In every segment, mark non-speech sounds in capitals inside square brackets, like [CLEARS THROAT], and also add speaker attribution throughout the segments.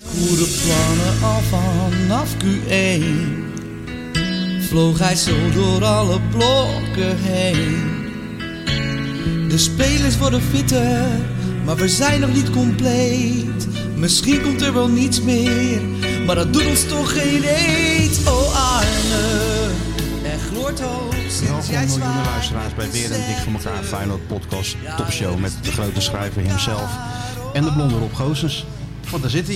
Speaker 1: goede plannen al vanaf Q1 Vloog hij zo door alle blokken heen De spelers worden fitter, maar we zijn nog niet compleet Misschien komt er wel niets meer, maar dat doet ons toch geen eet Oh Arne, er gloort hoop sinds
Speaker 2: Welkom
Speaker 1: jij
Speaker 2: miljoenen
Speaker 1: zwaait
Speaker 2: luisteraars bij weer een dik voor elkaar Feyenoord podcast topshow met de grote schrijver hemzelf en de blonde Rob Goossens. Want daar zit hij.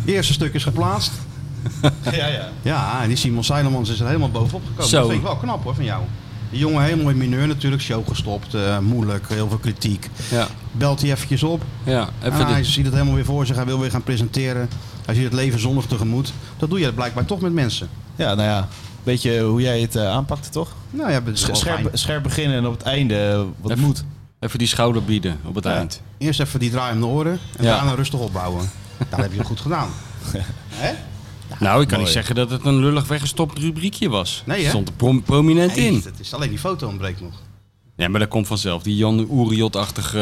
Speaker 2: Het eerste stuk is geplaatst.
Speaker 3: Ja, ja.
Speaker 2: Ja, en die Simon Seilemans is er helemaal bovenop gekomen.
Speaker 4: Zo.
Speaker 2: Dat vind ik wel knap hoor van jou. Die jongen helemaal in mineur natuurlijk, show gestopt, eh, moeilijk, heel veel kritiek.
Speaker 4: Ja,
Speaker 2: Belt hij eventjes op
Speaker 4: ja. Even
Speaker 2: en Ah, hij
Speaker 4: dit-
Speaker 2: ziet het helemaal weer voor zich, hij wil weer gaan presenteren. Hij ziet het leven zonnig tegemoet. Dat doe je blijkbaar toch met mensen.
Speaker 3: Ja, nou ja. Beetje hoe jij het eh, aanpakte, toch?
Speaker 2: Nou ja, het is
Speaker 3: Sch-
Speaker 2: wel
Speaker 3: Scherp,
Speaker 2: fijn.
Speaker 3: scherp beginnen en op het einde eh, wat
Speaker 4: Even-
Speaker 3: moet.
Speaker 4: Even die schouder bieden op het
Speaker 3: Ja.
Speaker 4: eind.
Speaker 2: Eerst even die draai om de oren en
Speaker 4: Ja.
Speaker 2: daarna rustig opbouwen. Daar heb je het goed gedaan. Hè?
Speaker 4: nou, ik kan
Speaker 3: mooi.
Speaker 4: niet zeggen dat het een lullig weggestopt rubriekje was.
Speaker 2: Nee, hè?
Speaker 4: [LAUGHS] Het stond er prom- prominent
Speaker 2: Nee,
Speaker 4: in.
Speaker 2: het is alleen die foto ontbreekt nog.
Speaker 4: Ja, maar dat komt vanzelf. Die Jan Oeriot-achtige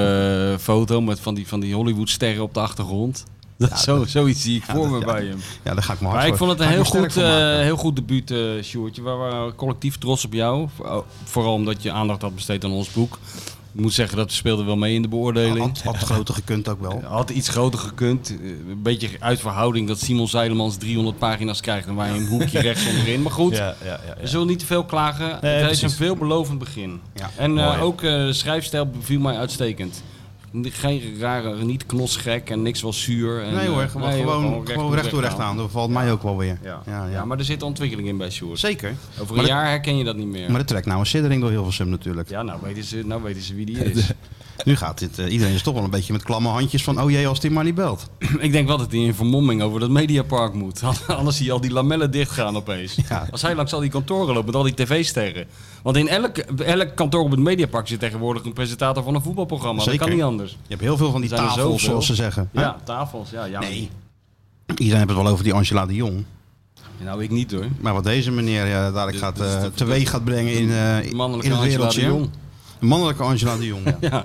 Speaker 4: eh, foto met van die, van die Hollywood-sterren op de achtergrond. Dat, [LAUGHS] zo, zoiets zie ik voor me
Speaker 2: dat-
Speaker 4: bij hem.
Speaker 2: Ja, daar ga ik me hard
Speaker 4: Maar ik
Speaker 2: voor-
Speaker 4: vond het een
Speaker 2: ga
Speaker 4: heel
Speaker 2: me sterk
Speaker 4: goed,
Speaker 2: voor maken.
Speaker 4: eh, heel goed debuut, eh Sjoerdje. We waren collectief trots op jou. Voor- Vooral omdat je aandacht had besteed aan ons boek. Ik moet zeggen dat we speelden wel mee in de beoordeling.
Speaker 2: had, had groter gekund ook wel.
Speaker 4: Had iets groter gekund. Eh, Een beetje uit verhouding dat Simon Zeilemans 300 pagina's krijgt en wij een hoekje rechts onderin. Maar goed,
Speaker 3: Ja, ja, ja.
Speaker 4: we zullen niet te veel klagen.
Speaker 3: Nee,
Speaker 4: het is
Speaker 3: precies.
Speaker 4: een veelbelovend begin.
Speaker 2: Ja.
Speaker 4: en eh,
Speaker 3: Mooi.
Speaker 4: ook eh, de schrijfstijl beviel mij uitstekend. N- Geen rare, niet knotsgek en niks wel zuur. En,
Speaker 2: nee hoor,
Speaker 4: eh,
Speaker 2: gewoon,
Speaker 4: nee,
Speaker 2: gewoon, gewoon recht,
Speaker 4: toe,
Speaker 2: door recht aan. Dat valt mij ook wel weer.
Speaker 4: Ja.
Speaker 2: Ja,
Speaker 4: Ja,
Speaker 2: ja.
Speaker 4: maar er zit ontwikkeling in bij Sjoerd.
Speaker 2: Zeker.
Speaker 4: Over
Speaker 2: Maar
Speaker 4: een
Speaker 2: dat-
Speaker 4: jaar herken je dat niet meer.
Speaker 2: Maar het trekt nou een siddering door Hilversum natuurlijk.
Speaker 4: Ja, nou weten, ze, nou weten ze
Speaker 2: [LAUGHS]
Speaker 4: wie die is.
Speaker 2: Nu gaat dit, eh, iedereen is toch wel een beetje met klamme handjes van, oh jee, als die maar niet belt.
Speaker 4: Ik denk wel dat hij in vermomming over dat mediapark moet. [LAUGHS] Anders zie je al die lamellen dichtgaan opeens. Als hij langs al die kantoren loopt met al die tv-sterren. Want in elk, elk kantoor op het mediapark zit tegenwoordig een presentator van een voetbalprogramma.
Speaker 2: Zeker.
Speaker 4: Dat kan niet anders.
Speaker 2: Je hebt heel veel van die
Speaker 4: Er zijn er
Speaker 2: tafels,
Speaker 4: zoveel.
Speaker 2: zoals ze zeggen. Hè?
Speaker 4: Ja, tafels. Ja, ja.
Speaker 2: Nee. Iedereen heeft het wel over die Angela de Jong.
Speaker 4: Nou, ik niet hoor. [LAUGHS]
Speaker 2: Maar wat deze meneer ja, dadelijk gaat, eh, teweeg gaat brengen in, eh in
Speaker 4: Mannelijke
Speaker 2: het
Speaker 4: Angela
Speaker 2: wereldje.
Speaker 4: de Jong.
Speaker 2: Een mannelijke Angela de Jong. ja.
Speaker 4: Ja.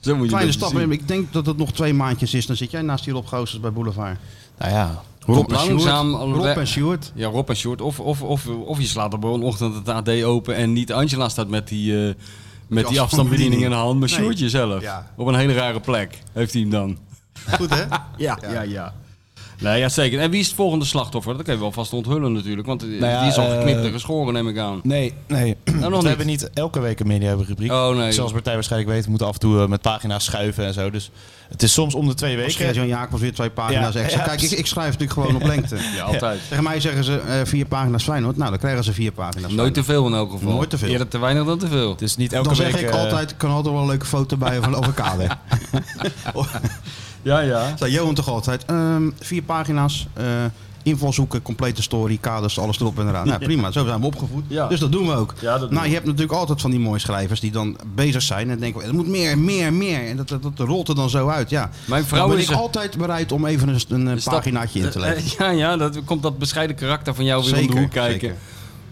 Speaker 4: Zo moet
Speaker 2: Kleine
Speaker 4: je dat dus
Speaker 2: stap,
Speaker 4: zien.
Speaker 2: maar ik denk dat het nog twee maandjes is. Dan zit jij naast die Rob Goossens bij Boulevard.
Speaker 3: Nou ja.
Speaker 2: Rob en
Speaker 4: langzaam
Speaker 2: Sjoerd.
Speaker 4: al-
Speaker 2: Rob en Sjoerd.
Speaker 4: Ja, Rob en Short. Of, of, of, of je slaat op een ochtend het AD open en niet Angela staat met die, eh, met die
Speaker 2: afstandsbediening.
Speaker 4: afstandsbediening in de hand. Maar
Speaker 2: Nee.
Speaker 4: Sjoerdje zelf.
Speaker 2: Ja.
Speaker 4: Op een hele rare plek heeft hij hem dan.
Speaker 2: Goed [LAUGHS] hè?
Speaker 4: Ja, ja, ja. Nee, ja, zeker. En wie is het volgende slachtoffer? Dat kan je wel vast onthullen natuurlijk. Want eh,
Speaker 2: Nou
Speaker 3: ja,
Speaker 4: die is al
Speaker 3: eh,
Speaker 4: geknipt en geschoren, neem ik aan.
Speaker 3: Nee, [CLEARS THROAT] nee.
Speaker 4: Oh, nog
Speaker 3: Want
Speaker 4: niet.
Speaker 3: we hebben niet elke week een mediarubriek.
Speaker 4: Oh, nee.
Speaker 3: Zoals partij waarschijnlijk weet, we moeten af en toe eh, met pagina's schuiven en zo. Dus het is soms om de twee
Speaker 2: Als
Speaker 3: weken.
Speaker 2: Gertjan Jacobs weer twee pagina's
Speaker 3: Ja,
Speaker 2: extra.
Speaker 3: ja,
Speaker 2: Kijk, ik, ik schrijf natuurlijk gewoon op lengte.
Speaker 4: Ja, altijd.
Speaker 2: Tegen mij zeggen ze eh, vier pagina's Feyenoord. Nou, dan krijgen ze vier pagina's
Speaker 4: Nooit te veel in elk geval.
Speaker 2: Nooit te veel.
Speaker 4: Eerder te weinig dan te veel.
Speaker 3: Het is niet elke
Speaker 2: Dan
Speaker 3: week.
Speaker 2: zeg ik
Speaker 3: eh,
Speaker 2: altijd, ik kan altijd wel een leuke foto bij van over kader.
Speaker 4: Ja, ja.
Speaker 2: Zei Johan toch altijd, ehm, vier pagina's, eh, invalshoeken, complete story, kaders, alles erop en
Speaker 4: [LAUGHS]
Speaker 2: eraan. Nou prima, zo zijn we opgevoed.
Speaker 4: Ja.
Speaker 2: Dus dat doen we ook.
Speaker 4: Ja, dat doen
Speaker 2: nou,
Speaker 4: we.
Speaker 2: je hebt natuurlijk altijd van die mooie schrijvers die dan bezig zijn en denken, "Oh, er moet meer, meer, meer. En dat, dat, dat rolt er dan zo uit, ja.
Speaker 4: Mijn vrouw
Speaker 2: dan ben
Speaker 4: is
Speaker 2: ik
Speaker 4: er-
Speaker 2: altijd bereid om even een, een eh,
Speaker 4: Dus dat-
Speaker 2: paginaatje in te leggen.
Speaker 4: Eh, [LAUGHS] Ja, ja, dat komt dat bescheiden karakter van jou weer om de
Speaker 2: Zeker,
Speaker 4: hoek kijken.
Speaker 2: zeker.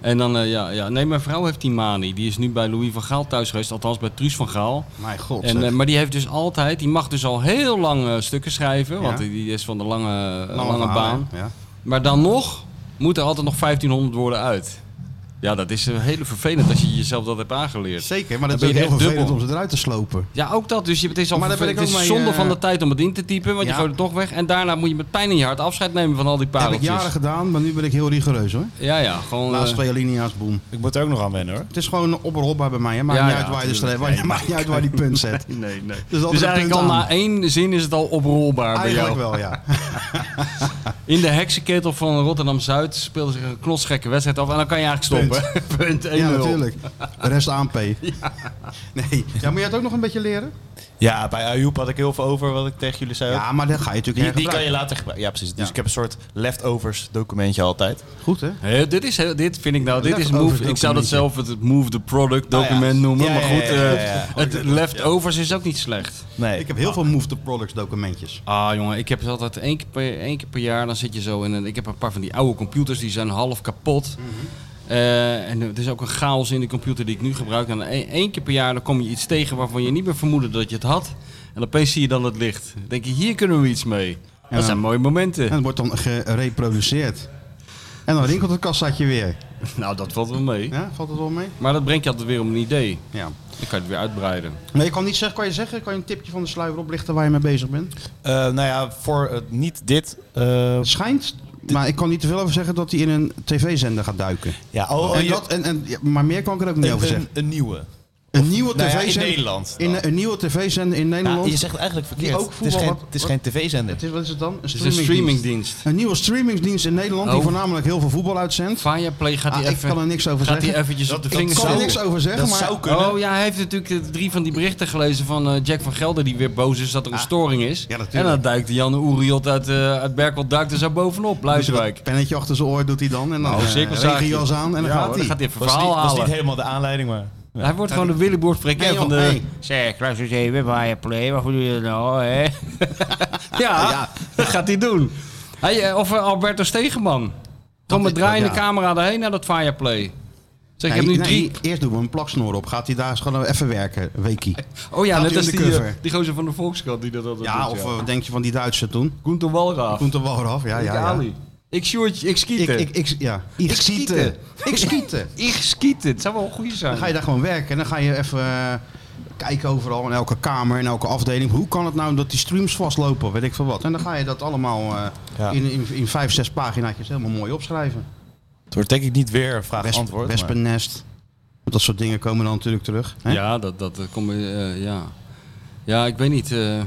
Speaker 4: En dan, eh, ja, ja. Nee, mijn vrouw heeft die manie. Die is nu bij Louis van Gaal thuis geweest. Althans, bij Truus van Gaal.
Speaker 2: Mijn god,
Speaker 4: En,
Speaker 2: zeg.
Speaker 4: eh, maar die heeft dus altijd, die mag dus al heel lang eh, stukken schrijven, want
Speaker 2: Ja.
Speaker 4: die- die is van de lange, eh, lange,
Speaker 2: Lange verhalen,
Speaker 4: baan.
Speaker 2: Ja.
Speaker 4: Maar dan nog moet er altijd nog 1500 woorden uit. Ja, dat is eh, heel vervelend als je jezelf dat hebt aangeleerd.
Speaker 2: Zeker, maar dat is
Speaker 4: Dan
Speaker 2: ook
Speaker 4: ben je
Speaker 2: heel
Speaker 4: echt
Speaker 2: vervelend om
Speaker 4: dubbel.
Speaker 2: ze eruit te slopen.
Speaker 4: Ja, ook dat. Dus je- het is, al
Speaker 2: Maar daar ben
Speaker 4: vervelend.
Speaker 2: ik
Speaker 4: het
Speaker 2: ook
Speaker 4: is
Speaker 2: mee,
Speaker 4: zonde
Speaker 2: eh,
Speaker 4: van de tijd om het in te typen, want
Speaker 2: ja.
Speaker 4: je gooit het toch weg. En daarna moet je met pijn in je hart afscheid nemen van al die
Speaker 2: heb ik
Speaker 4: pareltjes.
Speaker 2: jaren gedaan, maar nu ben ik heel rigoureus hoor.
Speaker 4: Ja, ja, gewoon...
Speaker 2: Laatste
Speaker 4: eh,
Speaker 2: twee alinea's, boom.
Speaker 3: Ik moet er ook nog aan wennen hoor.
Speaker 2: Het is gewoon opperhopbaar bij mij. Hè? Maakt
Speaker 4: Ja,
Speaker 2: niet
Speaker 4: ja,
Speaker 2: uit waar je de
Speaker 4: tuurlijk.
Speaker 2: streep, maakt- [LAUGHS] maakt niet uit waar die punt zet.
Speaker 4: [LAUGHS] Nee, nee.
Speaker 2: Dus
Speaker 4: Dus,
Speaker 2: altijd een
Speaker 4: eigenlijk
Speaker 2: punt
Speaker 4: al
Speaker 2: aan.
Speaker 4: na één zin is het al oprolbaar bij jou.
Speaker 2: Eigenlijk wel,
Speaker 4: [LAUGHS]
Speaker 2: ja.
Speaker 4: In de heksenketel van Rotterdam-Zuid speelde zich een knotsgekke wedstrijd af. En dan kan je eigenlijk
Speaker 2: [LAUGHS]
Speaker 4: stoppen. Punt, 1-0.
Speaker 2: Ja, natuurlijk. De rest aan P.
Speaker 4: [LAUGHS]
Speaker 2: Nee. Ja, moet jij het ook nog een beetje leren?
Speaker 3: Ja, bij Ayoub had ik heel veel over wat ik tegen jullie zei. ook.
Speaker 2: Ja, maar dat ga je natuurlijk
Speaker 3: die,
Speaker 2: niet
Speaker 3: die kan je
Speaker 2: gebruiken.
Speaker 3: later gebruiken. Ja, precies. Dus
Speaker 2: Ja.
Speaker 3: ik heb een soort leftovers documentje altijd.
Speaker 2: Goed, hè?
Speaker 4: Hé, dit, is, heel- dit vind ik nou, dit is
Speaker 2: Leftovers
Speaker 4: move. Ik zou dat zelf het Nou Move the Product document
Speaker 3: Ah, ja.
Speaker 4: noemen.
Speaker 3: Ja,
Speaker 4: maar
Speaker 3: ja,
Speaker 4: goed,
Speaker 3: ja, ja,
Speaker 4: eh,
Speaker 3: ja.
Speaker 4: het leftovers is ook niet slecht.
Speaker 3: Nee.
Speaker 2: Ik heb heel veel Move the Products documentjes.
Speaker 4: Ah jongen, ik heb het altijd één keer per, één keer per jaar. Dan zit je zo in een. Ik heb een paar van die oude computers die zijn half kapot. Eh, en het is ook een chaos in de computer die ik nu gebruik. En één, één keer per jaar dan kom je iets tegen waarvan je niet meer vermoedde dat je het had. En opeens zie je dan het licht. Dan denk je, hier kunnen we iets mee. dat zijn
Speaker 2: dan-
Speaker 4: mooie momenten. [LAUGHS]
Speaker 2: En het wordt dan gereproduceerd. En dan rinkelt het kassaatje weer.
Speaker 4: Nou, dat valt wel mee.
Speaker 2: Ja, valt het wel mee?
Speaker 4: Maar dat brengt je altijd weer om een idee.
Speaker 2: Ja.
Speaker 4: Dan kan je het weer uitbreiden.
Speaker 2: Maar je kan niet zeggen, kan je zeggen, kan je een tipje van de sluier oplichten waar je mee bezig bent?
Speaker 3: Eh, nou ja, voor het niet dit. eh,
Speaker 2: Het schijnt, maar ik kan niet te veel over zeggen dat hij in een tv-zender gaat duiken.
Speaker 3: ja, oh, oh,
Speaker 2: en
Speaker 3: je-
Speaker 2: dat, en, en, ja, maar meer kan ik er ook niet
Speaker 3: een,
Speaker 2: over
Speaker 3: een,
Speaker 2: zeggen.
Speaker 3: een nieuwe.
Speaker 2: Een nieuwe
Speaker 3: nou ja, in
Speaker 2: tv-zender
Speaker 3: Nederland
Speaker 2: In,
Speaker 3: dan.
Speaker 2: een nieuwe tv-zender in Nederland.
Speaker 3: Nou, je zegt het eigenlijk verkeerd.
Speaker 2: ook
Speaker 3: het is
Speaker 2: voetbal-
Speaker 3: geen,
Speaker 2: wat-
Speaker 3: het is
Speaker 2: wat-
Speaker 3: geen tv-zender.
Speaker 2: het is, wat is het dan? Een
Speaker 4: Het is een streamingdienst.
Speaker 2: Een nieuwe streamingsdienst in Nederland die
Speaker 4: Oh.
Speaker 2: voornamelijk heel veel voetbal uitzendt.
Speaker 4: Fireplay gaat
Speaker 2: Ah,
Speaker 4: hij
Speaker 2: ik
Speaker 4: even...
Speaker 2: kan er niks over
Speaker 4: gaat
Speaker 2: zeggen.
Speaker 4: hij eventjes op de vingers
Speaker 2: kan er
Speaker 4: zoeken.
Speaker 2: niks over zeggen,
Speaker 3: dat
Speaker 2: maar-
Speaker 3: zou kunnen.
Speaker 4: Oh ja, hij heeft natuurlijk eh, drie van die berichten gelezen van eh, Jack van Gelder die weer boos is dat er een storing is.
Speaker 2: Ah. Ja, natuurlijk.
Speaker 4: en dan duikt die Jan Oeriot uit, eh uit Berkel duikt er zo bovenop, Luiswijk.
Speaker 2: Pennetje achter zijn oor doet hij dan. En dan
Speaker 4: Nou,
Speaker 2: eh,
Speaker 4: cirkelzaagje.
Speaker 2: regenjas aan en dan
Speaker 4: Ja,
Speaker 2: gaat
Speaker 4: hoor,
Speaker 2: hij.
Speaker 4: dan gaat hij even
Speaker 3: was,
Speaker 4: verhaal
Speaker 3: niet, was
Speaker 4: halen.
Speaker 3: niet helemaal de aanleiding, maar... Ja.
Speaker 4: Hij wordt gewoon de Willeboord Frequent
Speaker 2: Nee, joh,
Speaker 4: van de...
Speaker 2: hey.
Speaker 4: Zeg, luister eens even, Fireplay, wat doe je nou, [LAUGHS] hè? ja,
Speaker 2: Ja.
Speaker 4: dat gaat hij doen. Hey, eh, of eh, Alberto Stegeman. Kom met
Speaker 2: is-
Speaker 4: draaiende
Speaker 2: ja.
Speaker 4: camera daarheen naar dat Fireplay. Zeg, ik heb
Speaker 2: Nee,
Speaker 4: nu
Speaker 2: nee,
Speaker 4: drie...
Speaker 2: Eerst doen we een plaksnoor op. Gaat hij daar eens gewoon even werken, een weekie.
Speaker 4: Oh ja,
Speaker 2: Gaat
Speaker 4: net
Speaker 2: hij
Speaker 4: als die,
Speaker 2: undercover?
Speaker 4: eh, die gozer van de Volkskrant die dat altijd
Speaker 2: Ja,
Speaker 4: doet,
Speaker 2: of eh, wat denk je van die Duitse toen?
Speaker 4: Gunther Walraaf.
Speaker 2: Komt er wel af, ja, ja. ja.
Speaker 4: Ali. Ik sjoerd, ik
Speaker 2: Ik,
Speaker 4: skieten.
Speaker 2: ik, ik, ja. ik schieten.
Speaker 4: schieten.
Speaker 2: Ik schieten.
Speaker 4: Ik skieten. Het zou wel een goeie zijn.
Speaker 2: Dan ga je daar gewoon werken en dan ga je even eh, kijken overal in elke kamer, in elke afdeling. Hoe kan het nou dat die streams vastlopen, weet ik veel wat. En dan ga je dat allemaal eh,
Speaker 3: Ja.
Speaker 2: in, in, in vijf, zes paginaatjes helemaal mooi opschrijven.
Speaker 3: Het wordt denk ik niet weer vraag-antwoord. maar-
Speaker 2: Wespennest. Dat soort dingen komen dan natuurlijk terug. Hè?
Speaker 4: Ja, dat, dat eh, kom, eh, ja. ja, ik weet niet. eh,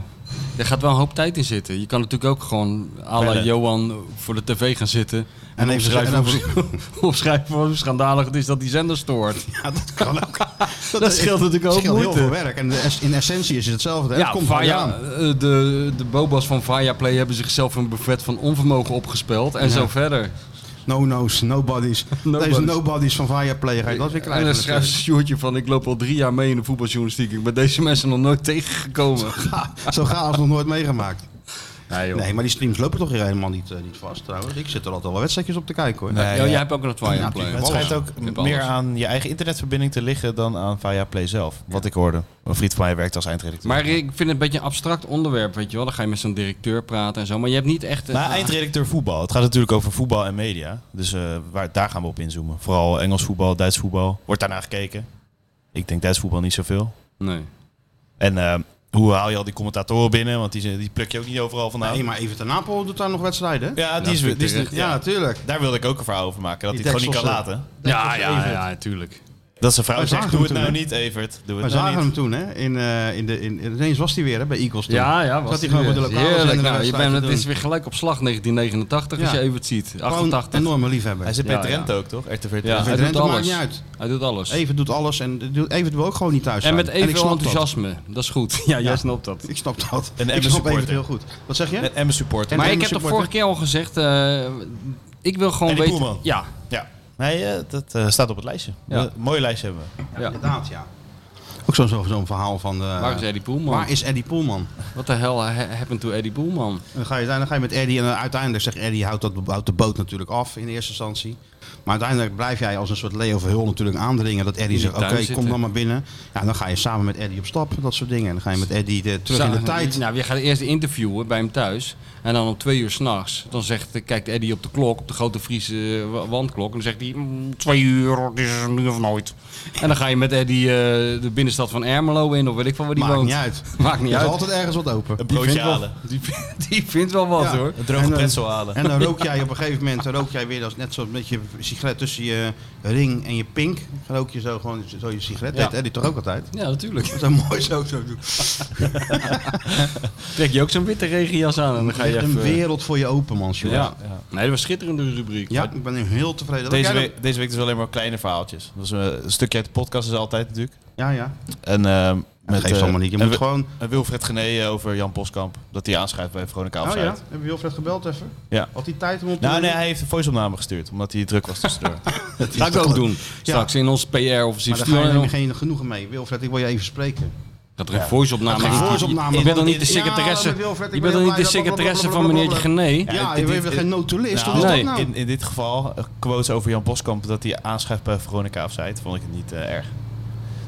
Speaker 4: er gaat wel een hoop tijd in zitten. Je kan natuurlijk ook gewoon à la
Speaker 3: Bellen.
Speaker 4: Johan voor de tv gaan zitten. En,
Speaker 2: even
Speaker 4: opschrijven,
Speaker 2: zeggen-
Speaker 4: hoe- [LAUGHS] opschrijven hoe schandalig het is dat die zender stoort.
Speaker 2: [LAUGHS] Ja, dat kan
Speaker 4: [LAUGHS]
Speaker 2: ook. Dat,
Speaker 4: scheelt natuurlijk ook
Speaker 2: scheelt heel
Speaker 4: moeite.
Speaker 2: veel werk. En de es- in essentie is het hetzelfde. Hè?
Speaker 4: Ja,
Speaker 2: het komt
Speaker 4: Vaya-
Speaker 2: gewoon aan.
Speaker 4: eh, de, de bobas van Fireplay hebben zichzelf een buffet van onvermogen opgespeld. En zo verder.
Speaker 2: No-no's, nobodies.
Speaker 4: [LAUGHS] Nobodies.
Speaker 2: Deze nobodies van Viaplay ga je dat weer dus
Speaker 4: en
Speaker 2: krijgen.
Speaker 4: dan schrijft
Speaker 2: natuurlijk.
Speaker 4: Sjoerdje van, ik loop al drie jaar mee in de voetbaljournalistiek. Ik ben deze mensen nog nooit tegengekomen.
Speaker 2: [LAUGHS] Zo chaos nog nooit meegemaakt.
Speaker 4: Nee, joh.
Speaker 2: Nee, maar die streams lopen toch hier helemaal niet, eh, niet vast trouwens. Ik zit er altijd wel wedstrijdjes op te kijken hoor.
Speaker 3: Nee,
Speaker 4: Ja,
Speaker 3: ja.
Speaker 4: Jij hebt ook nog Fireplay.
Speaker 3: Het schijnt ook meer aan je eigen internetverbinding te liggen dan aan Viaplay zelf. Wat ik hoorde. Een vriend van mij werkt als eindredacteur.
Speaker 4: Maar ik vind het een beetje een abstract onderwerp, weet je wel. Dan ga je met zo'n directeur praten en zo. Maar je hebt niet echt... een-
Speaker 3: Nou, eindredacteur voetbal. Het gaat natuurlijk over voetbal en media. Dus eh, waar, daar gaan we op inzoomen. Vooral Engels voetbal, Duits voetbal. Wordt daarna gekeken. Ik denk Duits voetbal niet zoveel.
Speaker 4: Nee.
Speaker 3: En eh, hoe haal je al die commentatoren binnen? Want die, zijn- die pluk je ook niet overal vandaan.
Speaker 2: Nee, maar even ten Napel doet daar nog wedstrijden. hè?
Speaker 3: ja, die is, die is-
Speaker 4: terecht.
Speaker 2: ja,
Speaker 3: ja,
Speaker 2: natuurlijk.
Speaker 3: daar wilde ik ook een verhaal over maken. Dat
Speaker 2: Die
Speaker 3: hij het gewoon niet kan
Speaker 2: deksels,
Speaker 3: laten.
Speaker 4: Ja,
Speaker 2: is
Speaker 4: ja,
Speaker 2: Evert.
Speaker 4: ja, natuurlijk.
Speaker 3: Dat zijn vrouw
Speaker 2: Wij
Speaker 3: zegt,
Speaker 2: zagen
Speaker 3: doe het
Speaker 2: hem
Speaker 3: nou
Speaker 2: toen,
Speaker 3: niet, Evert. Doe
Speaker 2: We
Speaker 3: het nou
Speaker 2: zagen
Speaker 3: niet.
Speaker 2: hem toen, hè? In, eh, in de, in, ineens was hij weer hè, bij Eagles. Toen.
Speaker 4: Ja, ja.
Speaker 2: Zat
Speaker 4: Was
Speaker 2: hij gewoon bij de lokale
Speaker 4: Heerlijk.
Speaker 2: zender
Speaker 4: Nou, je bent,
Speaker 2: wedstrijden
Speaker 4: het
Speaker 2: te
Speaker 4: is
Speaker 2: doen.
Speaker 4: weer gelijk op slag 1989 als
Speaker 2: Ja.
Speaker 4: je even het ziet.
Speaker 2: Gewoon
Speaker 4: 88.
Speaker 2: een enorme
Speaker 3: Hij
Speaker 2: liefhebber.
Speaker 3: zit bij
Speaker 4: Ja,
Speaker 3: Trent ook, toch? RTV Trent.
Speaker 4: Ja, hij
Speaker 2: Drenthe
Speaker 4: doet
Speaker 2: maakt
Speaker 4: alles.
Speaker 2: niet uit.
Speaker 4: Hij doet alles.
Speaker 2: Even doet alles en even wil ook gewoon niet thuis
Speaker 4: en
Speaker 2: zijn.
Speaker 4: met
Speaker 2: ik
Speaker 4: evenveel
Speaker 2: snap dat.
Speaker 4: enthousiasme. Dat is goed. [LAUGHS] Ja, jij snapt dat.
Speaker 2: Ik snap dat.
Speaker 3: Een
Speaker 2: ik snap even
Speaker 3: Emmen supporter.
Speaker 2: heel goed. Wat zeg je?
Speaker 3: En Emmen supporter.
Speaker 2: En
Speaker 4: Maar ik
Speaker 2: Emmen
Speaker 4: heb toch
Speaker 2: supporter.
Speaker 4: vorige keer al gezegd... eh, ik wil gewoon
Speaker 3: Eddie
Speaker 4: weten...
Speaker 3: Poelman.
Speaker 4: Ja,
Speaker 3: Ja. Nee, eh, dat eh, staat op het lijstje.
Speaker 4: Ja.
Speaker 3: Een mooi lijstje hebben we.
Speaker 4: ja.
Speaker 2: Inderdaad, ja. Ook zo'n zo'n zo'n verhaal van... eh,
Speaker 4: Waar is Eddie Poelman?
Speaker 2: Waar is Eddie Poelman?
Speaker 4: What the hell ha- happened to Eddie Poelman?
Speaker 2: En dan, ga je, dan ga je met Eddie en dan uiteindelijk zegt Eddie houdt, dat, houdt de boot natuurlijk af in eerste instantie. Maar uiteindelijk blijf jij als een soort Leo Verhul natuurlijk aandringen dat Eddie
Speaker 4: Moet je
Speaker 2: zegt oké,
Speaker 4: thuis
Speaker 2: kom
Speaker 4: zitten.
Speaker 2: dan maar binnen. Ja, dan ga je samen met Eddie op stap, dat soort dingen. En dan ga je met Eddie eh, terug in de
Speaker 4: Zo,
Speaker 2: tijd.
Speaker 4: Nou, je gaat eerst interviewen bij hem thuis. En dan om twee uur s'nachts. Dan zegt, kijkt Eddie op de klok, op de grote Friese eh, wa- wandklok. En dan zegt hij, "Mm, twee uur, het is nu of nooit. En dan ga je met Eddie eh, de binnenstad van Ermelo in. Of weet ik van waar die
Speaker 2: Maakt
Speaker 4: woont.
Speaker 2: niet uit.
Speaker 4: [LAUGHS] Maakt niet
Speaker 2: Er is
Speaker 4: uit.
Speaker 2: altijd ergens wat open.
Speaker 3: Een
Speaker 4: Die
Speaker 3: broodje
Speaker 4: vindt wel-
Speaker 3: halen.
Speaker 4: Die, vindt- [LAUGHS] die vindt wel wat
Speaker 2: Ja.
Speaker 4: hoor.
Speaker 3: Een droge
Speaker 2: En dan-
Speaker 3: pretzel halen.
Speaker 2: En dan rook jij op een gegeven moment, dan rook jij weer als net zo met je sigaret tussen je ring en je pink. Dan rook je zo gewoon zo je sigaret.
Speaker 3: Ja.
Speaker 2: Dat deed Eddie toch ook altijd?
Speaker 4: Ja, natuurlijk.
Speaker 2: [LAUGHS] Zo mooi zo zo doen.
Speaker 4: [LAUGHS] Trek je ook zo'n witte regenjas aan en dan ga je
Speaker 2: Ligt een
Speaker 4: even...
Speaker 2: wereld voor je open, man. Sjoerd.
Speaker 4: Ja. Nee, dat was schitterende rubriek.
Speaker 2: Ja, ik ben nu heel tevreden. Dat
Speaker 3: Deze
Speaker 2: jij
Speaker 3: week, deze week dus alleen maar kleine verhaaltjes. Dat is eh, een stukje uit de podcast is altijd natuurlijk.
Speaker 2: dat- Ja, ja.
Speaker 3: En, ehm
Speaker 2: Dat geeft
Speaker 3: eh,
Speaker 2: allemaal niet. Je
Speaker 3: en
Speaker 2: moet
Speaker 3: Wi-
Speaker 2: gewoon...
Speaker 3: en Wilfred Gené eh, over Jan Poskamp. Dat hij aanschrijft bij Veronica
Speaker 2: Oh
Speaker 3: Offside.
Speaker 2: ja, hebben Wilfred gebeld even?
Speaker 3: Ja.
Speaker 2: Had hij tijd om op te
Speaker 3: Nou nee,
Speaker 2: nemen?
Speaker 3: hij heeft een voice-opname gestuurd. Omdat hij druk
Speaker 2: [LAUGHS]
Speaker 3: was tussendoor.
Speaker 4: dat ga ik ook doen. Straks in ons PR-offensief.
Speaker 2: Maar daar ga je
Speaker 4: sturen.
Speaker 2: neem je geen genoegen mee. Wilfred, ik wil je even spreken.
Speaker 4: Dat er een voice-opname
Speaker 2: Geen
Speaker 4: is.
Speaker 2: voice-opname.
Speaker 4: Je bent dan niet de
Speaker 2: Ja,
Speaker 4: secretaresse.
Speaker 2: met Wilfred, ik
Speaker 4: je
Speaker 2: ben
Speaker 4: bent dan
Speaker 2: heel
Speaker 4: niet de
Speaker 2: blij dat-
Speaker 4: secretaresse van meneertje Gené.
Speaker 2: Ja,
Speaker 3: Ja,
Speaker 2: je
Speaker 3: dit-
Speaker 2: bent
Speaker 3: dit-
Speaker 2: geen notulist.
Speaker 3: Nou,
Speaker 2: Wat is
Speaker 4: nee.
Speaker 2: dat nou?
Speaker 3: in, in dit geval eh, quotes over Jan Poskamp. Dat hij aanschrijft bij Veronica Offside. Vond ik het niet eh, erg.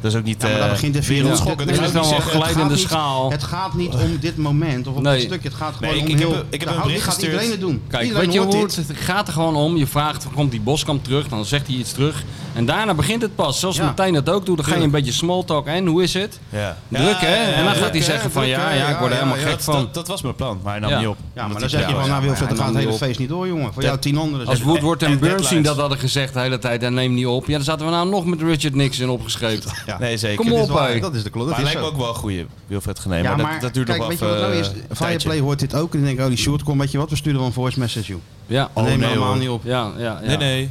Speaker 3: Dat is ook niet.
Speaker 2: Ja, maar daar
Speaker 3: eh,
Speaker 2: begint de
Speaker 3: wereldschokkend.
Speaker 2: wereld.
Speaker 4: Dit
Speaker 3: Ik zou
Speaker 4: is
Speaker 3: niet
Speaker 4: wel
Speaker 3: zeggen-
Speaker 4: een glijdende
Speaker 2: het gaat
Speaker 4: schaal.
Speaker 2: Niet, het gaat niet om dit moment of om
Speaker 4: Nee.
Speaker 2: dit stukje. Het gaat gewoon
Speaker 3: Nee, ik-
Speaker 2: om
Speaker 3: ik heb-
Speaker 2: heel... de
Speaker 3: ik heb een
Speaker 2: houding
Speaker 3: bericht
Speaker 2: gaat iedereen het
Speaker 3: gestuurd.
Speaker 2: doen.
Speaker 4: Kijk,
Speaker 2: iedereen
Speaker 4: weet je
Speaker 2: hoort
Speaker 4: hoe
Speaker 2: dit.
Speaker 4: het, het gaat er gewoon om. Je vraagt, komt die Boskamp terug? Dan zegt hij iets terug. En daarna begint het pas. Zoals
Speaker 2: Ja.
Speaker 4: Martijn dat ook doet. Dan ga je een beetje small talk. En hoe is het?
Speaker 3: Ja.
Speaker 4: druk, hè?
Speaker 3: Ja, ja,
Speaker 4: en dan
Speaker 3: ja,
Speaker 4: gaat hij
Speaker 2: hè?
Speaker 4: zeggen van,
Speaker 2: Druk,
Speaker 4: ja,
Speaker 2: hè?
Speaker 4: ja, ik word er
Speaker 2: Ja,
Speaker 4: helemaal
Speaker 2: ja,
Speaker 3: Dat-
Speaker 4: gek van.
Speaker 3: Dat, dat was mijn plan, maar hij nam
Speaker 4: Ja.
Speaker 3: niet op.
Speaker 2: Ja, maar
Speaker 3: Omdat
Speaker 2: dan
Speaker 3: hij-
Speaker 2: zeg je
Speaker 3: ja,
Speaker 2: van, nou Wilfred,
Speaker 4: ja,
Speaker 2: dan gaat het
Speaker 4: ja,
Speaker 2: hele
Speaker 4: ja.
Speaker 2: feest niet door, jongen. Voor jou tien anderen.
Speaker 4: Als
Speaker 2: zeggen.
Speaker 4: Woodward en,
Speaker 3: en
Speaker 4: Bernstein
Speaker 3: deadlines.
Speaker 4: dat hadden gezegd de hele tijd. En neem niet op. Ja, dan zaten we nou nog met Richard Nixon opgeschreven.
Speaker 2: Ja.
Speaker 3: Nee, zeker.
Speaker 4: Kom
Speaker 2: Dit is
Speaker 4: op,
Speaker 2: waar,
Speaker 4: hé.
Speaker 2: Dat is de klopt.
Speaker 3: Maar
Speaker 2: Dat
Speaker 3: hij
Speaker 2: is
Speaker 3: lijkt
Speaker 2: zo.
Speaker 3: me ook wel een goede Wilfred Gené.
Speaker 2: Ja,
Speaker 3: maar, dat, dat duurt
Speaker 2: kijk,
Speaker 3: nog
Speaker 2: weet je
Speaker 3: wel
Speaker 2: wat nou
Speaker 3: even,
Speaker 2: is?
Speaker 3: eh, een
Speaker 2: Fireplay
Speaker 3: tijdje.
Speaker 2: hoort dit ook en die denkt, oh die short komt, weet je wat, we sturen wel een voice message, joh.
Speaker 4: Ja.
Speaker 2: Dat
Speaker 3: Oh,
Speaker 2: nemen we
Speaker 3: nee,
Speaker 2: helemaal
Speaker 3: hoor.
Speaker 2: niet op.
Speaker 4: Ja, ja, ja.
Speaker 3: Nee, nee.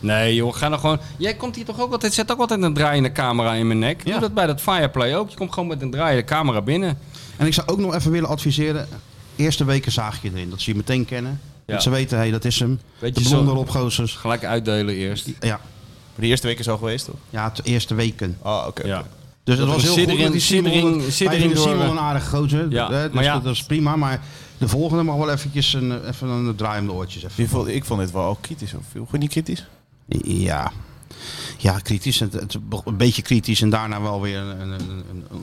Speaker 4: Nee, joh, ga nou gewoon. Jij komt hier toch ook altijd. Zet ook altijd een draaiende camera in mijn nek.
Speaker 2: Ja.
Speaker 4: Doe dat bij dat fireplay ook. Je komt gewoon met een draaiende camera binnen.
Speaker 2: En ik zou ook nog even willen adviseren, eerste weken zaag je erin, dat ze je meteen kennen.
Speaker 4: Ja.
Speaker 2: Dat ze weten, hé, dat is hem.
Speaker 4: Weet
Speaker 2: de
Speaker 4: je,
Speaker 2: blonde
Speaker 4: zo-
Speaker 2: Rob Gozers.
Speaker 4: Gelijk uitdelen eerst.
Speaker 2: Ja,
Speaker 3: Maar die eerste week is al geweest, toch?
Speaker 2: ja, de eerste weken.
Speaker 3: Oh, oké. oké.
Speaker 2: Dus dat,
Speaker 4: Dat
Speaker 2: was
Speaker 4: er
Speaker 2: heel
Speaker 4: een
Speaker 2: goed met die
Speaker 4: siddering-
Speaker 2: Simon.
Speaker 4: siddering- siddering
Speaker 2: Hij vindt
Speaker 4: door- eh,
Speaker 2: Simon een aardige gozer,
Speaker 4: Ja,
Speaker 2: hè, dus
Speaker 4: maar ja.
Speaker 2: dat, dat is prima. Maar de volgende mag wel eventjes een, eh, even een draai om de oortjes. Even.
Speaker 3: Die vond- Ik vond dit wel al kritisch. Of viel je niet kritisch?
Speaker 2: Ja. Ja, kritisch. Het, het- een beetje kritisch en daarna wel weer een, een, een,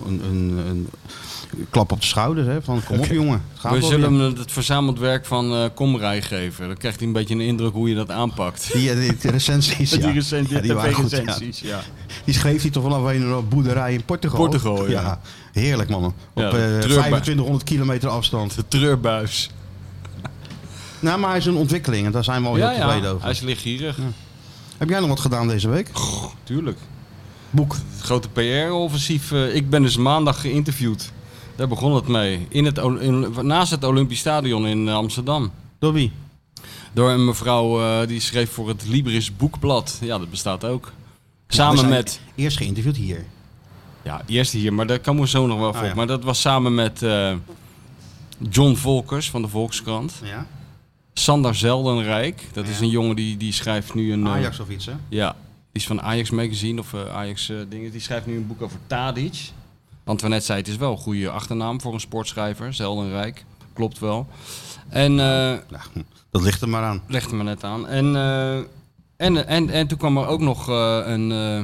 Speaker 2: een, een, een klap op de schouders. Hè? Van kom op jongen, het gaat
Speaker 4: We
Speaker 2: wel
Speaker 4: zullen
Speaker 2: weer.
Speaker 4: hem het verzameld werk van eh Komrij geven. Dan krijgt hij een beetje een indruk hoe je dat [LAUGHS] aanpakt.
Speaker 2: Die, eh, die recensies, ja.
Speaker 4: [LAUGHS] Die recensies,
Speaker 2: Ja, die waren goed,
Speaker 4: tv-recensies, ja.
Speaker 2: ja. Die schreef hij toch vanaf nou een boerderij in Portugal.
Speaker 4: Portugal, ja.
Speaker 2: Heerlijk man. Op
Speaker 4: Ja,
Speaker 2: eh,
Speaker 4: treurbaar.
Speaker 2: 2500 kilometer afstand.
Speaker 4: De treurbuis.
Speaker 2: Nou, maar hij is een ontwikkeling en daar zijn we al heel
Speaker 4: Ja,
Speaker 2: tevreden
Speaker 4: ja.
Speaker 2: over.
Speaker 4: Hij is lichtgierig.
Speaker 2: Heb jij nog wat gedaan deze week?
Speaker 4: Tuurlijk. Boek. Het grote PR-offensief. eh, ik ben dus maandag geïnterviewd. Daar begon het mee. In het, Ol- in- naast het Olympisch Stadion in eh, Amsterdam.
Speaker 2: Door wie?
Speaker 4: Door een mevrouw eh, die schreef voor het Libris Boekblad. Ja, dat bestaat ook.
Speaker 2: We
Speaker 4: Samen
Speaker 2: zijn
Speaker 4: met.
Speaker 2: Eerst geïnterviewd hier.
Speaker 4: Ja, die eerste hier, maar daar komen we zo nog wel voor.
Speaker 2: Ah, ja.
Speaker 4: Maar dat was samen met eh, John Volkers van de Volkskrant.
Speaker 2: Ja.
Speaker 4: Sander Zeldenrijk. Dat is een jongen die, die schrijft nu een. eh,
Speaker 2: Ajax of iets hè?
Speaker 4: Ja, die is van Ajax Magazine of eh, Ajax eh, dingen. Die schrijft nu een boek over Tadic. Antoinette zei het is wel een goede achternaam voor een sportschrijver. Zeldenrijk. Klopt wel. En eh,
Speaker 2: Nou, dat ligt er maar aan.
Speaker 4: legde me net aan. En, eh, en, en, en toen kwam er ook nog eh, een. eh,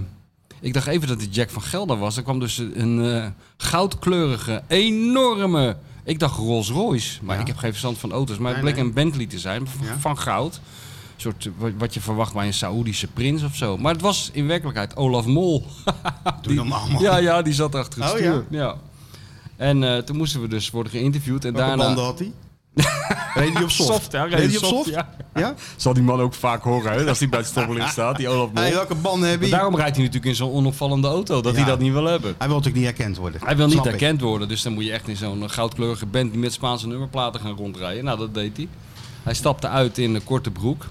Speaker 4: ik dacht even dat het Jack van Gelder was. Er kwam dus een eh, goudkleurige, enorme. Ik dacht Rolls Royce, maar
Speaker 2: Ja.
Speaker 4: ik heb geen verstand van auto's. Maar het
Speaker 2: Nee,
Speaker 4: bleek
Speaker 2: nee.
Speaker 4: een Bentley te zijn van,
Speaker 2: Ja.
Speaker 4: van goud. Een soort eh, wat, wat je verwacht bij een Saoedische prins of zo. Maar het was in werkelijkheid Olaf Mol.
Speaker 2: Doe normaal man.
Speaker 4: Ja, ja, Ah, die zat achter het
Speaker 2: Oh,
Speaker 4: stuur. Ja. En eh, toen moesten we dus worden geïnterviewd. En
Speaker 2: Welke
Speaker 4: daarna.
Speaker 2: banden had hij? Reed hij op soft?
Speaker 4: Soft, ja, reed
Speaker 2: Reed
Speaker 4: hij
Speaker 2: hij
Speaker 4: op
Speaker 2: op
Speaker 4: soft,
Speaker 2: soft?
Speaker 4: ja.
Speaker 2: Ja?
Speaker 4: Zal die man ook vaak horen, hè? Als hij bij het stoppeling staat, die Olaf Mol.
Speaker 2: Hey, welke banden heb
Speaker 4: Maar
Speaker 2: je?
Speaker 4: daarom rijdt hij natuurlijk in zo'n onopvallende auto, dat
Speaker 2: Ja.
Speaker 4: hij dat niet wil hebben.
Speaker 2: Hij wil natuurlijk niet herkend worden.
Speaker 4: Hij wil niet
Speaker 2: Snap ik.
Speaker 4: herkend worden, dus dan moet je echt in zo'n eh, goudkleurige band die met Spaanse nummerplaten gaan rondrijden. Nou, dat deed hij. Hij stapte uit in een korte broek.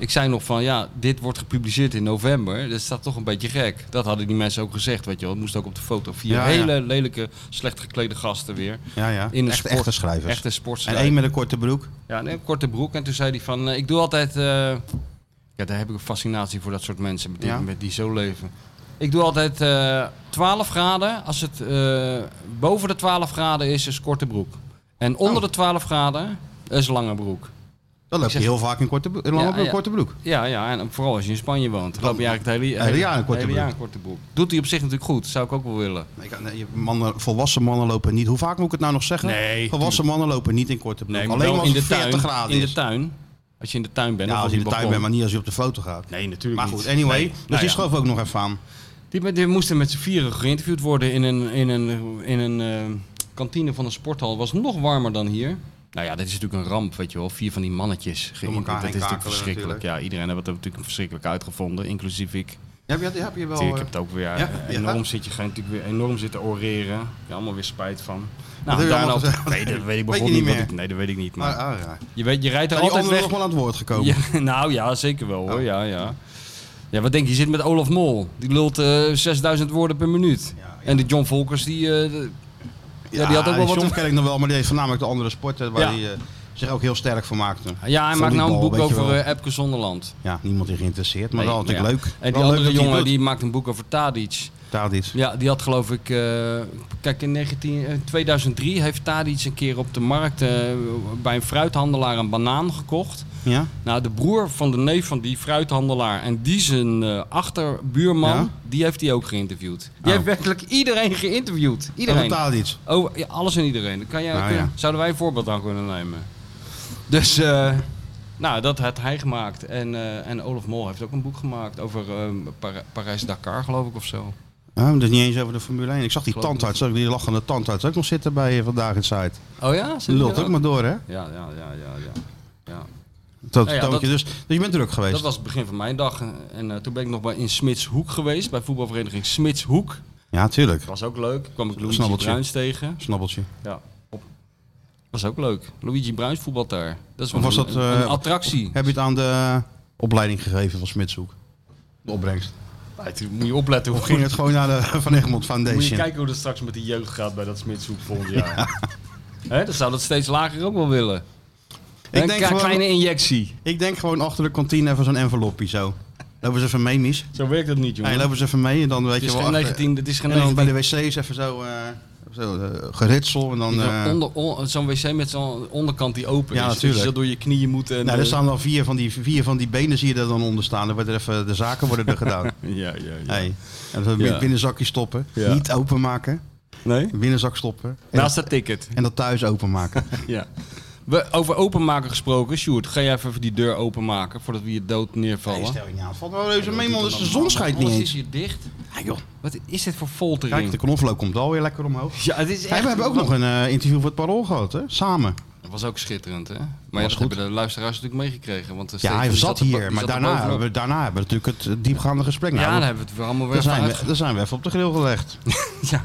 Speaker 4: Ik zei nog van, ja, dit wordt gepubliceerd in november. dus Dat staat toch een beetje gek. Dat hadden die mensen ook gezegd, weet je wel. Het moest ook op de foto. Vier
Speaker 2: Ja, ja.
Speaker 4: hele lelijke, slecht geklede gasten weer.
Speaker 2: Ja, ja.
Speaker 4: In een
Speaker 2: Echt,
Speaker 4: sport-
Speaker 2: echte schrijvers.
Speaker 4: Echte
Speaker 2: En
Speaker 4: sportschrijver.
Speaker 2: één met een korte broek.
Speaker 4: Ja, nee, een korte broek. En toen zei hij van, eh, ik doe altijd... eh, ja, daar heb ik een fascinatie voor dat soort mensen met die,
Speaker 2: Ja.
Speaker 4: met die zo leven. Ik doe altijd eh 12 graden. Als het eh, boven de 12 graden is, is korte broek. En onder
Speaker 2: Oh.
Speaker 4: de 12 graden is lange broek.
Speaker 2: Dan loop je
Speaker 4: zeg-
Speaker 2: heel vaak in korte broek. In lange
Speaker 4: Ja,
Speaker 2: broek,
Speaker 4: ja.
Speaker 2: korte broek.
Speaker 4: Ja, ja, en vooral als je in Spanje woont. Dan loop je eigenlijk het hele,
Speaker 2: Hele jaar een korte
Speaker 4: hele
Speaker 2: broek.
Speaker 4: jaar een korte broek. Doet hij op zich natuurlijk goed. Zou ik ook wel willen.
Speaker 2: Ik- nee, mannen, volwassen mannen lopen niet. Hoe vaak moet ik het nou nog zeggen?
Speaker 4: Nee,
Speaker 2: Volwassen mannen lopen niet in korte broek.
Speaker 4: maar
Speaker 2: Alleen
Speaker 4: wel
Speaker 2: maar als het 40 graden
Speaker 4: In
Speaker 2: is.
Speaker 4: de tuin. Als je in de tuin bent.
Speaker 2: Ja,
Speaker 4: of
Speaker 2: als
Speaker 4: op
Speaker 2: je in
Speaker 4: het
Speaker 2: de tuin
Speaker 4: balkon.
Speaker 2: bent, maar niet als je op de foto gaat.
Speaker 4: Nee, natuurlijk
Speaker 2: Maar
Speaker 4: niet.
Speaker 2: goed, anyway.
Speaker 4: Nee.
Speaker 2: Dus
Speaker 4: Nou
Speaker 2: die
Speaker 4: ja.
Speaker 2: schoof ook nog even aan.
Speaker 4: Die, men- die moesten met z'n vieren geïnterviewd worden in een, in een, in een eh, kantine van een sporthal. Was nog warmer dan hier. Nou ja, dit is natuurlijk een ramp, weet je wel. Vier van die mannetjes
Speaker 2: heen
Speaker 4: geïnterviewd. Dat is
Speaker 2: kakelen
Speaker 4: natuurlijk verschrikkelijk.
Speaker 2: natuurlijk.
Speaker 4: Ja, iedereen heeft het natuurlijk verschrikkelijk uitgevonden, inclusief ik.
Speaker 2: Heb je, heb je wel...
Speaker 4: Natuurlijk, ik
Speaker 2: eh,
Speaker 4: heb het ook weer
Speaker 2: ja,
Speaker 4: eh,
Speaker 2: ja.
Speaker 4: enorm zit je, ga je natuurlijk weer enorm zitten oreren. Ik heb er allemaal weer spijt van.
Speaker 2: heb
Speaker 4: Nou,
Speaker 2: je
Speaker 4: daarna,
Speaker 2: allemaal gezegd?
Speaker 4: nee, dat weet ik bijvoorbeeld
Speaker 2: Weet je niet
Speaker 4: niet. wat
Speaker 2: meer?
Speaker 4: ik- nee, dat weet ik niet. Maar
Speaker 2: maar, ah, ja.
Speaker 4: je, weet, je rijdt er
Speaker 2: Zijn die
Speaker 4: altijd
Speaker 2: anderen
Speaker 4: weg.
Speaker 2: nog wel aan het woord gekomen?
Speaker 4: Ja, [LAUGHS] nou ja, zeker wel hoor.
Speaker 2: Oh.
Speaker 4: Ja, ja. ja, wat denk je? Je zit met Olaf Mol. Die lult eh 6000 woorden per minuut.
Speaker 2: Ja, ja.
Speaker 4: En de John Volkers, die, eh, de- ja, die had ook wel wat...
Speaker 2: Soms ken ik nog wel, maar die heeft voornamelijk de andere sporten waar
Speaker 4: Ja.
Speaker 2: hij eh, zich ook heel sterk voor maakte.
Speaker 4: Ja, hij maakt nou een boek
Speaker 2: Volleybal, weet je
Speaker 4: over
Speaker 2: wel.
Speaker 4: eh, Epke Zonderland.
Speaker 2: Ja, niemand die geïnteresseerd, maar
Speaker 4: Nee,
Speaker 2: wel natuurlijk
Speaker 4: maar ja.
Speaker 2: leuk.
Speaker 4: En die
Speaker 2: Wel leuk
Speaker 4: andere
Speaker 2: dat hij het
Speaker 4: jongen,
Speaker 2: doet.
Speaker 4: die maakt een boek over Tadic.
Speaker 2: Tadic.
Speaker 4: Ja, die had geloof ik. eh, kijk, in 19, eh, 2003 heeft Tadic een keer op de markt eh, bij een fruithandelaar een banaan gekocht.
Speaker 2: Ja?
Speaker 4: Nou, de broer van de neef van die fruithandelaar en die zijn eh, achterbuurman,
Speaker 2: Ja?
Speaker 4: die heeft hij ook geïnterviewd. Die
Speaker 2: Oh.
Speaker 4: heeft werkelijk iedereen geïnterviewd. Iedereen.
Speaker 2: Over Tadic.
Speaker 4: Oh, ja, alles en iedereen. Kan jij,
Speaker 2: Nou,
Speaker 4: kun-
Speaker 2: ja.
Speaker 4: Zouden wij een voorbeeld aan kunnen nemen? Dus, eh, nou, dat had hij gemaakt. En, eh, en Olaf Mol heeft ook een boek gemaakt over eh, Par- Parijs-Dakar, geloof ik, of zo.
Speaker 2: Ja, dus niet eens over de Formule 1. Ik zag die
Speaker 4: Klopt.
Speaker 2: tandarts, ook, die lachende tandarts ook nog zitten bij je vandaag in site.
Speaker 4: Oh ja?
Speaker 2: Die lult ook maar door, hè?
Speaker 4: Ja, ja, ja, ja, ja. ja.
Speaker 2: Dat
Speaker 4: Ja, ja,
Speaker 2: toontje.
Speaker 4: dat-
Speaker 2: Dus, dus je bent druk geweest.
Speaker 4: Dat was het begin van mijn dag. En eh, toen ben ik nog bij, in Smitshoek geweest, bij voetbalvereniging Smitshoek.
Speaker 2: Ja, tuurlijk.
Speaker 4: Dat was ook leuk. Kwam ik Luigi
Speaker 2: Snabbeltje.
Speaker 4: Bruins tegen.
Speaker 2: Snabbeltje.
Speaker 4: Ja, op. Was ook leuk. Luigi Bruins voetbalt daar. Dat is
Speaker 2: Of
Speaker 4: wel
Speaker 2: was
Speaker 4: een,
Speaker 2: dat,
Speaker 4: een- een
Speaker 2: eh,
Speaker 4: attractie.
Speaker 2: Heb je het aan de eh, opleiding gegeven van Smitshoek? De opbrengst.
Speaker 4: Ja, toen moet je opletten hoe
Speaker 2: Of ging het gewoon naar de [LAUGHS] Van Egmond
Speaker 4: Moet je
Speaker 2: Foundation?
Speaker 4: kijken hoe het straks met die jeugd gaat bij dat Smitshoek volgend jaar. Hè, dan zou dat steeds lager ook wel willen.
Speaker 2: Ik
Speaker 4: een
Speaker 2: denk,
Speaker 4: ka-
Speaker 2: gewoon,
Speaker 4: kleine injectie.
Speaker 2: ik denk gewoon achter de kantine even zo'n enveloppie zo. Lopen ze even mee, Mies.
Speaker 4: Zo werkt dat niet, jongen.
Speaker 2: Hey, lopen ze even mee en dan weet
Speaker 4: het
Speaker 2: je
Speaker 4: is
Speaker 2: wel.
Speaker 4: Dus geen
Speaker 2: achter-
Speaker 4: 19... Het is geen
Speaker 2: En dan bij
Speaker 4: 19...
Speaker 2: de wc's even zo, eh zo eh, geritsel en dan... eh,
Speaker 4: Zo'n onder- on- Zo'n wc met zo'n onderkant die open
Speaker 2: Ja,
Speaker 4: is.
Speaker 2: natuurlijk.
Speaker 4: Dat je zo door je knieën moet. En
Speaker 2: nou,
Speaker 4: eh,
Speaker 2: er staan dan vier van die, vier van die benen zie je er dan onder staan. Dan worden er even, de zaken worden er
Speaker 4: [LAUGHS]
Speaker 2: gedaan.
Speaker 4: Ja, ja, ja.
Speaker 2: Hey. En dan
Speaker 4: Ja.
Speaker 2: binnenzakje stoppen.
Speaker 4: Ja.
Speaker 2: Niet openmaken.
Speaker 4: Nee?
Speaker 2: Binnenzak stoppen. En,
Speaker 4: Naast dat ticket.
Speaker 2: en dat thuis openmaken.
Speaker 4: Ja. We, over openmaken gesproken. Sjoerd, ga jij even die deur openmaken voordat we je dood neervallen?
Speaker 2: Nee, stel je niet aan. Valt wel reuze mee, man. Dus de zon schijnt niet
Speaker 4: Alles
Speaker 2: eens.
Speaker 4: is hier dicht.
Speaker 2: Ja, joh.
Speaker 4: Wat is dit voor foltering?
Speaker 2: Kijk, de knoflook komt alweer lekker omhoog.
Speaker 4: ja, het is echt...
Speaker 2: Hey, we hebben ook nog een eh, interview voor het Parool gehad, hè? Samen.
Speaker 4: Dat was ook schitterend, hè? Maar ja,
Speaker 2: Was
Speaker 4: dat
Speaker 2: goed.
Speaker 4: hebben de luisteraars natuurlijk meegekregen. Want eh,
Speaker 2: Ja,
Speaker 4: Steven
Speaker 2: hij
Speaker 4: die
Speaker 2: zat
Speaker 4: er bo-
Speaker 2: hier,
Speaker 4: die
Speaker 2: maar
Speaker 4: zat er
Speaker 2: daarna hebben,
Speaker 4: bovenop.
Speaker 2: we, daarna hebben we natuurlijk het eh, diepgaande gesprek. Nou,
Speaker 4: ja, dan
Speaker 2: daar,
Speaker 4: hebben we het weer allemaal weer
Speaker 2: zijn
Speaker 4: vanuit.
Speaker 2: we, daar zijn we even op de grill gelegd.
Speaker 4: [LAUGHS] Ja.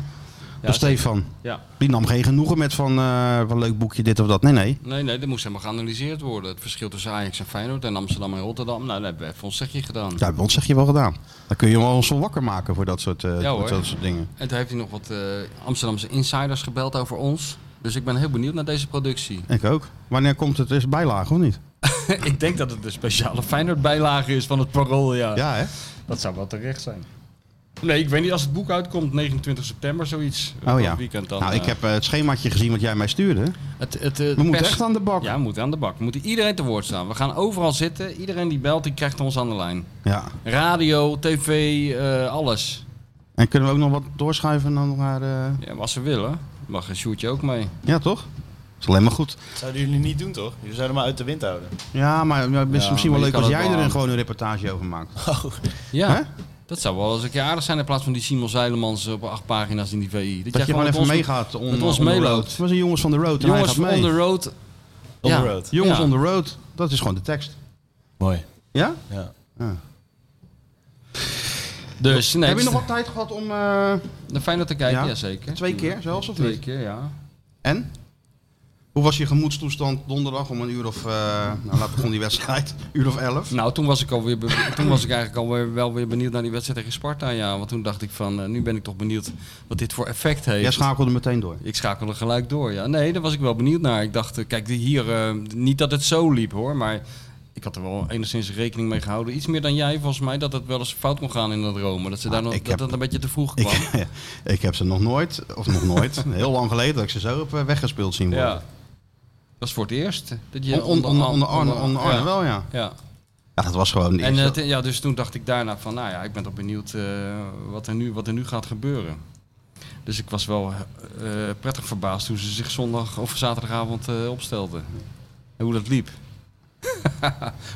Speaker 2: Door
Speaker 4: Ja,
Speaker 2: Stefan.
Speaker 4: ja.
Speaker 2: Die nam geen genoegen met van eh, wat leuk boekje dit of dat. Nee, nee.
Speaker 4: Nee, nee, dat moest helemaal geanalyseerd worden. Het verschil tussen Ajax en Feyenoord en Amsterdam en Rotterdam. Nou, dat hebben we even ons zegje gedaan.
Speaker 2: Daar heb zeg je wel gedaan. Dan kun je wel ons wel wakker maken voor dat soort, eh,
Speaker 4: Ja, hoor.
Speaker 2: dat soort dingen.
Speaker 4: En toen heeft hij nog wat eh, Amsterdamse insiders gebeld over ons. Dus ik ben heel benieuwd naar deze productie.
Speaker 2: Ik ook. Wanneer komt het? Is het bijlage of niet?
Speaker 4: [LAUGHS] ik denk dat het een speciale Feyenoord-bijlage is van het parool, ja.
Speaker 2: Ja, hè?
Speaker 4: Dat zou wel terecht zijn. Nee, ik weet niet. Als het boek uitkomt, 29 september, zoiets.
Speaker 2: Oh
Speaker 4: Dat
Speaker 2: ja.
Speaker 4: Weekend dan,
Speaker 2: Nou, ik
Speaker 4: eh,
Speaker 2: heb eh, het schemaatje gezien wat jij mij stuurde.
Speaker 4: Het, het, eh,
Speaker 2: We moeten echt aan de bak.
Speaker 4: Ja, we moeten aan de bak. We moeten iedereen te woord staan. We gaan overal zitten. Iedereen die belt, die krijgt ons aan de lijn.
Speaker 2: ja.
Speaker 4: Radio, tv, eh, alles.
Speaker 2: En kunnen we ook nog wat doorschuiven dan naar... eh,
Speaker 4: Ja, maar als ze willen, mag een shootje ook mee.
Speaker 2: Ja, toch? is alleen maar goed.
Speaker 3: Dat zouden jullie niet doen, toch? Jullie zouden maar uit de wind houden.
Speaker 2: Ja, maar maar het is
Speaker 4: Ja,
Speaker 2: misschien wel
Speaker 4: maar je
Speaker 2: leuk
Speaker 4: kan
Speaker 2: als jij
Speaker 4: het wel
Speaker 2: er een,
Speaker 4: aan.
Speaker 2: gewoon een reportage over maakt.
Speaker 4: Ja.
Speaker 2: Hè?
Speaker 4: Dat zou wel eens een keer aardig zijn in plaats van die Simon Zeilemans op acht pagina's in die VI.
Speaker 2: Dat je gewoon
Speaker 4: met
Speaker 2: even
Speaker 4: ons-
Speaker 2: meegaat. on-
Speaker 4: met ons
Speaker 2: on the road.
Speaker 4: meeloopt.
Speaker 2: Het was een jongens van de road en hij
Speaker 4: Jongens
Speaker 2: gaat
Speaker 4: van
Speaker 2: mee.
Speaker 4: on the road.
Speaker 3: On
Speaker 4: Ja.
Speaker 3: the road.
Speaker 2: Jongens
Speaker 4: Ja.
Speaker 2: on the road. Dat is gewoon de tekst.
Speaker 3: Mooi.
Speaker 2: Ja?
Speaker 3: Ja.
Speaker 4: Dus nee,
Speaker 2: Heb je
Speaker 4: dus
Speaker 2: nog wat tijd gehad om... eh,
Speaker 4: de Feyenoord te kijken?
Speaker 2: Ja.
Speaker 4: Ja, zeker.
Speaker 2: Twee keer zelfs, of
Speaker 4: Twee
Speaker 2: niet?
Speaker 4: keer, ja.
Speaker 2: En? Hoe was je gemoedstoestand donderdag om een uur of... eh nou, laat begon die wedstrijd. [LAUGHS] uur of elf.
Speaker 4: Nou, toen was ik, alweer be- [LAUGHS] toen was ik eigenlijk alweer wel weer benieuwd naar die wedstrijd tegen Sparta. Ja, want toen dacht ik van, eh, nu ben ik toch benieuwd wat dit voor effect heeft.
Speaker 2: Jij schakelde meteen door.
Speaker 4: Ik schakelde gelijk door, ja. Nee, daar was ik wel benieuwd naar. Ik dacht, eh, kijk, die hier, eh, niet dat het zo liep hoor, maar ik had er wel enigszins rekening mee gehouden. Iets meer dan jij, volgens mij, dat het wel eens fout kon gaan in dat Rome. Dat, ze daar
Speaker 2: Ah,
Speaker 4: nog,
Speaker 2: ik
Speaker 4: dat
Speaker 2: heb-
Speaker 4: dat een beetje te vroeg kwam.
Speaker 2: [LAUGHS] Ik, ik heb ze nog nooit, of nog nooit, [LAUGHS] heel lang geleden dat ik ze zo heb eh, weggespeeld zien worden.
Speaker 4: ja. Dat is voor het eerst. Dat je
Speaker 2: On- on- on- Onder Arne
Speaker 4: onder-
Speaker 2: onder Arne
Speaker 4: ja.
Speaker 2: wel, ja.
Speaker 4: Ja.
Speaker 2: Ja, dat was gewoon niet.
Speaker 4: En eh, t- ja, dus toen dacht ik daarna van, nou ja, ik ben toch benieuwd eh, wat, er nu, wat er nu gaat gebeuren. Dus ik was wel eh, eh, prettig verbaasd hoe ze zich zondag of zaterdagavond eh, opstelden. En hoe dat liep. [LAUGHS]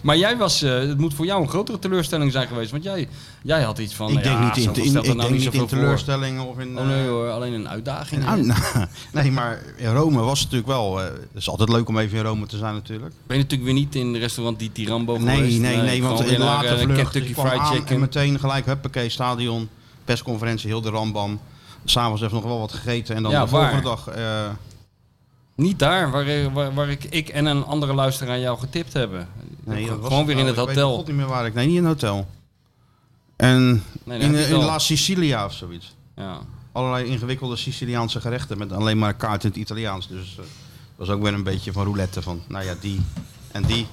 Speaker 4: maar jij was, eh, het moet voor jou een grotere teleurstelling zijn geweest, want jij, jij had iets van, nou
Speaker 2: ik denk
Speaker 4: ja,
Speaker 2: niet in,
Speaker 4: zoveel
Speaker 2: in,
Speaker 4: stelt er
Speaker 2: ik
Speaker 4: nou
Speaker 2: denk niet
Speaker 4: zoveel
Speaker 2: in Nou,
Speaker 4: voor.
Speaker 2: teleurstellingen of in...
Speaker 4: Oh
Speaker 2: eh, [LAUGHS]
Speaker 4: nee hoor, alleen een uitdaging.
Speaker 2: in
Speaker 4: hè.
Speaker 2: aan- [LAUGHS] nee, maar in Rome was het natuurlijk wel... eh, het is altijd leuk om even in Rome te zijn natuurlijk.
Speaker 4: Ben je natuurlijk weer niet in restaurant die Tirambo
Speaker 2: Nee,
Speaker 4: geweest?
Speaker 2: nee, nee, want
Speaker 4: gewoon
Speaker 2: in de
Speaker 4: weer naar,
Speaker 2: late
Speaker 4: eh,
Speaker 2: vlucht
Speaker 4: Kentucky
Speaker 2: ik kwam
Speaker 4: Fried
Speaker 2: aan en
Speaker 4: Chicken.
Speaker 2: meteen gelijk, huppakee, stadion, persconferentie, heel de rambam. S'avonds even nog wel wat gegeten en dan
Speaker 4: Ja,
Speaker 2: de volgende
Speaker 4: waar?
Speaker 2: dag... eh,
Speaker 4: Niet daar waar, waar, waar ik, ik en een andere luisteraar jou getipt hebben.
Speaker 2: Nee, dat was
Speaker 4: Gewoon weer in
Speaker 2: nou,
Speaker 4: het
Speaker 2: ik weet
Speaker 4: hotel.
Speaker 2: God niet meer waar ik. Nee, niet in het hotel. En
Speaker 4: Nee,
Speaker 2: in,
Speaker 4: dat
Speaker 2: eh,
Speaker 4: heb
Speaker 2: in
Speaker 4: ik al.
Speaker 2: La Sicilia of zoiets.
Speaker 4: Ja.
Speaker 2: Allerlei ingewikkelde Siciliaanse gerechten met alleen maar een kaart in het Italiaans. Dus eh, was ook weer een beetje van roulette van, nou ja, die en die.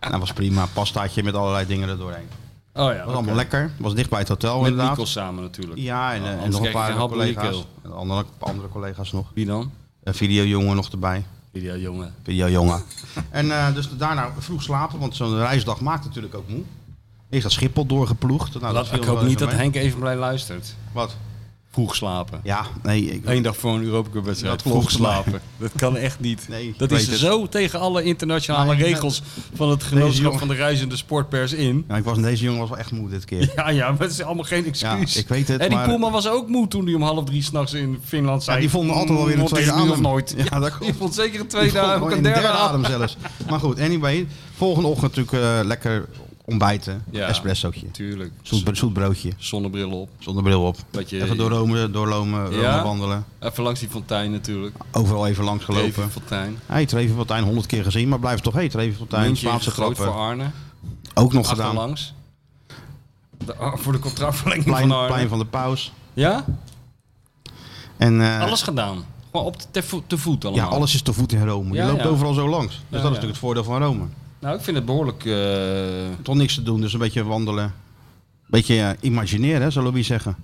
Speaker 2: Nou, was prima. Pastaatje met allerlei dingen erdoorheen.
Speaker 4: Oh, ja.
Speaker 2: was allemaal lekker. Was dicht bij het hotel
Speaker 4: Met
Speaker 2: inderdaad.
Speaker 4: Nikos samen natuurlijk.
Speaker 2: Ja, en, eh, en
Speaker 4: anders
Speaker 2: nog een
Speaker 4: krijg je
Speaker 2: paar
Speaker 4: geen hap in je
Speaker 2: collega's. En Andere, andere collega's nog.
Speaker 4: Wie dan?
Speaker 2: Een videojongen nog erbij.
Speaker 4: Ja,
Speaker 2: Ah,
Speaker 4: jongen. [LAUGHS]
Speaker 2: Videojongen. en eh, dus daarna vroeg slapen, want zo'n reisdag maakt natuurlijk ook moe. Eerst dat Schiphol doorgeploegd. Nou, dat
Speaker 4: Laat,
Speaker 2: viel
Speaker 4: ik
Speaker 2: wel
Speaker 4: hoop
Speaker 2: even
Speaker 4: niet dat
Speaker 2: mee.
Speaker 4: Henk even blij luistert.
Speaker 2: Wat?
Speaker 4: Vroeg slapen.
Speaker 2: Ja, nee. Ik,
Speaker 4: Eén dag voor een Europa Cup
Speaker 2: Dat
Speaker 4: wedstrijd.
Speaker 2: klopt,
Speaker 4: Vroeg
Speaker 2: [LAUGHS]
Speaker 4: slapen. Dat kan echt niet.
Speaker 2: Nee, ik
Speaker 4: dat
Speaker 2: weet
Speaker 4: is
Speaker 2: het.
Speaker 4: zo tegen alle internationale
Speaker 2: Maar ik-
Speaker 4: regels van het
Speaker 2: Deze
Speaker 4: genootschap
Speaker 2: jongen-
Speaker 4: van de reizende sportpers in.
Speaker 2: ja, ik was, deze jongen was wel echt moe dit keer.
Speaker 4: [LAUGHS] Ja, ja, maar het is allemaal geen excuus.
Speaker 2: Ja, ik weet het,
Speaker 4: En die
Speaker 2: maar-
Speaker 4: Poelman was ook moe toen hij om half drie s'nachts in Finland zei...
Speaker 2: Ja, die vonden altijd wel weer een
Speaker 4: "Wat is
Speaker 2: tweede
Speaker 4: nu of
Speaker 2: adem."
Speaker 4: nooit.
Speaker 2: [LAUGHS] Ja, dat
Speaker 4: [LAUGHS]
Speaker 2: klopt.
Speaker 4: die vond zeker een
Speaker 2: Ik
Speaker 4: tweede
Speaker 2: vond
Speaker 4: adem,
Speaker 2: gewoon
Speaker 4: ook een
Speaker 2: in
Speaker 4: derde adem.
Speaker 2: zelfs. Maar goed, anyway. Volgende ochtend natuurlijk eh, lekker ontbijten.
Speaker 4: Ja.
Speaker 2: Espressootje.
Speaker 4: Tuurlijk.
Speaker 2: Zoet, zoet broodje.
Speaker 4: Zonnebril op.
Speaker 2: Zonder bril op.
Speaker 4: Dat je-
Speaker 2: Even door Rome, doorlomen, Rome
Speaker 4: Ja?
Speaker 2: wandelen.
Speaker 4: Even langs die fontein natuurlijk.
Speaker 2: Overal even langs gelopen.
Speaker 4: Even fontein.
Speaker 2: Hey, Trevenfontein, honderd keer gezien, maar blijf toch hey, Trevenfontein,
Speaker 4: Muntje
Speaker 2: Spaanse
Speaker 4: groot voor
Speaker 2: grappen.
Speaker 4: Arne.
Speaker 2: Ook nog gedaan.
Speaker 4: Achterlangs. De, ah, voor de contractverlenging van
Speaker 2: Plein,
Speaker 4: Arne.
Speaker 2: plein van de Paus.
Speaker 4: Ja?
Speaker 2: En eh,
Speaker 4: Alles gedaan. Gewoon op de, te, voet, te voet
Speaker 2: ja,
Speaker 4: allemaal.
Speaker 2: alles is te voet in Rome.
Speaker 4: Ja,
Speaker 2: Je loopt
Speaker 4: ja.
Speaker 2: overal zo langs. Dus
Speaker 4: Ja,
Speaker 2: dat is
Speaker 4: ja.
Speaker 2: natuurlijk het voordeel van Rome.
Speaker 4: Nou, ik vind het behoorlijk... eh,
Speaker 2: Toch niks te doen, dus een beetje wandelen. Een beetje eh, imagineren, hè, zou Louis zeggen.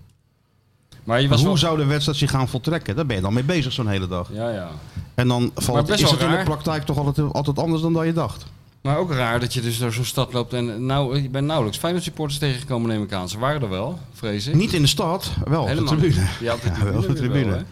Speaker 4: Maar je was
Speaker 2: Hoe
Speaker 4: wel...
Speaker 2: zou de wedstrijd zich gaan voltrekken? Daar ben je dan mee bezig zo'n hele dag.
Speaker 4: Ja, ja.
Speaker 2: En dan
Speaker 4: Maar
Speaker 2: valt, is
Speaker 4: best wel
Speaker 2: het in de
Speaker 4: raar.
Speaker 2: praktijk toch altijd, altijd anders dan dat je dacht.
Speaker 4: Maar ook raar dat je dus door zo'n stad loopt en nou, je bent nauwelijks Feyenoord supporters tegengekomen, neem ik aan. Ze waren er wel, vrees ik.
Speaker 2: Niet in de stad, wel op de
Speaker 4: Helemaal
Speaker 2: tribune.
Speaker 4: niet. Ja, op de
Speaker 2: wel
Speaker 4: tribune
Speaker 2: op de
Speaker 4: weer
Speaker 2: tribune.
Speaker 4: wel, hè?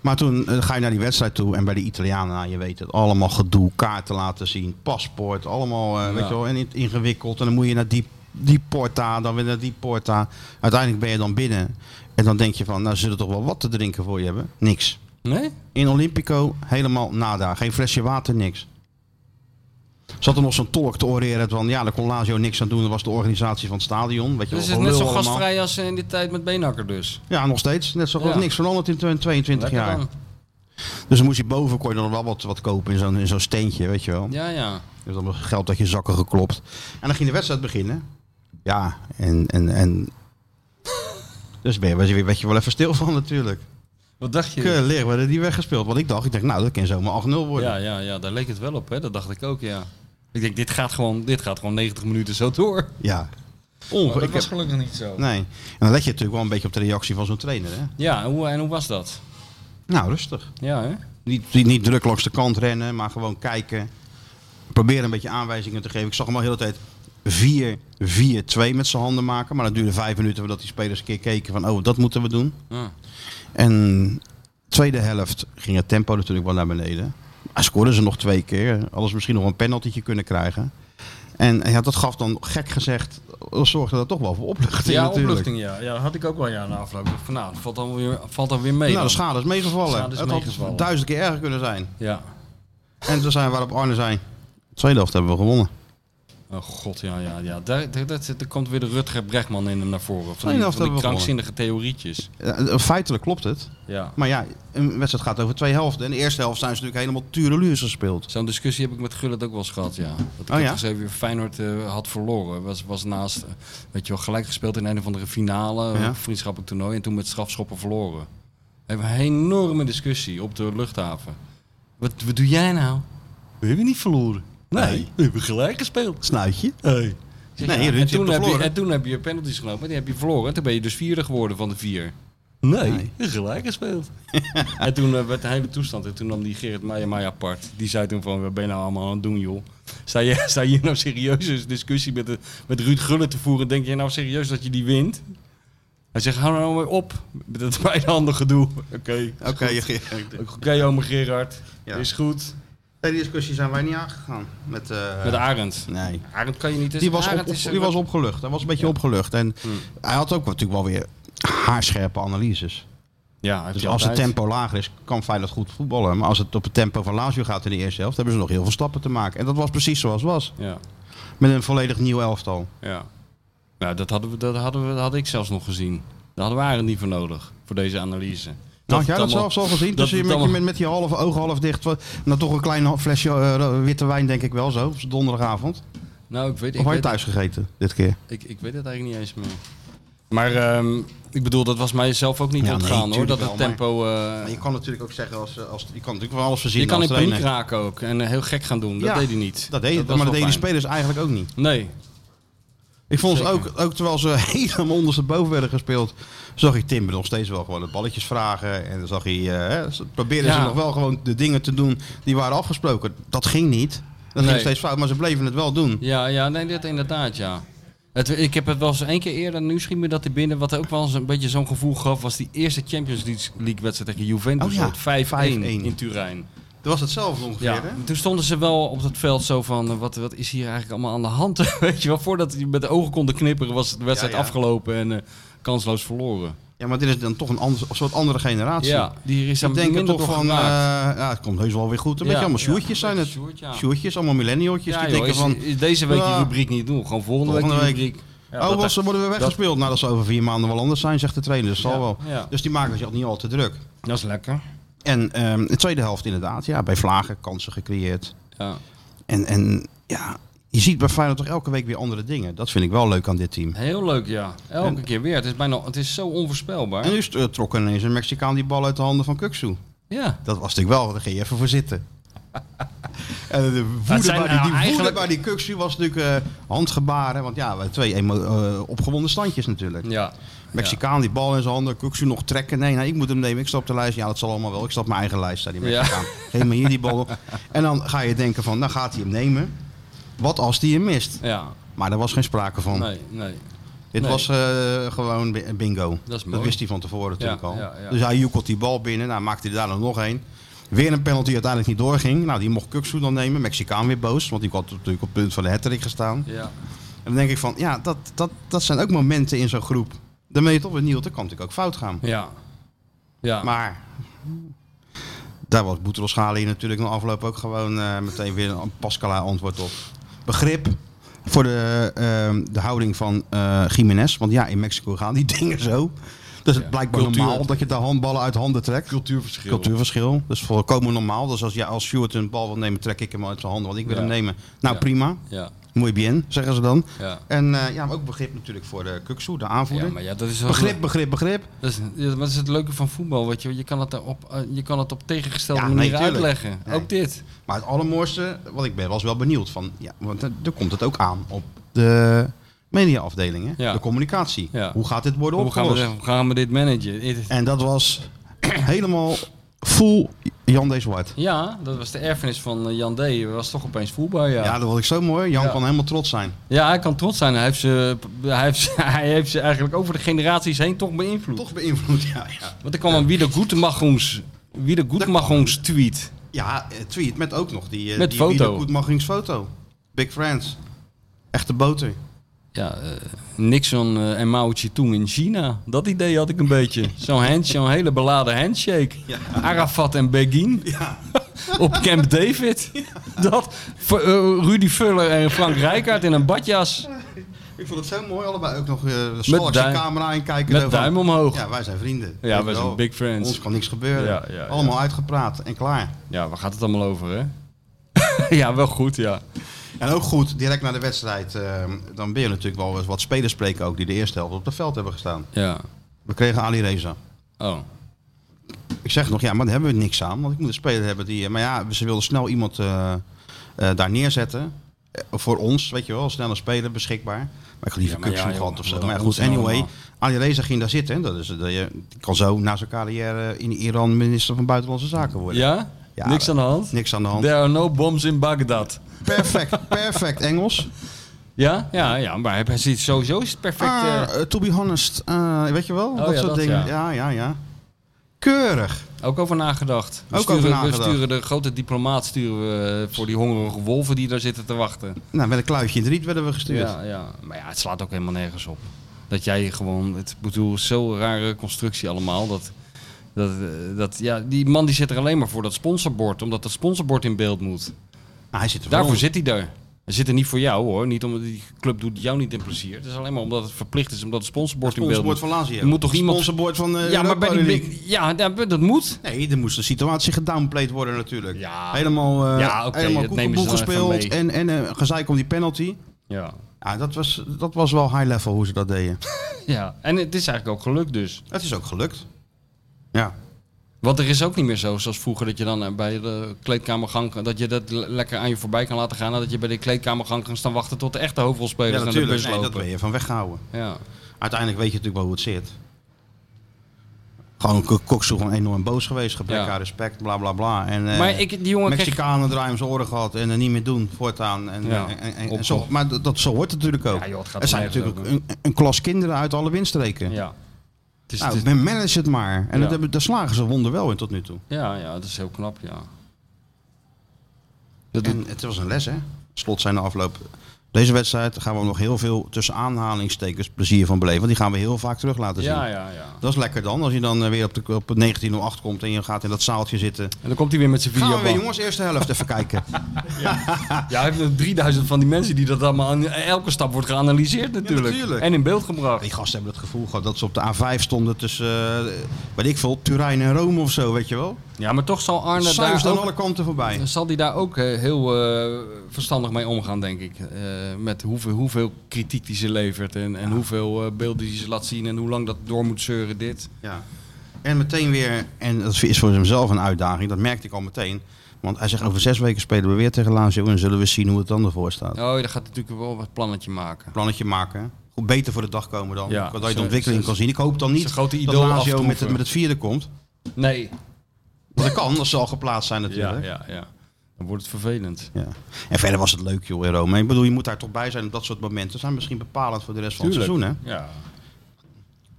Speaker 2: maar toen eh, ga je naar die wedstrijd toe en bij de Italianen, nou, je weet het, allemaal gedoe, kaarten laten zien, paspoort, allemaal eh, weet je wel, en in- ingewikkeld. En dan moet je naar die, die porta, dan weer naar die porta. Uiteindelijk ben je dan binnen en dan denk je van, nou ze zullen toch wel wat te drinken voor je hebben? Niks.
Speaker 4: Nee?
Speaker 2: In Olympico helemaal nada, geen flesje water, niks. Zat er nog zo'n tolk te oreren van, ja, daar kon Lazio niks aan doen, dat was de organisatie van het stadion. Weet je
Speaker 4: Dus
Speaker 2: wel,
Speaker 4: het is
Speaker 2: gelul
Speaker 4: net zo
Speaker 2: allemaal.
Speaker 4: gastvrij als eh, in die tijd met Beenakker dus.
Speaker 2: Ja, nog steeds. Net zo goed.
Speaker 4: Ja.
Speaker 2: Niks veranderd in 22
Speaker 4: Lekker
Speaker 2: jaar.
Speaker 4: dan.
Speaker 2: Dus dan moest je boven, kon je dan wel wat, wat kopen in zo'n in zo'n steentje, weet je wel.
Speaker 4: Ja, ja.
Speaker 2: Dus dan geld dat je zakken geklopt. En dan ging de wedstrijd beginnen. Ja, en... en, en... [LAUGHS] dus ben je, was je, werd je wel even stil van natuurlijk.
Speaker 4: Wat dacht je?
Speaker 2: Keur, we hadden die weggespeeld. Want ik dacht, ik denk, nou, dat kan zomaar 8-0 worden.
Speaker 4: Ja, ja, ja, daar leek het wel op, hè? Dat dacht ik ook, ja. Ik denk, dit gaat gewoon, dit gaat gewoon 90 minuten zo door.
Speaker 2: ja.
Speaker 5: Maar
Speaker 2: Onge-
Speaker 5: Oh, dat
Speaker 2: ik
Speaker 5: was
Speaker 2: heb...
Speaker 5: gelukkig niet zo.
Speaker 2: Nee. En dan let je natuurlijk wel een beetje op de reactie van zo'n trainer, hè.
Speaker 4: Ja, en hoe, en hoe was dat?
Speaker 2: Nou, rustig.
Speaker 4: Ja, hè?
Speaker 2: Niet, niet, niet druk langs de kant rennen, maar gewoon kijken. Proberen een beetje aanwijzingen te geven. Ik zag hem al heel de hele tijd 4-4-2 met zijn handen maken. Maar dat duurde vijf minuten voordat die spelers een keer keken van... oh, dat moeten we doen.
Speaker 4: Ja.
Speaker 2: En tweede helft ging het tempo natuurlijk wel naar beneden. Maar scoorden ze nog twee keer. Alles misschien nog een penaltytje kunnen krijgen. En ja, dat gaf dan, gek gezegd, zorgde dat toch wel voor opluchting
Speaker 4: Ja,
Speaker 2: natuurlijk.
Speaker 4: opluchting, ja. Ja, dat had ik ook wel, ja, na afloop. Ik dacht Van, nou, valt dan weer, valt dan weer
Speaker 2: Nou,
Speaker 4: mee.
Speaker 2: de
Speaker 4: dan.
Speaker 2: schade is meegevallen.
Speaker 4: De schade is
Speaker 2: het
Speaker 4: meegevallen.
Speaker 2: had duizend keer erger kunnen zijn.
Speaker 4: Ja.
Speaker 2: En toen zijn we waarop Arne zei... Tweede helft hebben we gewonnen.
Speaker 4: Oh god, ja, ja, ja. Daar, daar, daar, daar komt weer de Rutger Bregman in hem naar voren. Van
Speaker 2: Nee, dat
Speaker 4: die, van die
Speaker 2: hebben we
Speaker 4: krankzinnige theorietjes.
Speaker 2: Eh, Feitelijk klopt het.
Speaker 4: Ja.
Speaker 2: Maar ja, een wedstrijd gaat over twee helften. En de eerste helft zijn ze natuurlijk helemaal tureluurs gespeeld.
Speaker 4: Zo'n discussie heb ik met Gullit ook wel eens gehad, ja. Dat ik
Speaker 2: Oh,
Speaker 4: oh,
Speaker 2: ja?
Speaker 4: ja? weer Feyenoord eh, had verloren. Was, was naast, eh, weet je wel, gelijk gespeeld in een of andere
Speaker 2: Ja.
Speaker 4: finale, eh, vriendschappelijk toernooi. En toen met strafschoppen verloren. We hebben een enorme discussie op de luchthaven. Wat, wat doe jij nou? We hebben niet verloren. Nee,
Speaker 2: Nee.
Speaker 4: we hebben gelijk gespeeld.
Speaker 2: Snuitje.
Speaker 4: Hey.
Speaker 2: Nee, Ruud, je
Speaker 4: en,
Speaker 2: hebt
Speaker 4: toen heb je,
Speaker 2: verloren.
Speaker 4: en toen heb je penalties genomen, maar die heb je verloren. En toen ben je dus vierde geworden van de vier. Nee, gelijk gespeeld. en toen eh, werd de hele toestand. En toen nam die Gerrit Meijer mij apart. Die zei toen van, wat ben je nou allemaal aan het doen, joh? Sta je, [LAUGHS] sta je hier nou serieus een discussie met, de, met Ruud Gullit te voeren? Denk je nou serieus dat je die wint? Hij zegt, hou nou maar op met dat [LAUGHS] bijna gedoe. Oké,
Speaker 2: Oké,
Speaker 4: oké oma Gerard.
Speaker 2: Ja.
Speaker 4: Is goed.
Speaker 2: die discussie zijn wij niet aangegaan. Met, eh,
Speaker 4: Met Arend.
Speaker 2: Nee.
Speaker 4: Arend kan je niet...
Speaker 2: Die was, op,
Speaker 4: Arend is-
Speaker 2: die was opgelucht. Hij was een beetje opgelucht. En hij had ook natuurlijk wel weer haarscherpe analyses.
Speaker 4: Ja, heeft
Speaker 2: Dus
Speaker 4: hij
Speaker 2: als het
Speaker 4: altijd.
Speaker 2: tempo lager is, kan Feyenoord goed voetballen. Maar als het op het tempo van Lazio gaat in de eerste helft, hebben ze nog heel veel stappen te maken. En dat was precies zoals het was.
Speaker 4: Ja.
Speaker 2: Met een volledig nieuw elftal.
Speaker 4: Ja. Ja, dat hadden we, dat hadden we, dat had ik zelfs nog gezien. Daar hadden we Arend niet voor nodig, voor deze analyse.
Speaker 2: Nou, had
Speaker 4: het
Speaker 2: jij dat
Speaker 4: allemaal-
Speaker 2: zelfs al gezien?
Speaker 4: dat
Speaker 2: Dus je
Speaker 4: het
Speaker 2: met, je-
Speaker 4: allemaal-
Speaker 2: met, met je halve ogen half dicht. wat- Nou, toch een klein ha- flesje eh, witte wijn, denk ik wel zo. op z'n Donderdagavond.
Speaker 4: Nou, ik weet,
Speaker 2: Of
Speaker 4: ik,
Speaker 2: had je
Speaker 4: weet,
Speaker 2: thuis gegeten dit keer?
Speaker 4: ik, ik weet het eigenlijk niet eens meer. Maar ehm, ik bedoel, dat was mij zelf ook niet
Speaker 2: Ja,
Speaker 4: ontgaan
Speaker 2: nee,
Speaker 4: hoor.
Speaker 2: tuurlijk
Speaker 4: Dat het
Speaker 2: wel,
Speaker 4: tempo... eh,
Speaker 2: Maar Nou, je kan natuurlijk ook zeggen, als, eh, als, je kan natuurlijk wel alles voorzien
Speaker 4: je kan in
Speaker 2: als
Speaker 4: paniek
Speaker 2: trainer.
Speaker 4: raken ook en eh, heel gek gaan doen. Dat
Speaker 2: Ja,
Speaker 4: deed hij niet.
Speaker 2: Dat deed,
Speaker 4: was
Speaker 2: maar dat
Speaker 4: wel
Speaker 2: deden de
Speaker 4: fijn.
Speaker 2: spelers eigenlijk ook niet.
Speaker 4: Nee.
Speaker 2: Ik vond ze ook, ook terwijl ze [LAUGHS] helemaal ondersteboven werden gespeeld, zag ik Timber nog steeds wel gewoon de balletjes vragen. En dan zag hij, eh, hè, ze probeerden ze
Speaker 4: Ja.
Speaker 2: nog wel gewoon de dingen te doen die waren afgesproken. Dat ging niet. Dat
Speaker 4: Nee.
Speaker 2: ging steeds fout, maar ze bleven het wel doen.
Speaker 4: Ja, ja, nee, dit inderdaad, ja. Het, ik heb het wel eens één keer eerder, nu schiet me dat er binnen, wat ook wel eens een beetje zo'n gevoel gaf, was die eerste Champions League wedstrijd tegen Juventus,
Speaker 2: Oh ja,
Speaker 4: ooit, 5-1 in Turijn.
Speaker 2: Dat was hetzelfde ongeveer,
Speaker 4: Ja,
Speaker 2: hè?
Speaker 4: toen stonden ze wel op het veld zo van, eh, wat, wat is hier eigenlijk allemaal aan de hand? [LAUGHS] Weet je wel, voordat die met de ogen konden knipperen was de wedstrijd
Speaker 2: Ja, ja.
Speaker 4: afgelopen en eh, kansloos verloren.
Speaker 2: Ja, maar dit is dan toch een ander, een soort andere generatie.
Speaker 4: Ja, die is
Speaker 2: Ik
Speaker 4: er
Speaker 2: denk er
Speaker 4: minder
Speaker 2: toch
Speaker 4: door
Speaker 2: van, eh,
Speaker 4: geraakt.
Speaker 2: ja, het komt heus wel weer goed. Een
Speaker 4: Ja.
Speaker 2: beetje allemaal
Speaker 4: Ja,
Speaker 2: sjoertjes
Speaker 4: een
Speaker 2: zijn het.
Speaker 4: beetje sjoerd, ja.
Speaker 2: Sjoertjes, allemaal millennialtjes.
Speaker 4: ja,
Speaker 2: die
Speaker 4: joh,
Speaker 2: denken
Speaker 4: is-
Speaker 2: van, oh,
Speaker 4: is deze week
Speaker 2: ja.
Speaker 4: die rubriek niet doen, gewoon volgende,
Speaker 2: Volgende
Speaker 4: week die
Speaker 2: week.
Speaker 4: rubriek.
Speaker 2: oh, was, ze worden we weggespeeld. Nou, dat zou over vier maanden wel anders zijn, zegt de trainer. Dus zal
Speaker 4: Ja,
Speaker 2: wel.
Speaker 4: ja.
Speaker 2: Dus die maken zich niet al te druk.
Speaker 4: Dat is lekker.
Speaker 2: En ehm, de tweede helft inderdaad, ja, bij Vlagen kansen gecreëerd.
Speaker 4: Ja.
Speaker 2: En, en ja, je ziet bij Feyenoord toch elke week weer andere dingen. Dat vind ik wel leuk aan dit team.
Speaker 4: Heel leuk, ja. Elke
Speaker 2: En-
Speaker 4: keer weer. Het is, bijna, het is zo onvoorspelbaar.
Speaker 2: En nu st- eh, trok ineens een Mexicaan die bal uit de handen van Kuksu.
Speaker 4: Ja.
Speaker 2: Dat was natuurlijk wel, daar ging je even voor
Speaker 4: [LAUGHS]
Speaker 2: zitten. En de woede, bij
Speaker 4: zijn
Speaker 2: die,
Speaker 4: nou
Speaker 2: die woede
Speaker 4: eigenlijk-
Speaker 2: bij die Kuksu was natuurlijk eh, handgebaren. Want ja, we twee emo- eh, opgewonden standjes natuurlijk.
Speaker 4: Ja.
Speaker 2: Mexicaan die bal in zijn handen, Kuksu nog trekken. Nee, nee, ik moet hem nemen. Ik stap de lijst. Ja, dat zal allemaal wel. Ik stap mijn eigen lijst, zei die
Speaker 4: Ja.
Speaker 2: Mexicaan. Geef me hier die bal.
Speaker 4: [LAUGHS]
Speaker 2: En dan ga je denken van, dan gaat hij hem nemen. Wat als hij hem mist?
Speaker 4: Ja.
Speaker 2: Maar daar was geen sprake van.
Speaker 4: Nee, nee.
Speaker 2: Dit
Speaker 4: nee.
Speaker 2: was eh, gewoon bi- bingo.
Speaker 4: Dat is mooi.
Speaker 2: wist hij van tevoren natuurlijk al.
Speaker 4: ja, ja.
Speaker 2: Dus hij joekelt die bal binnen. Nou, maakte hij daar dan nog een. Weer een penalty die uiteindelijk niet doorging. Nou, die mocht Kuksu dan nemen. Mexicaan weer boos. Want die had natuurlijk op het punt van de hattrick gestaan.
Speaker 4: Ja.
Speaker 2: En dan denk ik van, ja, dat, dat, dat zijn ook momenten in zo'n groep. Dan ben je toch benieuwd, dat kan natuurlijk ook fout gaan.
Speaker 4: Ja. Ja.
Speaker 2: Maar daar was Boeteros hier natuurlijk na afloop ook gewoon eh, meteen weer een Pascala antwoord op. Begrip voor de, ehm, de houding van eh Jiménez. Want ja, in Mexico gaan die [LAUGHS] dingen zo. Dus het
Speaker 4: Ja,
Speaker 2: blijkbaar
Speaker 4: cultuur.
Speaker 2: normaal dat je de handballen uit handen trekt.
Speaker 4: Cultuurverschil.
Speaker 2: Cultuurverschil. Dus volkomen normaal. Dus als, ja, als Stuart een bal wil nemen, trek ik hem uit zijn handen. Want ik wil
Speaker 4: Ja.
Speaker 2: hem nemen. Nou
Speaker 4: Ja.
Speaker 2: prima.
Speaker 4: Ja.
Speaker 2: Mooi bien, zeggen ze dan.
Speaker 4: Ja.
Speaker 2: En eh, ja, maar ook begrip natuurlijk voor de Kuksu, de
Speaker 4: Ja,
Speaker 2: aanvoerder.
Speaker 4: maar ja, dat is wel-
Speaker 2: begrip, begrip, begrip.
Speaker 4: Dat is, ja, maar dat is het leuke van voetbal, weet je. Je kan het op, eh, je kan het op tegengestelde
Speaker 2: Ja, nee,
Speaker 4: manieren
Speaker 2: tuurlijk.
Speaker 4: uitleggen.
Speaker 2: Nee.
Speaker 4: Ook dit.
Speaker 2: Maar het allermooiste, wat ik ben, was wel benieuwd van, ja, want eh, er komt het ook aan op de mediaafdeling, hè?
Speaker 4: Ja.
Speaker 2: de communicatie.
Speaker 4: Ja.
Speaker 2: Hoe gaat dit worden
Speaker 4: Hoe gaan,
Speaker 2: opgelost?
Speaker 4: we, hoe gaan we dit managen? Dit-
Speaker 2: En dat was [CLEARS THROAT] helemaal full Jan D. Zwart.
Speaker 4: Ja, dat was de erfenis van eh, Jan D. Dat was toch opeens voetbal,
Speaker 2: Ja. dat was ik zo mooi. Jan
Speaker 4: Ja.
Speaker 2: kan helemaal trots zijn.
Speaker 4: Ja, hij kan trots zijn. Hij heeft ze, hij heeft ze, [LAUGHS] hij heeft ze eigenlijk over de generaties heen toch beïnvloed.
Speaker 2: Toch beïnvloed, ja. Ja,
Speaker 4: Want er kwam een Wiedergutmachungs, Wiedergutmachungs tweet.
Speaker 2: ja eh, tweet met ook nog die, eh,
Speaker 4: Met
Speaker 2: die
Speaker 4: foto.
Speaker 2: foto. Big Friends. Echte boter.
Speaker 4: Ja, eh, Nixon eh, en Mao Zedong in China. Dat idee had ik een
Speaker 2: [LAUGHS]
Speaker 4: beetje. Zo'n hand- zo'n hele beladen handshake. Arafat en Begin. [LAUGHS] Op Camp David. Dat, F- eh, Rudy Vuller en Frank Rijkaard in een badjas.
Speaker 2: Ik vond het zo mooi, allebei ook nog uh, stalk zijn
Speaker 4: duim-
Speaker 2: camera in kijken.
Speaker 4: Met
Speaker 2: zo van,
Speaker 4: duim omhoog.
Speaker 2: Ja, wij zijn vrienden.
Speaker 4: Ja,
Speaker 2: Weet
Speaker 4: wij
Speaker 2: je
Speaker 4: zijn
Speaker 2: wel.
Speaker 4: big friends.
Speaker 2: Ons kan niks gebeuren.
Speaker 4: Ja, ja, ja.
Speaker 2: Allemaal uitgepraat en klaar.
Speaker 4: Ja, waar gaat het allemaal over, hè? [LAUGHS] ja, wel goed, ja.
Speaker 2: En ook goed, direct na de wedstrijd, ehm, dan ben je natuurlijk wel eens wat spelers spreken ook die de eerste helft op het veld hebben gestaan.
Speaker 4: Ja.
Speaker 2: We kregen Ali Reza.
Speaker 4: Oh.
Speaker 2: Ik zeg nog, ja, maar daar hebben we niks aan, want ik moet een speler hebben die... eh, Maar ja, ze wilden snel iemand eh, eh, daar neerzetten. Eh, voor ons, weet je wel, snel een speler beschikbaar. Maar ik had liever
Speaker 4: Ja, maar
Speaker 2: Kuksu
Speaker 4: ja, joh,
Speaker 2: gehad of zo.
Speaker 4: wat
Speaker 2: Maar ja,
Speaker 4: een
Speaker 2: goed,
Speaker 4: onzin
Speaker 2: anyway,
Speaker 4: allemaal.
Speaker 2: Ali Reza ging daar zitten. hè. Dat is, dat je, die kan zo na zijn carrière in Iran minister van Buitenlandse Zaken worden.
Speaker 4: Ja?
Speaker 2: Ja,
Speaker 4: Niks aan de hand?
Speaker 2: Niks aan de hand.
Speaker 4: There are no bombs in Baghdad.
Speaker 2: Perfect, perfect Engels.
Speaker 4: Ja, ja, ja, maar hij ziet sowieso is het perfect.
Speaker 2: Ah,
Speaker 4: eh,
Speaker 2: eh, to be honest, eh, weet je wel? dat
Speaker 4: ja,
Speaker 2: soort
Speaker 4: dat,
Speaker 2: dingen.
Speaker 4: ja.
Speaker 2: Ja. ja, ja, Keurig.
Speaker 4: ook over nagedacht. We
Speaker 2: Ook
Speaker 4: sturen,
Speaker 2: over
Speaker 4: We
Speaker 2: nagedacht.
Speaker 4: sturen de grote diplomaat sturen we eh, voor die hongerige wolven die daar zitten te wachten.
Speaker 2: Nou, met een kluitje in het riet werden we gestuurd.
Speaker 4: Ja, ja. Maar ja, het slaat ook helemaal nergens op. Dat jij gewoon, het ik bedoel, zo'n rare constructie allemaal. Dat, dat, eh, dat, ja, die man die zit er alleen maar voor dat sponsorbord, omdat dat sponsorbord in beeld moet.
Speaker 2: Nou, hij zit er
Speaker 4: Daarvoor
Speaker 2: voor
Speaker 4: zit hij daar. Hij zit er niet voor jou hoor. Niet omdat die club doet jou niet in plezier. Het is alleen maar omdat het verplicht is, omdat het sponsorbord in beeld
Speaker 2: Sponsorbord
Speaker 4: moet.
Speaker 2: van Lazio.
Speaker 4: Er moet toch iemand-
Speaker 2: Sponsorbord van eh,
Speaker 4: Ja, maar bij die,
Speaker 2: Europa
Speaker 4: big- ja, ja, dat moet.
Speaker 2: League. Nee, er moest de situatie gedownplayed worden natuurlijk.
Speaker 4: Ja.
Speaker 2: Helemaal, eh
Speaker 4: Ja, oké,
Speaker 2: helemaal
Speaker 4: dat nemen
Speaker 2: koekenboel
Speaker 4: ze dan even
Speaker 2: gespeeld en, en eh, gezeik om die penalty.
Speaker 4: Ja.
Speaker 2: Ja, dat was, dat was wel high level hoe ze dat deden.
Speaker 4: ja. En het is eigenlijk ook gelukt dus.
Speaker 2: het is ook gelukt. Ja.
Speaker 4: Want er is ook niet meer zo, zoals vroeger, dat je dan eh, bij de kleedkamergang, dat je dat le- lekker aan je voorbij kan laten gaan. En dat je bij de kleedkamergang kan staan wachten tot de echte hoofdrolspelers
Speaker 2: Ja,
Speaker 4: naar de
Speaker 2: natuurlijk.
Speaker 4: bus
Speaker 2: Nee, dat
Speaker 4: lopen.
Speaker 2: ben je van weggehouden.
Speaker 4: ja.
Speaker 2: Uiteindelijk weet je natuurlijk wel hoe het zit. Gewoon K- Koksu gewoon enorm boos geweest, gebrek
Speaker 4: Ja.
Speaker 2: aan respect, bla bla bla. En, eh,
Speaker 4: Maar ik, die jongen kreeg...
Speaker 2: Mexicanen draaien om zijn oren gehad en er niet meer doen voortaan. En,
Speaker 4: Ja,
Speaker 2: en, en- en
Speaker 4: op-
Speaker 2: zo, maar dat, dat- zo hoort het natuurlijk ook.
Speaker 4: Ja, joh, het gaat
Speaker 2: er zijn
Speaker 4: om nergens
Speaker 2: natuurlijk ook een, een klas kinderen uit alle windstreken.
Speaker 4: Ja. Het is,
Speaker 2: Nou,
Speaker 4: het is-
Speaker 2: men manage het maar. En
Speaker 4: Ja.
Speaker 2: dat hebben, daar slagen ze wonder wel in tot nu toe.
Speaker 4: ja, ja, dat is heel knap, ja. Dat doet-
Speaker 2: En het was een les, hè? Slot zijn de afloop. Deze wedstrijd gaan we nog heel veel tussen aanhalingstekens plezier van beleven. Want die gaan we heel vaak terug laten zien.
Speaker 4: ja, ja, ja.
Speaker 2: Dat is lekker dan, als je dan eh, weer op, de, op het 1908 komt en je gaat in dat zaaltje zitten.
Speaker 4: En dan komt hij weer met zijn
Speaker 2: Gaan we
Speaker 4: video.
Speaker 2: weer jongens, eerste helft even kijken.
Speaker 4: Ja, hij heeft nog 3000 van die mensen die dat allemaal aan elke stap wordt geanalyseerd natuurlijk.
Speaker 2: natuurlijk.
Speaker 4: En in beeld
Speaker 2: [LAUGHS]
Speaker 4: gebracht.
Speaker 2: Die gasten hebben het gevoel gehad dat ze op de A5 stonden tussen, eh, weet ik veel, Turijn en Rome of zo, weet je wel.
Speaker 4: Ja, maar toch zal Arne
Speaker 2: Suis
Speaker 4: daar
Speaker 2: aan
Speaker 4: ook,
Speaker 2: alle kanten voorbij.
Speaker 4: zal die daar ook eh, heel eh, verstandig mee omgaan, denk ik. Eh, met hoeveel, hoeveel kritiek die ze levert en, en hoeveel eh, beelden die ze laat zien en hoe lang dat door moet zeuren dit.
Speaker 2: Ja. En meteen weer, en dat is voor hemzelf een uitdaging, dat merkte ik al meteen. Want hij zegt, over zes weken spelen we weer tegen Lazio en zullen we zien hoe het dan ervoor staat.
Speaker 4: Oh, daar gaat natuurlijk wel wat plannetje maken.
Speaker 2: Plannetje maken, goed beter voor de dag komen dan,
Speaker 4: Ja.
Speaker 2: zodat je
Speaker 4: Zo-
Speaker 2: de ontwikkeling
Speaker 4: zo-
Speaker 2: kan zien. Ik hoop dan
Speaker 4: zo'n
Speaker 2: niet
Speaker 4: grote
Speaker 2: dat
Speaker 4: idool
Speaker 2: Lazio met het,
Speaker 4: aftroeven.
Speaker 2: met het vierde komt.
Speaker 4: Nee.
Speaker 2: Want dat kan, dat zal geplaatst zijn natuurlijk.
Speaker 4: Ja, ja, ja. Dan wordt het vervelend.
Speaker 2: Ja. En verder was het leuk, joh, in Rome. Ik bedoel, je moet daar toch bij zijn op dat soort momenten. zijn misschien bepalend voor de rest van het seizoen, hè?
Speaker 4: Ja.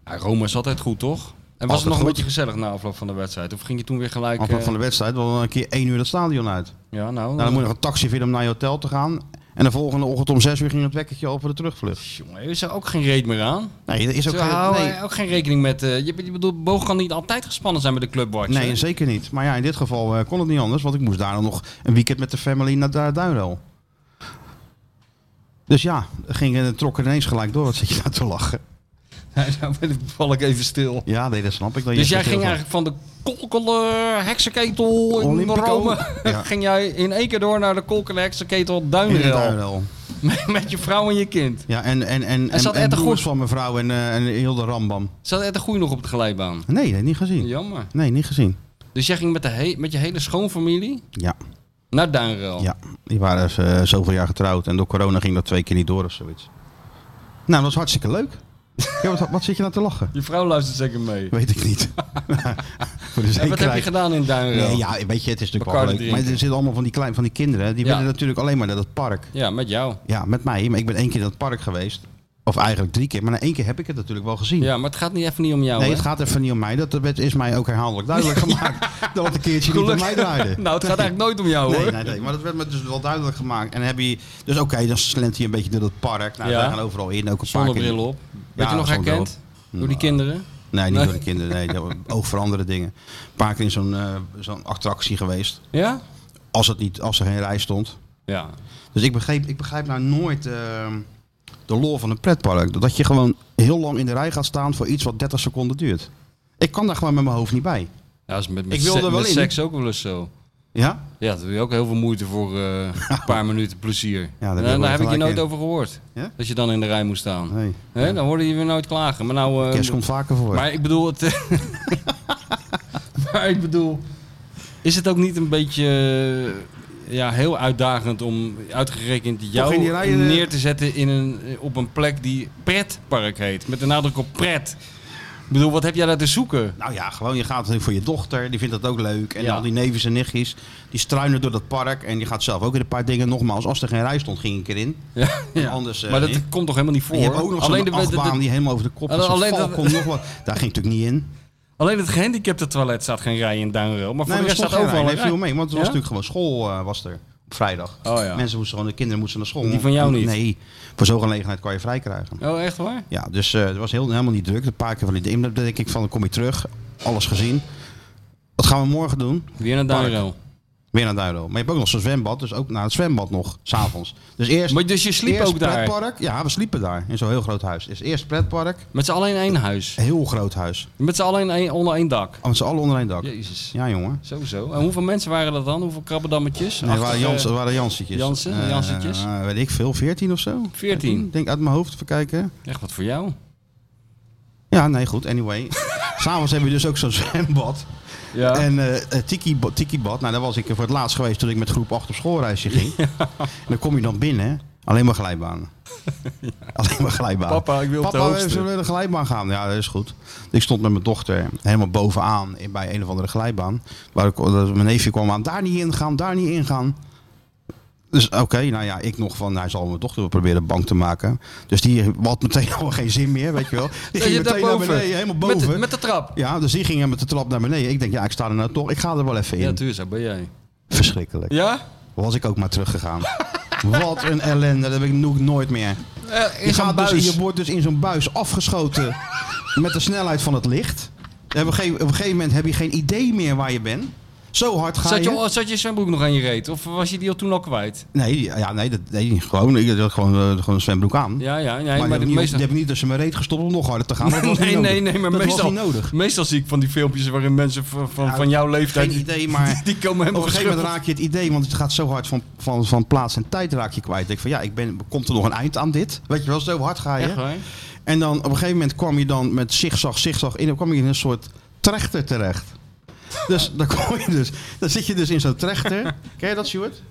Speaker 4: ja. Rome is altijd goed, toch? En was
Speaker 2: Altijd
Speaker 4: het nog
Speaker 2: goed.
Speaker 4: een beetje gezellig na afloop van de wedstrijd? Of ging je toen weer gelijk...
Speaker 2: Afloop
Speaker 4: eh,
Speaker 2: van de wedstrijd, wel een keer één uur dat stadion uit. Nou,
Speaker 4: Ja, nou...
Speaker 2: dan moet je nog een taxi vinden om naar je hotel te gaan. En de volgende ochtend om zes uur ging het wekkertje al voor de terugvlucht.
Speaker 4: Jongen, er is er ook geen reet meer aan.
Speaker 2: Nee, er is ook
Speaker 4: Ze
Speaker 2: geen...
Speaker 4: houden
Speaker 2: Nee,
Speaker 4: ook geen rekening met... eh, je, je bedoelt, boog kan niet altijd gespannen zijn met de clubwatch.
Speaker 2: nee,
Speaker 4: hè?
Speaker 2: zeker niet. Maar ja, in dit geval eh, kon het niet anders. Want ik moest daarna nog een weekend met de family naar Du- Duinrel. Dus ja, ging, eh, trok er ineens gelijk door. Wat zit je nou te lachen?
Speaker 4: [LAUGHS] nou ben ik, val ik even stil.
Speaker 2: Ja, nee, dat snap ik. Dat je
Speaker 4: Dus jij
Speaker 2: verschil
Speaker 4: ging
Speaker 2: van-
Speaker 4: eigenlijk van de kolkelen heksenketel in
Speaker 2: Olympico.
Speaker 4: Rome...
Speaker 2: Ja.
Speaker 4: [LAUGHS] ging jij in één keer door naar de kolkelen heksenketel Duinrel.
Speaker 2: Duinrel.
Speaker 4: Met, [LAUGHS] met je vrouw en je kind.
Speaker 2: Ja, en, en, en,
Speaker 4: En zat
Speaker 2: en, en
Speaker 4: Ed de
Speaker 2: broers
Speaker 4: Groef-
Speaker 2: van mevrouw en, eh, en heel de rambam.
Speaker 4: Zat Ed de Goeie nog op de glijbaan?
Speaker 2: Nee, nee, niet gezien.
Speaker 4: Jammer.
Speaker 2: Nee, niet gezien.
Speaker 4: Dus jij ging met, de he- met je hele schoonfamilie
Speaker 2: Ja,
Speaker 4: naar Duinrel?
Speaker 2: ja. die waren eh, zoveel jaar getrouwd en door corona ging dat twee keer niet door of zoiets. Nou, dat was hartstikke leuk.
Speaker 4: [LAUGHS]
Speaker 2: ja, wat, wat zit je nou te lachen?
Speaker 4: Je vrouw luistert zeker mee.
Speaker 2: Weet ik niet. [LAUGHS] Voor de
Speaker 4: En wat heb je
Speaker 2: zekerheid.
Speaker 4: gedaan in Duinrel?
Speaker 2: Nee, ja, weet je, het is natuurlijk wel
Speaker 4: Bacardi
Speaker 2: leuk.
Speaker 4: drinken.
Speaker 2: Maar er zitten allemaal van die, klein, van die kinderen, die
Speaker 4: Ja.
Speaker 2: willen natuurlijk alleen maar naar dat park.
Speaker 4: ja, met jou.
Speaker 2: Ja, met mij. Maar ik ben één keer in dat park geweest. Of eigenlijk drie keer. Maar na één keer heb ik het natuurlijk wel gezien.
Speaker 4: Ja, maar het gaat niet even niet om
Speaker 2: Nee,
Speaker 4: jou, Oh, hè?
Speaker 2: het gaat even niet om mij. Dat dat is mij ook herhaaldelijk
Speaker 4: [LAUGHS]
Speaker 2: duidelijk gemaakt. Dat het een keertje niet om mij draaide.
Speaker 4: nou, het gaat eigenlijk nooit om jou,
Speaker 2: Nee,
Speaker 4: hoor.
Speaker 2: nee, nee, maar dat werd me dus wel duidelijk gemaakt. En heb je, dus oké, dan slent hij een beetje door dat park. Nou,
Speaker 4: Ja.
Speaker 2: wij gaan overal in, ook een paar keer.
Speaker 4: Zonnebril op. Werd je nog
Speaker 2: zonnebril
Speaker 4: herkend? Door die kinderen?
Speaker 2: Nee, niet
Speaker 4: Nee.
Speaker 2: door de kinderen, nee,
Speaker 4: [LAUGHS]
Speaker 2: dat- oog voor andere dingen. Een paar keer in zo'n eh, zo'n attractie geweest,
Speaker 4: Ja?
Speaker 2: als, het niet, als er geen rij stond.
Speaker 4: Ja.
Speaker 2: Dus ik begrijp, ik begrijp nou nooit eh, de lol van een pretpark. Dat je gewoon heel lang in de rij gaat staan voor iets wat 30 seconden duurt. Ik kan daar gewoon met mijn hoofd niet bij.
Speaker 4: Ja, is met, met,
Speaker 2: Ik wil
Speaker 4: se-
Speaker 2: er wel
Speaker 4: met
Speaker 2: in.
Speaker 4: seks ook wel eens zo.
Speaker 2: Ja?
Speaker 4: Ja, daar doe je ook heel veel moeite voor
Speaker 2: [LAUGHS]
Speaker 4: eh, een paar minuten plezier.
Speaker 2: daar
Speaker 4: Nou,
Speaker 2: ben je
Speaker 4: daar
Speaker 2: wel
Speaker 4: heb ik je
Speaker 2: gelijk
Speaker 4: nooit
Speaker 2: in.
Speaker 4: over gehoord.
Speaker 2: Ja?
Speaker 4: Dat je dan in de rij moest staan.
Speaker 2: Nee.
Speaker 4: Hè? Dan hoorde je weer nooit klagen. Maar nou... eh,
Speaker 2: Kerst komt vaker voor.
Speaker 4: Maar ik bedoel het. [LAUGHS] maar ik bedoel. Is het ook niet een beetje. eh, Ja, heel uitdagend om uitgerekend jou
Speaker 2: in die rij, eh,
Speaker 4: neer te zetten in een, eh, op een plek die pretpark heet. Met de nadruk op pret. Ik bedoel, wat heb jij daar te zoeken?
Speaker 2: Nou ja, gewoon je gaat voor je dochter, die vindt dat ook leuk. En
Speaker 4: Ja.
Speaker 2: al die neefjes en nichtjes, die struinen door dat park. En die gaat zelf ook weer een paar dingen. Nogmaals, als er geen rij stond, ging ik erin.
Speaker 4: Ja, ja.
Speaker 2: Anders, eh,
Speaker 4: maar dat
Speaker 2: niet.
Speaker 4: komt toch helemaal niet voor?
Speaker 2: En je hebt ook nog
Speaker 4: alleen,
Speaker 2: zo'n
Speaker 4: de, de- de-
Speaker 2: achtbaan die helemaal over de kop is.
Speaker 4: Alleen
Speaker 2: Alleen
Speaker 4: dat-
Speaker 2: Falcon, nog wat. Daar ging ik natuurlijk niet in.
Speaker 4: alleen het gehandicapte toilet staat geen rij in Duinrel. Maar voor
Speaker 2: Nee,
Speaker 4: de
Speaker 2: maar
Speaker 4: rest
Speaker 2: stond
Speaker 4: staat
Speaker 2: geen
Speaker 4: overal
Speaker 2: rij.
Speaker 4: een
Speaker 2: Nee,
Speaker 4: rij.
Speaker 2: viel mee. Want het was
Speaker 4: Ja?
Speaker 2: natuurlijk gewoon school eh, was er op vrijdag.
Speaker 4: Oh ja.
Speaker 2: Mensen moesten gewoon, de kinderen moesten naar school.
Speaker 4: Die van jou niet?
Speaker 2: Nee, voor zo'n gelegenheid kan je vrij krijgen.
Speaker 4: Oh, echt waar?
Speaker 2: Ja, dus eh, het was heel, helemaal niet druk. Een paar keer van die dingen. Dan denk ik van, dan kom je terug. Alles gezien. Wat gaan we morgen doen?
Speaker 4: Weer naar Duinrel.
Speaker 2: Weer naar Duinrel. Maar je hebt ook nog zo'n zwembad, dus ook naar het zwembad nog, s'avonds. Dus eerst,
Speaker 4: Maar dus je sliep
Speaker 2: eerst
Speaker 4: ook daar?
Speaker 2: pretpark. Ja, we sliepen daar, in zo'n heel groot huis. Dus eerst pretpark,
Speaker 4: Met z'n allen in één huis.
Speaker 2: heel groot huis.
Speaker 4: Met z'n allen in één- onder één dak.
Speaker 2: Met z'n allen onder één dak.
Speaker 4: Jezus.
Speaker 2: Ja, jongen.
Speaker 4: Sowieso. En hoeveel mensen waren dat dan? Hoeveel krabbedammetjes?
Speaker 2: Nee, er waren,
Speaker 4: Achtig,
Speaker 2: Jans,
Speaker 4: eh,
Speaker 2: er waren Jansetjes.
Speaker 4: Jansen,
Speaker 2: Eh,
Speaker 4: Jansetjes.
Speaker 2: eh, weet ik veel, 14 of zo?
Speaker 4: 14.
Speaker 2: Ik Denk uit mijn hoofd, even kijken.
Speaker 4: Echt wat voor jou. [LAUGHS]
Speaker 2: Ja, nee, goed, anyway. S'avonds hebben we dus ook zo'n zwembad.
Speaker 4: Ja.
Speaker 2: En eh tiki, tiki Bad, nou daar was ik voor het laatst geweest toen ik met groep 8 op schoolreisje ging. En dan kom je dan binnen, alleen maar
Speaker 4: [LAUGHS]
Speaker 2: glijbanen. Alleen maar glijbanen.
Speaker 4: Papa, ik wil op de
Speaker 2: Papa,
Speaker 4: hoogste.
Speaker 2: we zullen de glijbaan gaan. Ja, dat is goed. Ik stond met mijn dochter helemaal bovenaan in- bij een of andere glijbaan. Waar ik, mijn neefje kwam aan, daar niet in gaan, daar niet in gaan. Dus oké, nou ja, ik nog van, hij zal mijn dochter proberen bang te maken. Dus die had meteen [LAUGHS] al geen zin meer, weet je wel. Die ging meteen naar beneden, helemaal boven.
Speaker 4: Met, de- met de trap.
Speaker 2: Ja, dus die gingen met de trap naar beneden. Ik denk, ja, ik sta er nou toch. Ik ga er wel even in.
Speaker 4: Ja, tuurlijk, zo ben jij.
Speaker 2: Verschrikkelijk.
Speaker 4: Ja?
Speaker 2: Was ik ook maar teruggegaan. [LAUGHS] Wat een ellende. Dat heb ik nog nooit meer.
Speaker 4: Eh,
Speaker 2: Je,
Speaker 4: in zo'n
Speaker 2: gaat dus,
Speaker 4: buis.
Speaker 2: je wordt dus in zo'n buis afgeschoten [LAUGHS] met de snelheid van het licht. En Op een, gegeven, op een gegeven moment heb je geen idee meer waar je bent. Zo hard ga
Speaker 4: Zat
Speaker 2: je.
Speaker 4: je, zat je zwembroek nog aan je reet? Of was je die al toen al kwijt?
Speaker 2: Nee, ja, nee, dat, nee, gewoon. Ik had gewoon, eh, gewoon een zwembroek aan.
Speaker 4: Ja, ja. Nee,
Speaker 2: maar
Speaker 4: maar
Speaker 2: die,
Speaker 4: de
Speaker 2: heb ik niet,
Speaker 4: meeste...
Speaker 2: die heb ik niet tussen mijn reet gestopt om nog harder te gaan. Ah,
Speaker 4: [LAUGHS]
Speaker 2: Dat was
Speaker 4: nee,
Speaker 2: niet
Speaker 4: nee,
Speaker 2: nodig.
Speaker 4: nee, maar
Speaker 2: dat
Speaker 4: meestal,
Speaker 2: was niet nodig.
Speaker 4: meestal zie ik van die filmpjes waarin mensen van, van,
Speaker 2: Ja,
Speaker 4: van jouw leeftijd...
Speaker 2: Geen idee, maar
Speaker 4: [LAUGHS] Die komen
Speaker 2: Op een
Speaker 4: helemaal
Speaker 2: gegeven moment
Speaker 4: geschuffeld.
Speaker 2: raak je het idee, want het gaat zo hard van, van, van plaats en tijd raak je kwijt. Ik denk van ja, ik ben, komt er nog een eind aan dit? Weet je wel, zo hard ga je.
Speaker 4: Echt waar?
Speaker 2: En dan op een gegeven moment kwam je dan met zigzag, zigzag in, dan kwam je in een soort trechter
Speaker 4: [LAUGHS]
Speaker 2: terecht. Dus dan, kom je dus, dan zit je dus in zo'n
Speaker 4: [LAUGHS]
Speaker 2: trechter. Ken je dat, Stuart?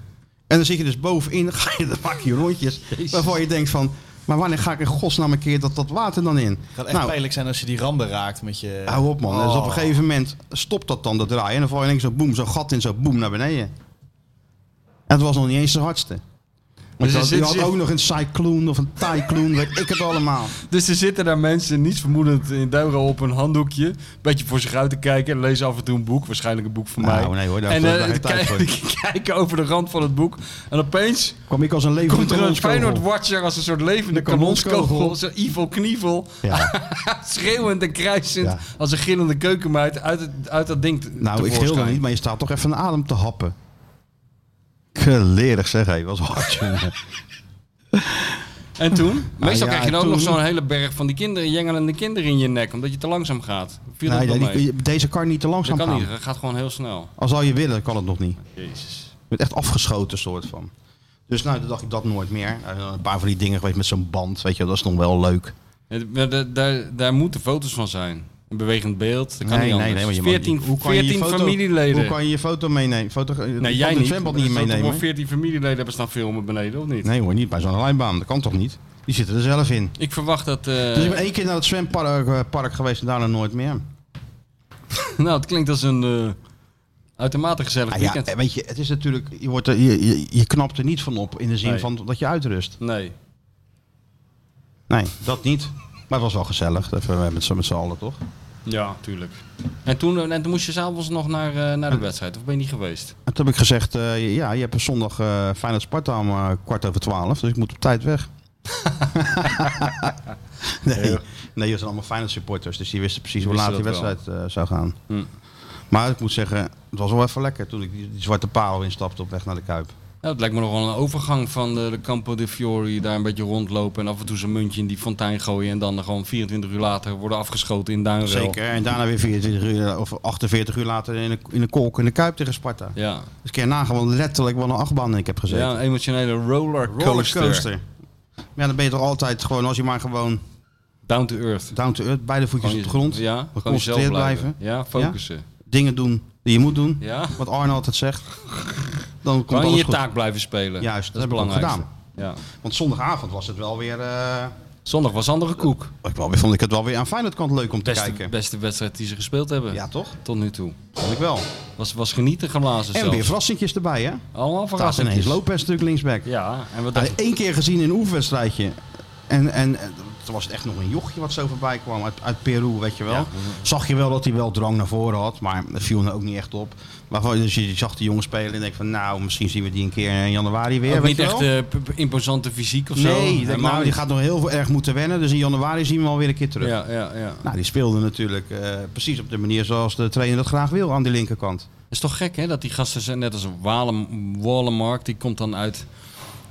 Speaker 2: En dan zit je dus bovenin, [LAUGHS] dan, ga je, dan maak je rondjes. Waarvan je denkt van, maar wanneer ga ik in godsnaam een keer dat, dat water dan in?
Speaker 3: Het kan echt pijnlijk zijn als je die randen raakt met je...
Speaker 2: Nou- Hou op man. Dus op een
Speaker 3: Oh.
Speaker 2: gegeven moment stopt dat dan, dat draaien. En dan val je ineens zo boem, zo'n gat in, zo boem naar beneden. En het was nog niet eens de hardste. Want
Speaker 4: er
Speaker 2: je had, je
Speaker 4: zit-
Speaker 2: had
Speaker 4: zit-
Speaker 2: ook nog een cycloon of een tycloon, weet ik het allemaal.
Speaker 4: Dus er zitten daar mensen, niets vermoedend, in Duiro op een handdoekje. Een beetje voor zich uit te kijken. En lezen af en toe een boek. Waarschijnlijk een boek van
Speaker 2: Nou,
Speaker 4: mij.
Speaker 2: nee hoor, daar
Speaker 4: en
Speaker 2: heb ik
Speaker 4: eh,
Speaker 2: geen tijd
Speaker 4: kijk- [LAUGHS] kijken over de rand van het boek. En opeens
Speaker 2: Kwam ik als een levende
Speaker 4: komt er een
Speaker 2: kanonskogel.
Speaker 4: Feyenoord-watcher als een soort levende
Speaker 2: De kanonskogel.
Speaker 4: kanonskogel. Zo'n evil knievel.
Speaker 2: Ja.
Speaker 4: [LAUGHS] Schreeuwend en krijsend
Speaker 2: Ja.
Speaker 4: als een gillende keukenmeid uit, het, uit dat ding te-
Speaker 2: Nou, ik schreeuw
Speaker 4: tevoorschijn.
Speaker 2: dan niet, maar je staat toch even een adem te happen. Gelerig zeg, hé. Was [LAUGHS] hard, jongen. [LAUGHS]
Speaker 4: En toen? Meestal
Speaker 2: Nou ja,
Speaker 4: krijg je dan ook
Speaker 2: toen-
Speaker 4: nog zo'n hele berg van die kinderen, jengelende kinderen in je nek. Omdat je te langzaam gaat. Viel
Speaker 2: Nee,
Speaker 4: dat wel
Speaker 2: nee,
Speaker 4: mee?
Speaker 2: Nou die- deze kan niet te
Speaker 4: Dat
Speaker 2: langzaam
Speaker 4: kan
Speaker 2: gaan.
Speaker 4: niet. Dat gaat gewoon heel snel.
Speaker 2: Als al je willen, kan het nog niet.
Speaker 4: Jezus.
Speaker 2: Je bent echt afgeschoten soort van. Dus nou, toen dacht ik dat nooit meer. En dan Een paar van die dingen geweest met zo'n band, weet je, wel, dat is nog wel leuk.
Speaker 4: Ja, d- maar da- daar, daar moeten foto's van zijn. Een bewegend beeld. Dat kan niet anders.
Speaker 2: want je mag-
Speaker 4: 14,
Speaker 2: hoe kan je je
Speaker 4: 14
Speaker 2: foto-
Speaker 4: familieleden.
Speaker 2: Hoe kan je je foto meenemen? Foto, je kan
Speaker 4: nee, jij
Speaker 2: het
Speaker 4: niet.
Speaker 2: zwembad
Speaker 4: Er
Speaker 2: niet
Speaker 4: staat toch wel
Speaker 2: meenemen.
Speaker 4: 14 familieleden hebben staan filmen beneden, of niet?
Speaker 2: Nee hoor, niet bij zo'n lijnbaan. Dat kan toch niet? Die zitten er zelf in.
Speaker 4: Ik verwacht dat... eh,
Speaker 2: Dus ik ben één keer naar het zwempark eh, park geweest en daarna nooit meer.
Speaker 4: [LAUGHS] nou, het klinkt als een eh, uitermate gezellig
Speaker 2: Ah, ja,
Speaker 4: weekend.
Speaker 2: eh, weet je, het is natuurlijk, je, wordt er, je, je, je knapt er niet van op in de zin
Speaker 4: Nee.
Speaker 2: van dat je uitrust.
Speaker 4: Nee.
Speaker 2: Nee, dat niet. Maar het was wel gezellig, even eh, met, z'n- met z'n allen toch?
Speaker 4: Ja, tuurlijk. En toen, eh, en toen moest je s'avonds nog naar, eh, naar de wedstrijd, of ben je niet geweest?
Speaker 2: En toen heb ik gezegd, eh, ja, je hebt zondag eh Feyenoord Sparta om eh, kwart over twaalf, dus ik moet op tijd
Speaker 4: [LAUGHS]
Speaker 2: weg. nee, nee, dat zijn allemaal Feyenoord supporters, dus die wisten precies hoe
Speaker 4: Die
Speaker 2: laat die
Speaker 4: wisten dat
Speaker 2: wedstrijd eh, zou gaan.
Speaker 4: Hm.
Speaker 2: Maar ik moet zeggen, het was wel even lekker toen ik die, die zwarte paal instapte op weg naar de Kuip.
Speaker 4: Nou, het lijkt me nog wel een overgang van de, de Campo de Fiori, daar een beetje rondlopen en af en toe zo'n muntje in die fontein gooien en dan gewoon 24 uur later worden afgeschoten in Duinrel.
Speaker 2: Zeker, en daarna weer 24 uur eh, of 48 uur later in de, in de kolk in de Kuip tegen Sparta.
Speaker 4: Ja,
Speaker 2: Dus ik kan je nagaan, want letterlijk wel een achtbaan ik heb gezeten.
Speaker 4: ja een emotionele rollercoaster.
Speaker 2: Rollercoaster. Ja, dan ben je toch altijd gewoon, als je maar gewoon
Speaker 4: Down to earth.
Speaker 2: down to earth, beide voetjes
Speaker 4: Gewoon
Speaker 2: op
Speaker 4: je-
Speaker 2: de grond.
Speaker 4: Ja, gewoon
Speaker 2: geconcentreerd
Speaker 4: jezelf blijven. Ja, focussen.
Speaker 2: Dingen doen die je moet doen.
Speaker 4: Ja.
Speaker 2: Wat Arne altijd zegt. Dan komt
Speaker 4: Gewoon
Speaker 2: alles
Speaker 4: je
Speaker 2: goed.
Speaker 4: taak blijven spelen.
Speaker 2: Juist, dat
Speaker 4: dat is
Speaker 2: heb ik ook
Speaker 4: belangrijk.
Speaker 2: gedaan.
Speaker 4: Ja.
Speaker 2: Want zondagavond was het wel weer... eh,
Speaker 4: Zondag was andere koek.
Speaker 2: ik, wel weer, vond ik het wel weer aan Feyenoord kant leuk om te
Speaker 4: Beste,
Speaker 2: kijken.
Speaker 4: beste wedstrijd die ze gespeeld hebben.
Speaker 2: Ja, toch?
Speaker 4: Tot nu toe.
Speaker 2: Vond ik wel.
Speaker 4: Was, was genieten geblazen
Speaker 2: En weer
Speaker 4: zelfs.
Speaker 2: verrassingjes erbij, hè?
Speaker 4: Allemaal
Speaker 2: Staat
Speaker 4: verrassend.
Speaker 2: ineens Lopez natuurlijk linksback.
Speaker 4: Ja, en wat
Speaker 2: Eén
Speaker 4: dacht
Speaker 2: één keer gezien in een oefenwedstrijdje. En, en eh, toen was het echt nog een jochje wat zo voorbij kwam uit, uit Peru, weet je wel.
Speaker 4: Ja. Mhm.
Speaker 2: Zag je wel dat hij wel drang naar voren had, maar dat viel er ook niet echt op. Waarvan dus je zag de jongen spelen en denk van, nou, misschien zien we die een keer in januari weer.
Speaker 4: ook
Speaker 2: weet
Speaker 4: niet
Speaker 2: je
Speaker 4: echt
Speaker 2: wel.
Speaker 4: eh, p- p- imposante fysiek of zo.
Speaker 2: Nee, ik denk,
Speaker 4: Helemaal
Speaker 2: nou, die
Speaker 4: niet.
Speaker 2: gaat nog heel erg moeten wennen, dus in januari zien we hem alweer een keer terug.
Speaker 4: Ja, ja, ja.
Speaker 2: Nou, die speelde natuurlijk eh, precies op de manier zoals de trainer dat graag wil aan die linkerkant.
Speaker 4: Het is toch gek hè, dat die gasten zijn, net als Walem, Wallenmark, die komt dan uit,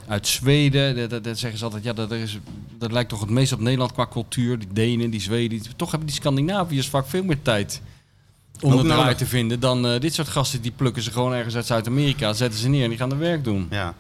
Speaker 4: uit Zweden. Dat, dat, dat zeggen ze altijd, ja, dat, dat is, dat lijkt toch het meest op Nederland qua cultuur. Die Denen, die Zweden, die- toch hebben die Scandinaviërs vaak veel meer tijd om
Speaker 2: Ook
Speaker 4: het eruit
Speaker 2: nodig.
Speaker 4: te vinden dan eh, dit soort gasten. Die plukken ze gewoon ergens uit Zuid-Amerika, zetten ze neer en die gaan hun werk doen.
Speaker 2: Ja.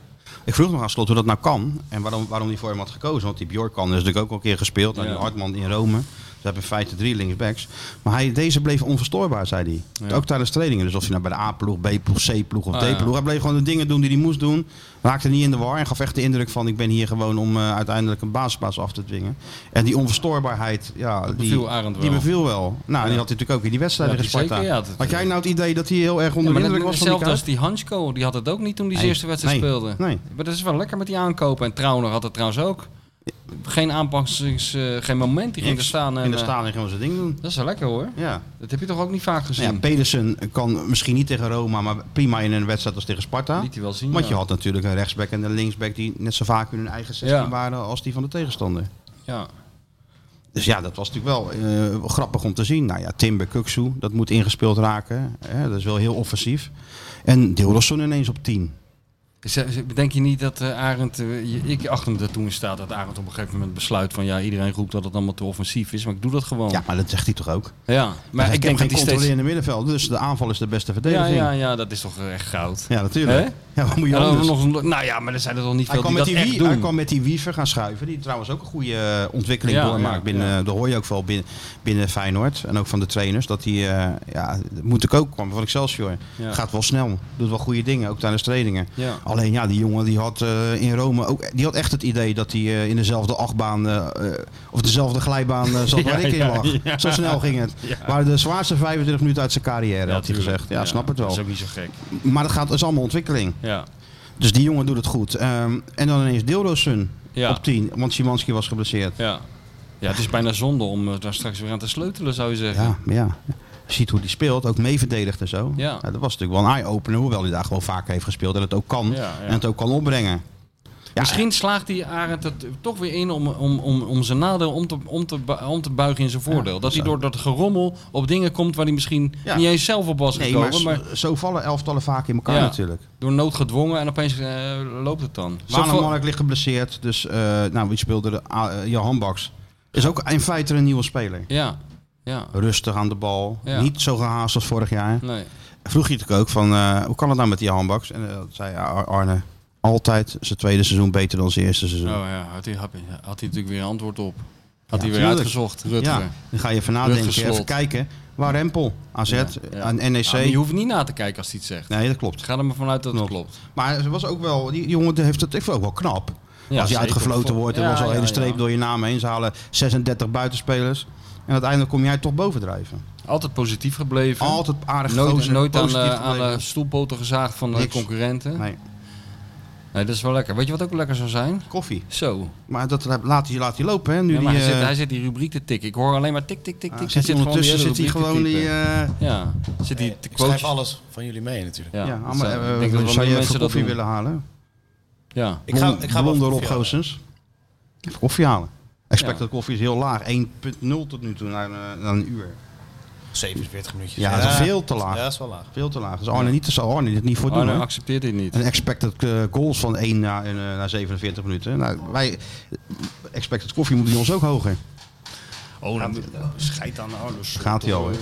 Speaker 2: Ik vroeg nog aan slot hoe dat nou kan en waarom, waarom hij voor hem had gekozen. Want die Bjorkan is natuurlijk ook al een keer gespeeld. En
Speaker 4: Ja.
Speaker 2: die Hartman in Rome. Ze hebben in feite drie linksbacks. Maar hij, deze bleef onverstoorbaar, zei hij. Ook tijdens trainingen. Dus of je nou bij de A-ploeg, B-ploeg, C-ploeg of
Speaker 4: Ah, ja.
Speaker 2: D-ploeg. Hij bleef gewoon de dingen doen die hij moest doen. Raakte niet in de war en gaf echt de indruk van... ik ben hier gewoon om eh, uiteindelijk een basisplaats af te dwingen. En die onverstoorbaarheid, ja, die,
Speaker 4: beviel Arend wel.
Speaker 2: die beviel wel. Nou, en die had hij natuurlijk ook in die wedstrijden
Speaker 4: Ja, die
Speaker 2: gesparta.
Speaker 4: zeker, ja, dat-
Speaker 2: had jij nou het idee dat hij heel erg onder de indruk was van die
Speaker 4: hetzelfde
Speaker 2: kuit?
Speaker 4: als die Hansko, die had het ook niet toen die
Speaker 2: Nee,
Speaker 4: zijn eerste wedstrijd
Speaker 2: nee,
Speaker 4: speelde.
Speaker 2: nee.
Speaker 4: Maar dat is wel lekker met die aankopen. En Trauner had het trouwens ook. Geen aanpassings, eh, geen moment. Die ging er
Speaker 2: Niks.
Speaker 4: staan. En,
Speaker 2: In de
Speaker 4: eh,
Speaker 2: stadion gaan we zijn ding doen.
Speaker 4: dat is wel lekker hoor.
Speaker 2: Ja.
Speaker 4: Dat heb je toch ook niet vaak
Speaker 2: Nou ja,
Speaker 4: gezien?
Speaker 2: Pedersen kan misschien niet tegen Roma, maar prima in een wedstrijd als tegen Sparta.
Speaker 4: Liet hij wel zien. eh,
Speaker 2: Want je
Speaker 4: ja.
Speaker 2: had natuurlijk een rechtsback en een linksback die net zo vaak in hun eigen 16
Speaker 4: Ja.
Speaker 2: waren als die van de tegenstander.
Speaker 4: Ja.
Speaker 2: Dus ja, dat was natuurlijk wel eh, grappig om te zien. Nou ja, Timber Kuksu, dat moet ingespeeld raken. Hè, dat is wel heel offensief. En Dilderson ineens op 10.
Speaker 4: Z- z- Denk je niet dat eh, Arend, eh, je- ik achter me er toen in staat dat Arend op een gegeven moment besluit van ja, iedereen roept dat het allemaal te offensief is, maar ik doe dat gewoon.
Speaker 2: Ja, maar dat zegt hij toch ook?
Speaker 4: Ja, Oh. maar
Speaker 2: Hij kan
Speaker 4: ik denk dat
Speaker 2: geen
Speaker 4: hij steeds...
Speaker 2: controlerende middenveld, dus de aanval is de beste
Speaker 4: Ja,
Speaker 2: verdediging.
Speaker 4: ja,
Speaker 2: Ja,
Speaker 4: ja, dat is toch eh, echt goud. Hè?
Speaker 2: natuurlijk. Ja, wat moet je
Speaker 4: Ja, dan
Speaker 2: anders?
Speaker 4: nog een- nou ja, maar er zijn er toch niet
Speaker 2: Hij
Speaker 4: veel
Speaker 2: kwam,
Speaker 4: die
Speaker 2: met
Speaker 4: dat
Speaker 2: die
Speaker 4: echt
Speaker 2: wie- hij
Speaker 4: doen.
Speaker 2: kwam met die wiever gaan schuiven. Die trouwens ook een goede eh, ontwikkeling
Speaker 4: Ja,
Speaker 2: doormaakt.
Speaker 4: ja,
Speaker 2: binnen, Daar hoor je ook veel binnen, binnen Feyenoord. En ook van de trainers. Dat hij, eh, ja, dat moet ik ook, kwam van Excelsior.
Speaker 4: Ja.
Speaker 2: Gaat wel snel. Doet wel goede dingen. Ook tijdens trainingen.
Speaker 4: Ja.
Speaker 2: Alleen ja, die jongen die had eh, in Rome ook, die had echt het idee dat hij eh, in dezelfde achtbaan eh, eh, of dezelfde glijbaan eh,
Speaker 4: [LAUGHS]
Speaker 2: zat waar
Speaker 4: Ja,
Speaker 2: ik in
Speaker 4: ja,
Speaker 2: lag.
Speaker 4: ja.
Speaker 2: Zo snel ging het.
Speaker 4: Ja.
Speaker 2: Maar de zwaarste 25 minuten uit zijn carrière, had hij
Speaker 4: tuurlijk.
Speaker 2: gezegd. Ja, snap het wel.
Speaker 4: Dat is ook niet zo gek.
Speaker 2: Maar dat gaat, dat is allemaal ontwikkeling.
Speaker 4: Ja.
Speaker 2: Dus die jongen doet het goed. Ehm, en dan ineens Dilrosun
Speaker 4: Ja.
Speaker 2: op 10, want Szymanski was geblesseerd.
Speaker 4: Ja. ja, het is bijna zonde om eh, daar straks weer aan te sleutelen, zou je zeggen.
Speaker 2: Ja, maar ja. Je ziet hoe die speelt, ook mee verdedigd en zo. Nou,
Speaker 4: Ja.
Speaker 2: dat was natuurlijk wel een eye-opener, hoewel hij daar gewoon vaker heeft gespeeld en het ook kan.
Speaker 4: Ja, ja.
Speaker 2: En het ook kan opbrengen. Ja,
Speaker 4: Misschien slaagt die Arend het toch weer in om, om, om, om zijn nadeel om te, om, te, bu- om te buigen in zijn voordeel. dat hij door dat gerommel op dingen komt waar hij misschien
Speaker 2: Ja.
Speaker 4: niet eens zelf op was
Speaker 2: Nee, maar,
Speaker 4: gekomen.
Speaker 2: s-
Speaker 4: Maar,
Speaker 2: zo vallen elftallen vaak in elkaar
Speaker 4: Ja.
Speaker 2: natuurlijk.
Speaker 4: door nood gedwongen en opeens eh, loopt het dan. Zo vo-
Speaker 2: Wanemark ligt geblesseerd, dus eh, nou, wie speelde de, ah, eh, Johan Baks. Is ook in feite een nieuwe speler.
Speaker 4: Ja, ja.
Speaker 2: Rustig aan de bal,
Speaker 4: Ja.
Speaker 2: niet zo gehaast als vorig jaar.
Speaker 4: Nee.
Speaker 2: vroeg je natuurlijk ook van eh, hoe kan het nou met die handbaks? En eh, dat zei Ar- Arne altijd zijn tweede seizoen beter dan zijn eerste seizoen.
Speaker 4: Oh ja, had hij, had hij had hij natuurlijk weer een antwoord op. Had hij weer
Speaker 2: tuurlijk.
Speaker 4: uitgezocht, Rutger.
Speaker 2: ja, dan ga je even nadenken,
Speaker 4: Rutgeslot.
Speaker 2: even kijken. Waar Rempel, AZ,
Speaker 4: ja.
Speaker 2: aan NEC.
Speaker 4: Ah, maar je hoeft niet na te kijken als hij het zegt.
Speaker 2: E Nee, dat klopt.
Speaker 4: Ga er maar vanuit dat het klopt.
Speaker 2: Maar ze was ook wel, die jongen die heeft het, ik vond het ook wel knap.
Speaker 4: Ja,
Speaker 2: Als je
Speaker 4: zeker.
Speaker 2: uitgefloten wordt, er
Speaker 4: Ja,
Speaker 2: was al een
Speaker 4: ja,
Speaker 2: hele streep
Speaker 4: ja.
Speaker 2: door je naam heen. Ze halen 36 buitenspelers. En uiteindelijk kom jij toch bovendrijven.
Speaker 4: Altijd positief gebleven.
Speaker 2: Altijd aardig
Speaker 4: nooit
Speaker 2: gozer,
Speaker 4: nooit aan,
Speaker 2: positief
Speaker 4: eh, aan de
Speaker 2: gebleven.
Speaker 4: stoelpoten gezaagd van de
Speaker 2: Niks.
Speaker 4: concurrenten. Nee.
Speaker 2: Nee,
Speaker 4: dat is wel lekker. Weet je wat ook lekker zou zijn?
Speaker 2: koffie.
Speaker 4: Zo.
Speaker 2: Maar dat laat hij, laat hij lopen, hè. Nu
Speaker 4: Ja, maar
Speaker 2: die,
Speaker 4: hij, zit,
Speaker 2: eh,
Speaker 4: hij zit die rubriek te tikken. Ik hoor alleen maar tik, tik, tik, tik.
Speaker 2: ah, zit hij ondertussen
Speaker 4: gewoon
Speaker 2: zit hij
Speaker 4: die hele
Speaker 2: gewoon
Speaker 4: rubriek te
Speaker 2: die...
Speaker 4: typen.
Speaker 2: eh,
Speaker 4: Ja, zit hij te
Speaker 3: Ik schrijf
Speaker 4: quoten.
Speaker 3: alles van jullie mee natuurlijk.
Speaker 4: Ja,
Speaker 2: Ja,
Speaker 4: dat
Speaker 2: maar
Speaker 4: zou-
Speaker 2: eh,
Speaker 4: ik denk dat wel
Speaker 2: zou
Speaker 4: meer
Speaker 2: je
Speaker 4: mensen
Speaker 2: even
Speaker 4: dat
Speaker 2: koffie
Speaker 4: doen.
Speaker 2: willen halen?
Speaker 4: Ja.
Speaker 3: Ik ga, ik ga wel
Speaker 2: Blonde
Speaker 3: koffie
Speaker 2: Rob
Speaker 3: halen.
Speaker 2: Goossens. Even koffie halen. Expected
Speaker 4: Ja.
Speaker 2: koffie is heel laag. 1.0 tot nu toe naar, eh, naar een uur.
Speaker 3: 47 minuutjes.
Speaker 2: Ja, dat is veel te laag.
Speaker 3: Ja, dat is wel laag.
Speaker 2: Veel te laag. Dus Arne niet, daar zal Arne dit niet voor doen.
Speaker 4: Arne
Speaker 2: hoor.
Speaker 4: accepteert Oh, dit niet.
Speaker 2: Een expected eh, goals van 1 naar, eh, naar 47 minuten. Nou, wij, expected koffie moet bij ons ook hoger.
Speaker 3: Oh, nou, scheid aan alles.
Speaker 2: Gaat hij al. hè?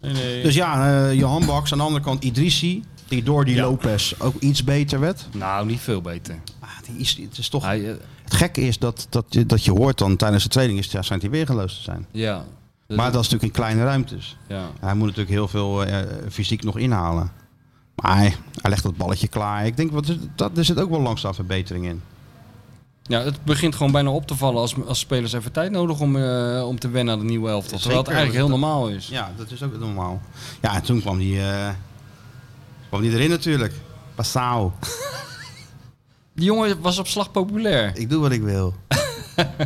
Speaker 3: Nee, nee.
Speaker 2: Dus ja, eh, Johan Baks. Aan de andere kant Idrissi. Die door die
Speaker 3: Ja.
Speaker 2: Lopez ook iets beter werd.
Speaker 4: Nou, niet veel beter.
Speaker 2: Ah, die is, het is toch...
Speaker 4: Hij, eh,
Speaker 2: Het gekke is dat, dat, je- dat je hoort dan tijdens de training is, ja, zijn die weer geloosd te zijn.
Speaker 4: ja.
Speaker 2: Maar dat is natuurlijk in kleine ruimtes.
Speaker 4: Ja.
Speaker 2: Hij moet natuurlijk heel veel eh, fysiek nog inhalen. Maar hij, hij legt dat balletje klaar. Ik denk, wat is, dat, er zit ook wel langzaam verbetering in.
Speaker 4: Ja, het begint gewoon bijna op te vallen als, als spelers even tijd nodig om, eh, om te wennen aan de nieuwe elftal. Terwijl het
Speaker 2: Zeker,
Speaker 4: eigenlijk heel normaal is.
Speaker 2: Ja, dat is ook normaal. Ja, en toen kwam hij, eh, kwam hij erin natuurlijk. Passau.
Speaker 4: Die jongen was op slag populair.
Speaker 2: Ik doe wat ik wil. [LAUGHS]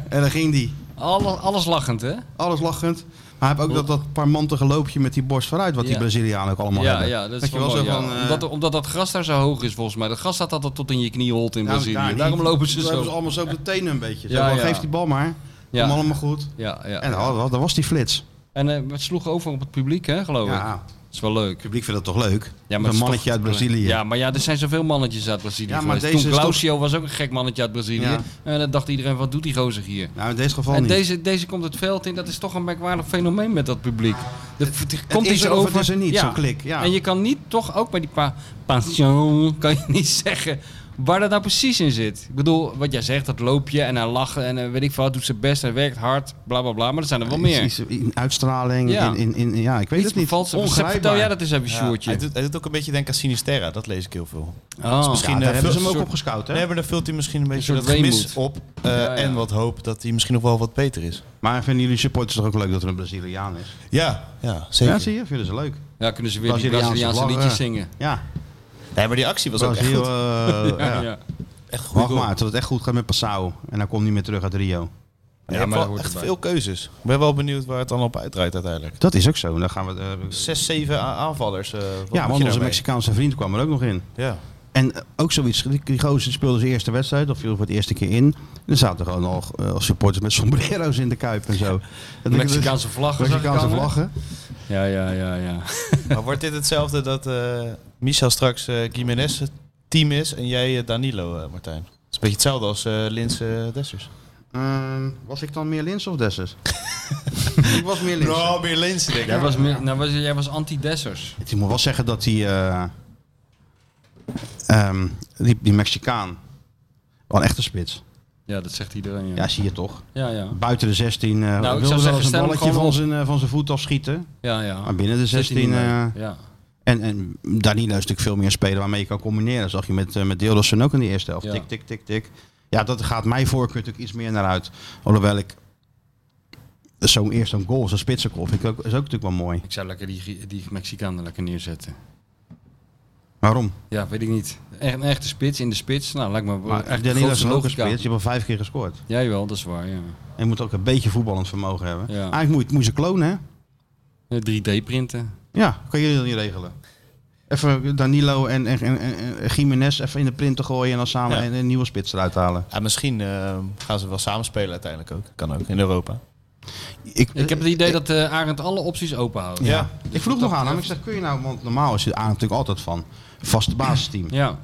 Speaker 2: en dan ging hij.
Speaker 4: Alles, alles lachend, hè?
Speaker 2: Alles lachend. Maar hij heeft ook dat, dat parmantige loopje met die borst vooruit. Wat die
Speaker 4: Ja.
Speaker 2: Brazilianen ook allemaal
Speaker 4: ja,
Speaker 2: hebben.
Speaker 4: ja, dat is
Speaker 2: Weet je
Speaker 4: wel
Speaker 2: wel,
Speaker 4: mooi,
Speaker 2: zo
Speaker 4: ja.
Speaker 2: van, eh,
Speaker 4: omdat, omdat dat gras daar zo hoog is, volgens mij. Dat gras staat altijd tot in je knieholte in
Speaker 2: Ja,
Speaker 4: Brazilië.
Speaker 2: daar niet.
Speaker 4: Daarom lopen ze
Speaker 2: Toen
Speaker 4: zo.
Speaker 2: hebben ze allemaal zo op de tenen een beetje. Zo
Speaker 4: Ja,
Speaker 2: van,
Speaker 4: ja.
Speaker 2: Geef die bal maar.
Speaker 4: Ja.
Speaker 2: Kom allemaal goed.
Speaker 4: Ja, ja.
Speaker 2: En
Speaker 4: En,
Speaker 2: dan, dan was die flits.
Speaker 4: eh, het sloeg over op het publiek, hè, geloof ik.
Speaker 2: Ja,
Speaker 4: Dat is wel leuk.
Speaker 2: het publiek vindt dat toch leuk?
Speaker 4: Oh,
Speaker 2: Met
Speaker 4: Ja, het
Speaker 2: een
Speaker 4: is
Speaker 2: mannetje
Speaker 4: toch-
Speaker 2: uit Brazilië.
Speaker 4: Ja, maar ja, er zijn zoveel mannetjes uit Brazilië.
Speaker 2: Ja, maar
Speaker 4: geweest.
Speaker 2: deze
Speaker 4: Toen
Speaker 2: is
Speaker 4: Glaucio was ook een gek mannetje uit Brazilië.
Speaker 2: Ja.
Speaker 4: En dan dacht iedereen, wat doet die gozer hier?
Speaker 2: Nou, in deze geval
Speaker 4: En
Speaker 2: niet.
Speaker 4: deze, deze komt het veld in, dat is toch een merkwaardig fenomeen met dat publiek. Er v- er
Speaker 2: het
Speaker 4: komt
Speaker 2: is
Speaker 4: iets
Speaker 2: er of
Speaker 4: over.
Speaker 2: het is er niet, zo'n klik, ja.
Speaker 4: En je kan niet [LAUGHS] toch ook bij die pa pension, kan je niet zeggen. waar dat nou precies in zit. Ik bedoel, wat jij zegt, dat loopje en hij lacht en eh, weet ik veel, doet zijn best en werkt hard, bla bla bla. Maar er zijn er wel meer.
Speaker 2: Iets- iets in uitstraling,
Speaker 4: Ja.
Speaker 2: in, in, in, ja, ik weet het niet.
Speaker 4: Valt ze vertel
Speaker 2: Ongrijpbaar.
Speaker 4: jij dat eens even, Sjoerdje.
Speaker 3: Hij doet, hij doet ook een beetje denken aan Sinisterra, dat lees ik heel veel.
Speaker 4: Oh.
Speaker 3: misschien-
Speaker 2: Ja, daar
Speaker 3: eh,
Speaker 2: hebben ze hem
Speaker 3: een
Speaker 2: ook
Speaker 4: soort-
Speaker 2: op gescout,
Speaker 3: Nee,
Speaker 2: hè?
Speaker 3: maar dan vult hij misschien een beetje
Speaker 4: soort
Speaker 3: dat gemis
Speaker 4: weemoed.
Speaker 3: op. eh,
Speaker 4: ja.
Speaker 3: En wat hoop dat hij misschien nog wel wat beter is.
Speaker 2: Maar vinden jullie supporters toch ook leuk dat er een Braziliaan is?
Speaker 3: Ja, ja zeker.
Speaker 2: Ja, zie je? Vinden ze leuk.
Speaker 4: Ja, kunnen ze weer die
Speaker 2: Braziliaanse
Speaker 4: Braziliaanse
Speaker 2: vlaggen.
Speaker 4: liedjes zingen.
Speaker 2: Ja,
Speaker 3: Nee, maar die actie was ook echt
Speaker 2: Brazil,
Speaker 4: [LAUGHS]
Speaker 3: goed.
Speaker 2: eh, ja.
Speaker 4: Ja, ja.
Speaker 3: Echt goed.
Speaker 2: Wacht maar, tot het echt goed gaat met Passau. En dan komt hij meer terug uit Rio.
Speaker 3: Ja,
Speaker 4: maar
Speaker 3: maar
Speaker 4: dat hoort
Speaker 3: echt
Speaker 4: erbij.
Speaker 3: veel keuzes. Ik ben wel benieuwd waar het dan op uitdraait uiteindelijk.
Speaker 2: Dat is ook zo. Dan gaan we, eh,
Speaker 3: Zes, zeven a- aanvallers. eh, wat
Speaker 2: ja,
Speaker 3: moet
Speaker 2: want
Speaker 3: je
Speaker 2: onze
Speaker 3: daarmee?
Speaker 2: Mexicaanse vriend kwam er ook nog in.
Speaker 3: Ja.
Speaker 2: En eh, ook zoiets, die, die gozer speelde zijn eerste wedstrijd, of viel voor het eerste keer in. Er zaten gewoon al eh, supporters met sombrero's in de kuip en zo. Dat
Speaker 4: Mexicaanse vlag. zag ik
Speaker 2: dus Mexicaanse
Speaker 4: hangen.
Speaker 2: vlaggen.
Speaker 4: Ja, ja, ja, ja.
Speaker 3: Maar wordt dit hetzelfde dat eh Michel straks eh Gimenez het team is en jij eh, Danilo, eh, Martijn? Het is een beetje hetzelfde als eh Lins eh, Dessers.
Speaker 2: Ehm, was ik dan meer Lins of Dessers? ik was meer Lins.
Speaker 3: meer Lins denk
Speaker 4: Jij was, meer- nou, was, jij was anti-dessers.
Speaker 2: Ik moet wel zeggen dat die, eh, ehm, die, die Mexicaan, wel een echte spits.
Speaker 4: Ja, dat zegt iedereen. Ja,
Speaker 2: Ja, zie je toch.
Speaker 4: ja, ja.
Speaker 2: Buiten de 16 eh
Speaker 4: ik
Speaker 2: wilde
Speaker 4: zou
Speaker 2: wel
Speaker 4: zeggen,
Speaker 2: eens
Speaker 4: stel
Speaker 2: een
Speaker 4: hem
Speaker 2: balletje
Speaker 4: gewoon
Speaker 2: van
Speaker 4: op.
Speaker 2: zijn, eh, van zijn voet afschieten.
Speaker 4: ja,
Speaker 2: Maar
Speaker 4: ja.
Speaker 2: binnen de
Speaker 4: 16
Speaker 2: 16... eh,
Speaker 4: ja.
Speaker 2: En, en Danilo is natuurlijk veel meer een speler waarmee je kan combineren. Dat zag je met, eh, met Deeldersen ook in de eerste helft.
Speaker 4: Ja.
Speaker 2: Tik, tik, tik, tik. Ja, dat gaat mijn voorkeur natuurlijk iets meer naar uit. Alhoewel ik zo'n eerst een goal, zo'n spitsenkool, vind ik ook, is ook natuurlijk wel mooi.
Speaker 4: Ik zou lekker die, die Mexicanen lekker neerzetten.
Speaker 2: Waarom?
Speaker 4: Ja, weet ik niet. Echt een echte spits in de spits. Nou, lijkt me
Speaker 2: Maar
Speaker 4: echt de
Speaker 2: Danilo is
Speaker 4: grootste
Speaker 2: een leuke
Speaker 4: logica.
Speaker 2: spits. Je hebt al vijf keer gescoord.
Speaker 4: Ja, jawel, dat is waar. Ja.
Speaker 2: En je moet ook een beetje voetballend vermogen hebben.
Speaker 4: Ja.
Speaker 2: Eigenlijk moet je, moet je ze klonen, hè?
Speaker 4: Eh, 3D-printen.
Speaker 2: Ja, kan jullie dat niet regelen? Even Danilo en, en, en, en en Jiménez even in de print te gooien en dan samen
Speaker 3: Ja.
Speaker 2: een, een nieuwe spits eruit halen.
Speaker 3: Ja, misschien eh, gaan ze wel samen spelen uiteindelijk ook. Kan ook, in Europa.
Speaker 4: Ik heb het idee dat eh Arend alle opties open houdt.
Speaker 2: Ja.
Speaker 3: Ja.
Speaker 2: ik vroeg nog aan hem. Ik zeg, kun je nou... Want normaal is het aan natuurlijk altijd van vaste basisteam.
Speaker 4: Ja.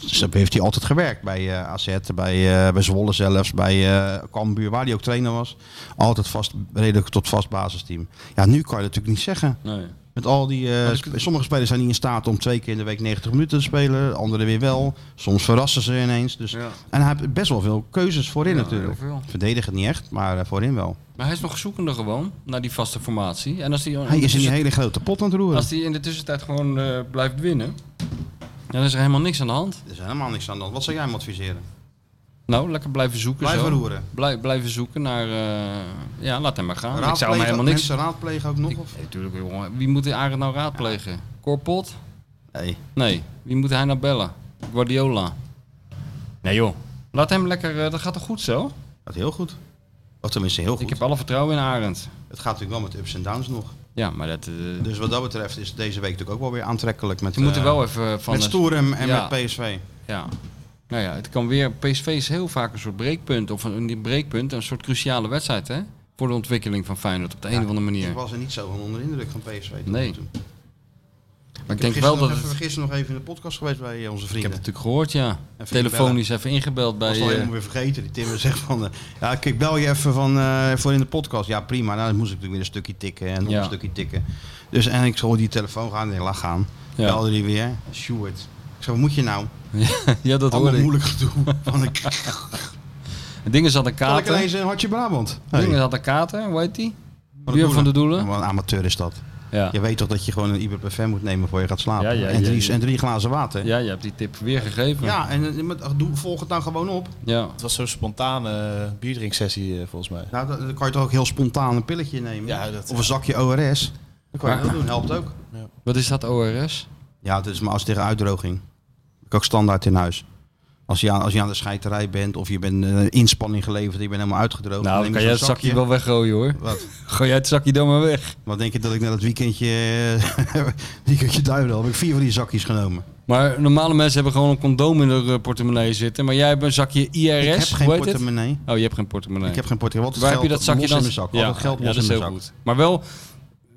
Speaker 2: Dus dat heeft hij altijd gewerkt bij eh, AZ, bij, eh bij Zwolle zelfs, bij eh Cambuur, waar hij ook trainer was. Altijd vast, redelijk tot vast basisteam. Ja, nu kan je dat natuurlijk niet zeggen.
Speaker 4: Nee.
Speaker 2: Met al die, eh, sp- sommige spelers zijn niet in staat om twee keer in de week 90 minuten te spelen. Anderen weer wel. Soms verrassen ze ineens. Dus,
Speaker 4: Ja.
Speaker 2: En hij heeft best wel veel keuzes voorin
Speaker 4: Ja,
Speaker 2: natuurlijk.
Speaker 4: heel veel.
Speaker 2: Verdedig het niet echt, maar eh, voorin wel.
Speaker 4: Maar hij is nog zoekende gewoon naar die vaste formatie. En als die,
Speaker 2: Hij is in die hele grote pot aan het roeren.
Speaker 4: als die in de tussentijd gewoon eh, blijft winnen, dan is er helemaal niks aan de hand.
Speaker 2: Er is helemaal niks aan de hand. Wat zou jij hem adviseren?
Speaker 4: Nou, lekker blijven zoeken.
Speaker 2: Blijven
Speaker 4: zo.
Speaker 2: roeren.
Speaker 4: Blij- blijven zoeken naar. eh, ja, laat hem maar gaan. ik zou
Speaker 2: Raadplegen,
Speaker 4: hem helemaal niks.
Speaker 2: Mensen raadplegen ook nog? Of?
Speaker 4: Nee, tuurlijk, jongen. Wie moet Arend nou raadplegen? Corpot?
Speaker 2: Nee.
Speaker 4: Nee. Wie moet hij nou bellen? Guardiola? Nee, joh. Laat hem lekker. eh, dat gaat toch goed zo?
Speaker 2: Dat heel goed. Of tenminste heel goed.
Speaker 4: Ik heb alle vertrouwen in Arend.
Speaker 2: Het gaat natuurlijk wel met ups en downs nog.
Speaker 4: Ja, maar dat. eh,
Speaker 2: Dus wat dat betreft is deze week natuurlijk ook wel weer aantrekkelijk. Met,
Speaker 4: ze moeten
Speaker 2: eh,
Speaker 4: wel even van.
Speaker 2: met
Speaker 4: de-
Speaker 2: Stoerem en
Speaker 4: Ja.
Speaker 2: met PSV.
Speaker 4: Ja. Nou ja, het kan weer. PSV is heel vaak een soort breekpunt. Of een, een breekpunt, een soort cruciale wedstrijd, hè? Voor de ontwikkeling van Feyenoord op de een of andere manier.
Speaker 2: Ik was er niet zo van onder de indruk van PSV. tot
Speaker 4: Nee.
Speaker 2: nu toe.
Speaker 4: Maar ik
Speaker 2: heb
Speaker 4: denk wel dat.
Speaker 2: nog
Speaker 4: het-
Speaker 2: even, gisteren nog even in de podcast geweest bij eh, onze
Speaker 4: Ik heb
Speaker 2: vrienden.
Speaker 4: het natuurlijk gehoord, ja.
Speaker 2: Even
Speaker 4: Telefonisch even ingebeld
Speaker 2: Ik
Speaker 4: bij...
Speaker 2: was al
Speaker 4: eh,
Speaker 2: helemaal weer vergeten. Die Timmer zegt van, eh, ja, ik bel je even van, eh, voor in de podcast. Ja, prima. Nou, dan moest ik natuurlijk weer een stukje tikken en nog
Speaker 4: Ja.
Speaker 2: een stukje tikken. Dus en ik hoorde die telefoon gaan en ik laat gaan.
Speaker 4: Ja.
Speaker 2: Belde die weer, Sjoerd. Ik zei, wat moet je nou?
Speaker 4: [LAUGHS] ja, dat
Speaker 2: Allemaal
Speaker 4: hoorde ik.
Speaker 2: moeilijk
Speaker 4: [LAUGHS]
Speaker 2: gedoe. Van ik,
Speaker 4: Dingen zat een
Speaker 2: had ik
Speaker 4: kater.
Speaker 2: ineens een hartje Brabant.
Speaker 4: Dingen zat een kater, hoe heet die?
Speaker 2: Van
Speaker 4: Buur van de Doelen.
Speaker 2: Wat een amateur is dat.
Speaker 4: Ja.
Speaker 2: Je weet toch dat je gewoon een ibuprofen moet nemen voor je gaat slapen.
Speaker 4: Ja, ja,
Speaker 2: en,
Speaker 4: ja,
Speaker 2: drie,
Speaker 4: ja.
Speaker 2: en drie glazen water. Ja,
Speaker 4: ja, je hebt die tip weer gegeven. Ja.
Speaker 2: en, eh, maar doe, volg het dan gewoon op.
Speaker 3: Het was zo'n spontane eh, bierdrinksessie eh, volgens mij.
Speaker 2: Nou, dan, dan kan je toch ook heel spontaan een pilletje nemen.
Speaker 3: Ja, dat-
Speaker 2: of een zakje ORS. Dat kan je
Speaker 4: Maar-
Speaker 2: ook doen, helpt ook.
Speaker 4: Wat is dat, ORS?
Speaker 2: Ja, het is maar als tegen uitdroging. Ik ook standaard in huis. Als je, aan, als je aan de scheiterij bent of je bent eh, inspanning geleverd, je bent helemaal uitgedroogd.
Speaker 4: nou, dan
Speaker 2: neem
Speaker 4: kan
Speaker 2: je
Speaker 4: jij het
Speaker 2: zo'n
Speaker 4: zakje wel weggooien, hoor.
Speaker 2: Wat?
Speaker 4: [LAUGHS] Gooi jij het zakje dan maar weg.
Speaker 2: Wat denk je dat ik na dat weekendje, eh, [LAUGHS] weekendje duivel heb ik vier van die zakjes genomen?
Speaker 4: Maar normale mensen hebben gewoon een condoom in hun eh, portemonnee zitten. Maar jij hebt een zakje IRS,
Speaker 2: ik heb geen
Speaker 4: hoe heet het?
Speaker 2: portemonnee.
Speaker 4: Oh, je hebt geen portemonnee.
Speaker 2: Ik heb geen portemonnee. Wat
Speaker 4: Waar heb je dat zakje dan?
Speaker 2: in mijn zak. Ja, dat geld
Speaker 4: ja,
Speaker 2: los
Speaker 4: dat is
Speaker 2: in mijn
Speaker 4: heel
Speaker 2: zak.
Speaker 4: goed. Maar wel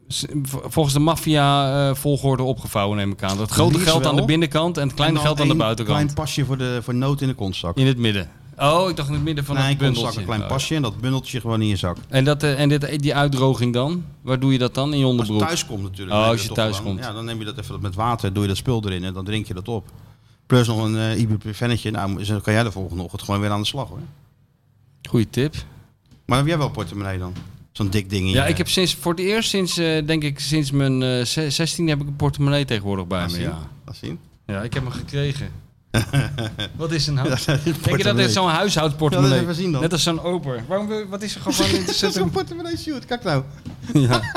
Speaker 4: s- v- volgens de maffia eh volgorde opgevouwen, neem ik aan. Dat grote
Speaker 2: Liefst
Speaker 4: geld aan de
Speaker 2: wel.
Speaker 4: binnenkant en het kleine
Speaker 2: En dan
Speaker 4: geld aan de
Speaker 2: één
Speaker 4: buitenkant.
Speaker 2: klein pasje voor, de, voor nood in de kontzak.
Speaker 4: In het midden. Oh, ik dacht in het midden van
Speaker 2: nee,
Speaker 4: het
Speaker 2: in kontzak
Speaker 4: bundeltje.
Speaker 2: een klein
Speaker 4: Oh.
Speaker 2: pasje en dat bundeltje gewoon in je zak.
Speaker 4: En, dat, eh, en dit, die uitdroging dan? Waar doe je dat dan? In
Speaker 2: Als
Speaker 4: je
Speaker 2: je
Speaker 4: onderbroek?
Speaker 2: thuis komt natuurlijk.
Speaker 4: Oh,
Speaker 2: neem
Speaker 4: als je
Speaker 2: dat
Speaker 4: thuis
Speaker 2: gewoon-
Speaker 4: komt.
Speaker 2: Ja, dan neem je dat even met water, doe je dat spul erin en dan drink je dat op. Plus nog een uh, ibuprofennetje. Nou, dan kan jij de volgende ochtend gewoon weer aan de slag hoor.
Speaker 4: Goeie tip.
Speaker 2: Maar heb jij wel portemonnee dan? Zo'n dik ding in
Speaker 4: Ja,
Speaker 2: je-
Speaker 4: ik heb sinds, voor het eerst sinds, eh, denk ik, sinds mijn eh, ze- 16 heb ik een portemonnee tegenwoordig bij
Speaker 2: Laat
Speaker 4: me.
Speaker 2: zien.
Speaker 4: Ja.
Speaker 2: Laat zien.
Speaker 4: ja, ik heb hem
Speaker 2: [LAUGHS]
Speaker 4: gekregen. Wat is een huis? Denk je dat
Speaker 2: portemonnee.
Speaker 4: dit zo'n
Speaker 2: Ja,
Speaker 4: huishoudportemonnee
Speaker 2: laat even zien dan.
Speaker 4: Net als zo'n oper. Waarom, wil- wat is er gewoon
Speaker 2: [LAUGHS]
Speaker 4: in te
Speaker 2: Dat is
Speaker 4: zetten?
Speaker 2: een portemonnee shoot. Kijk nou.
Speaker 4: [LAUGHS] Ja.
Speaker 2: [LAUGHS]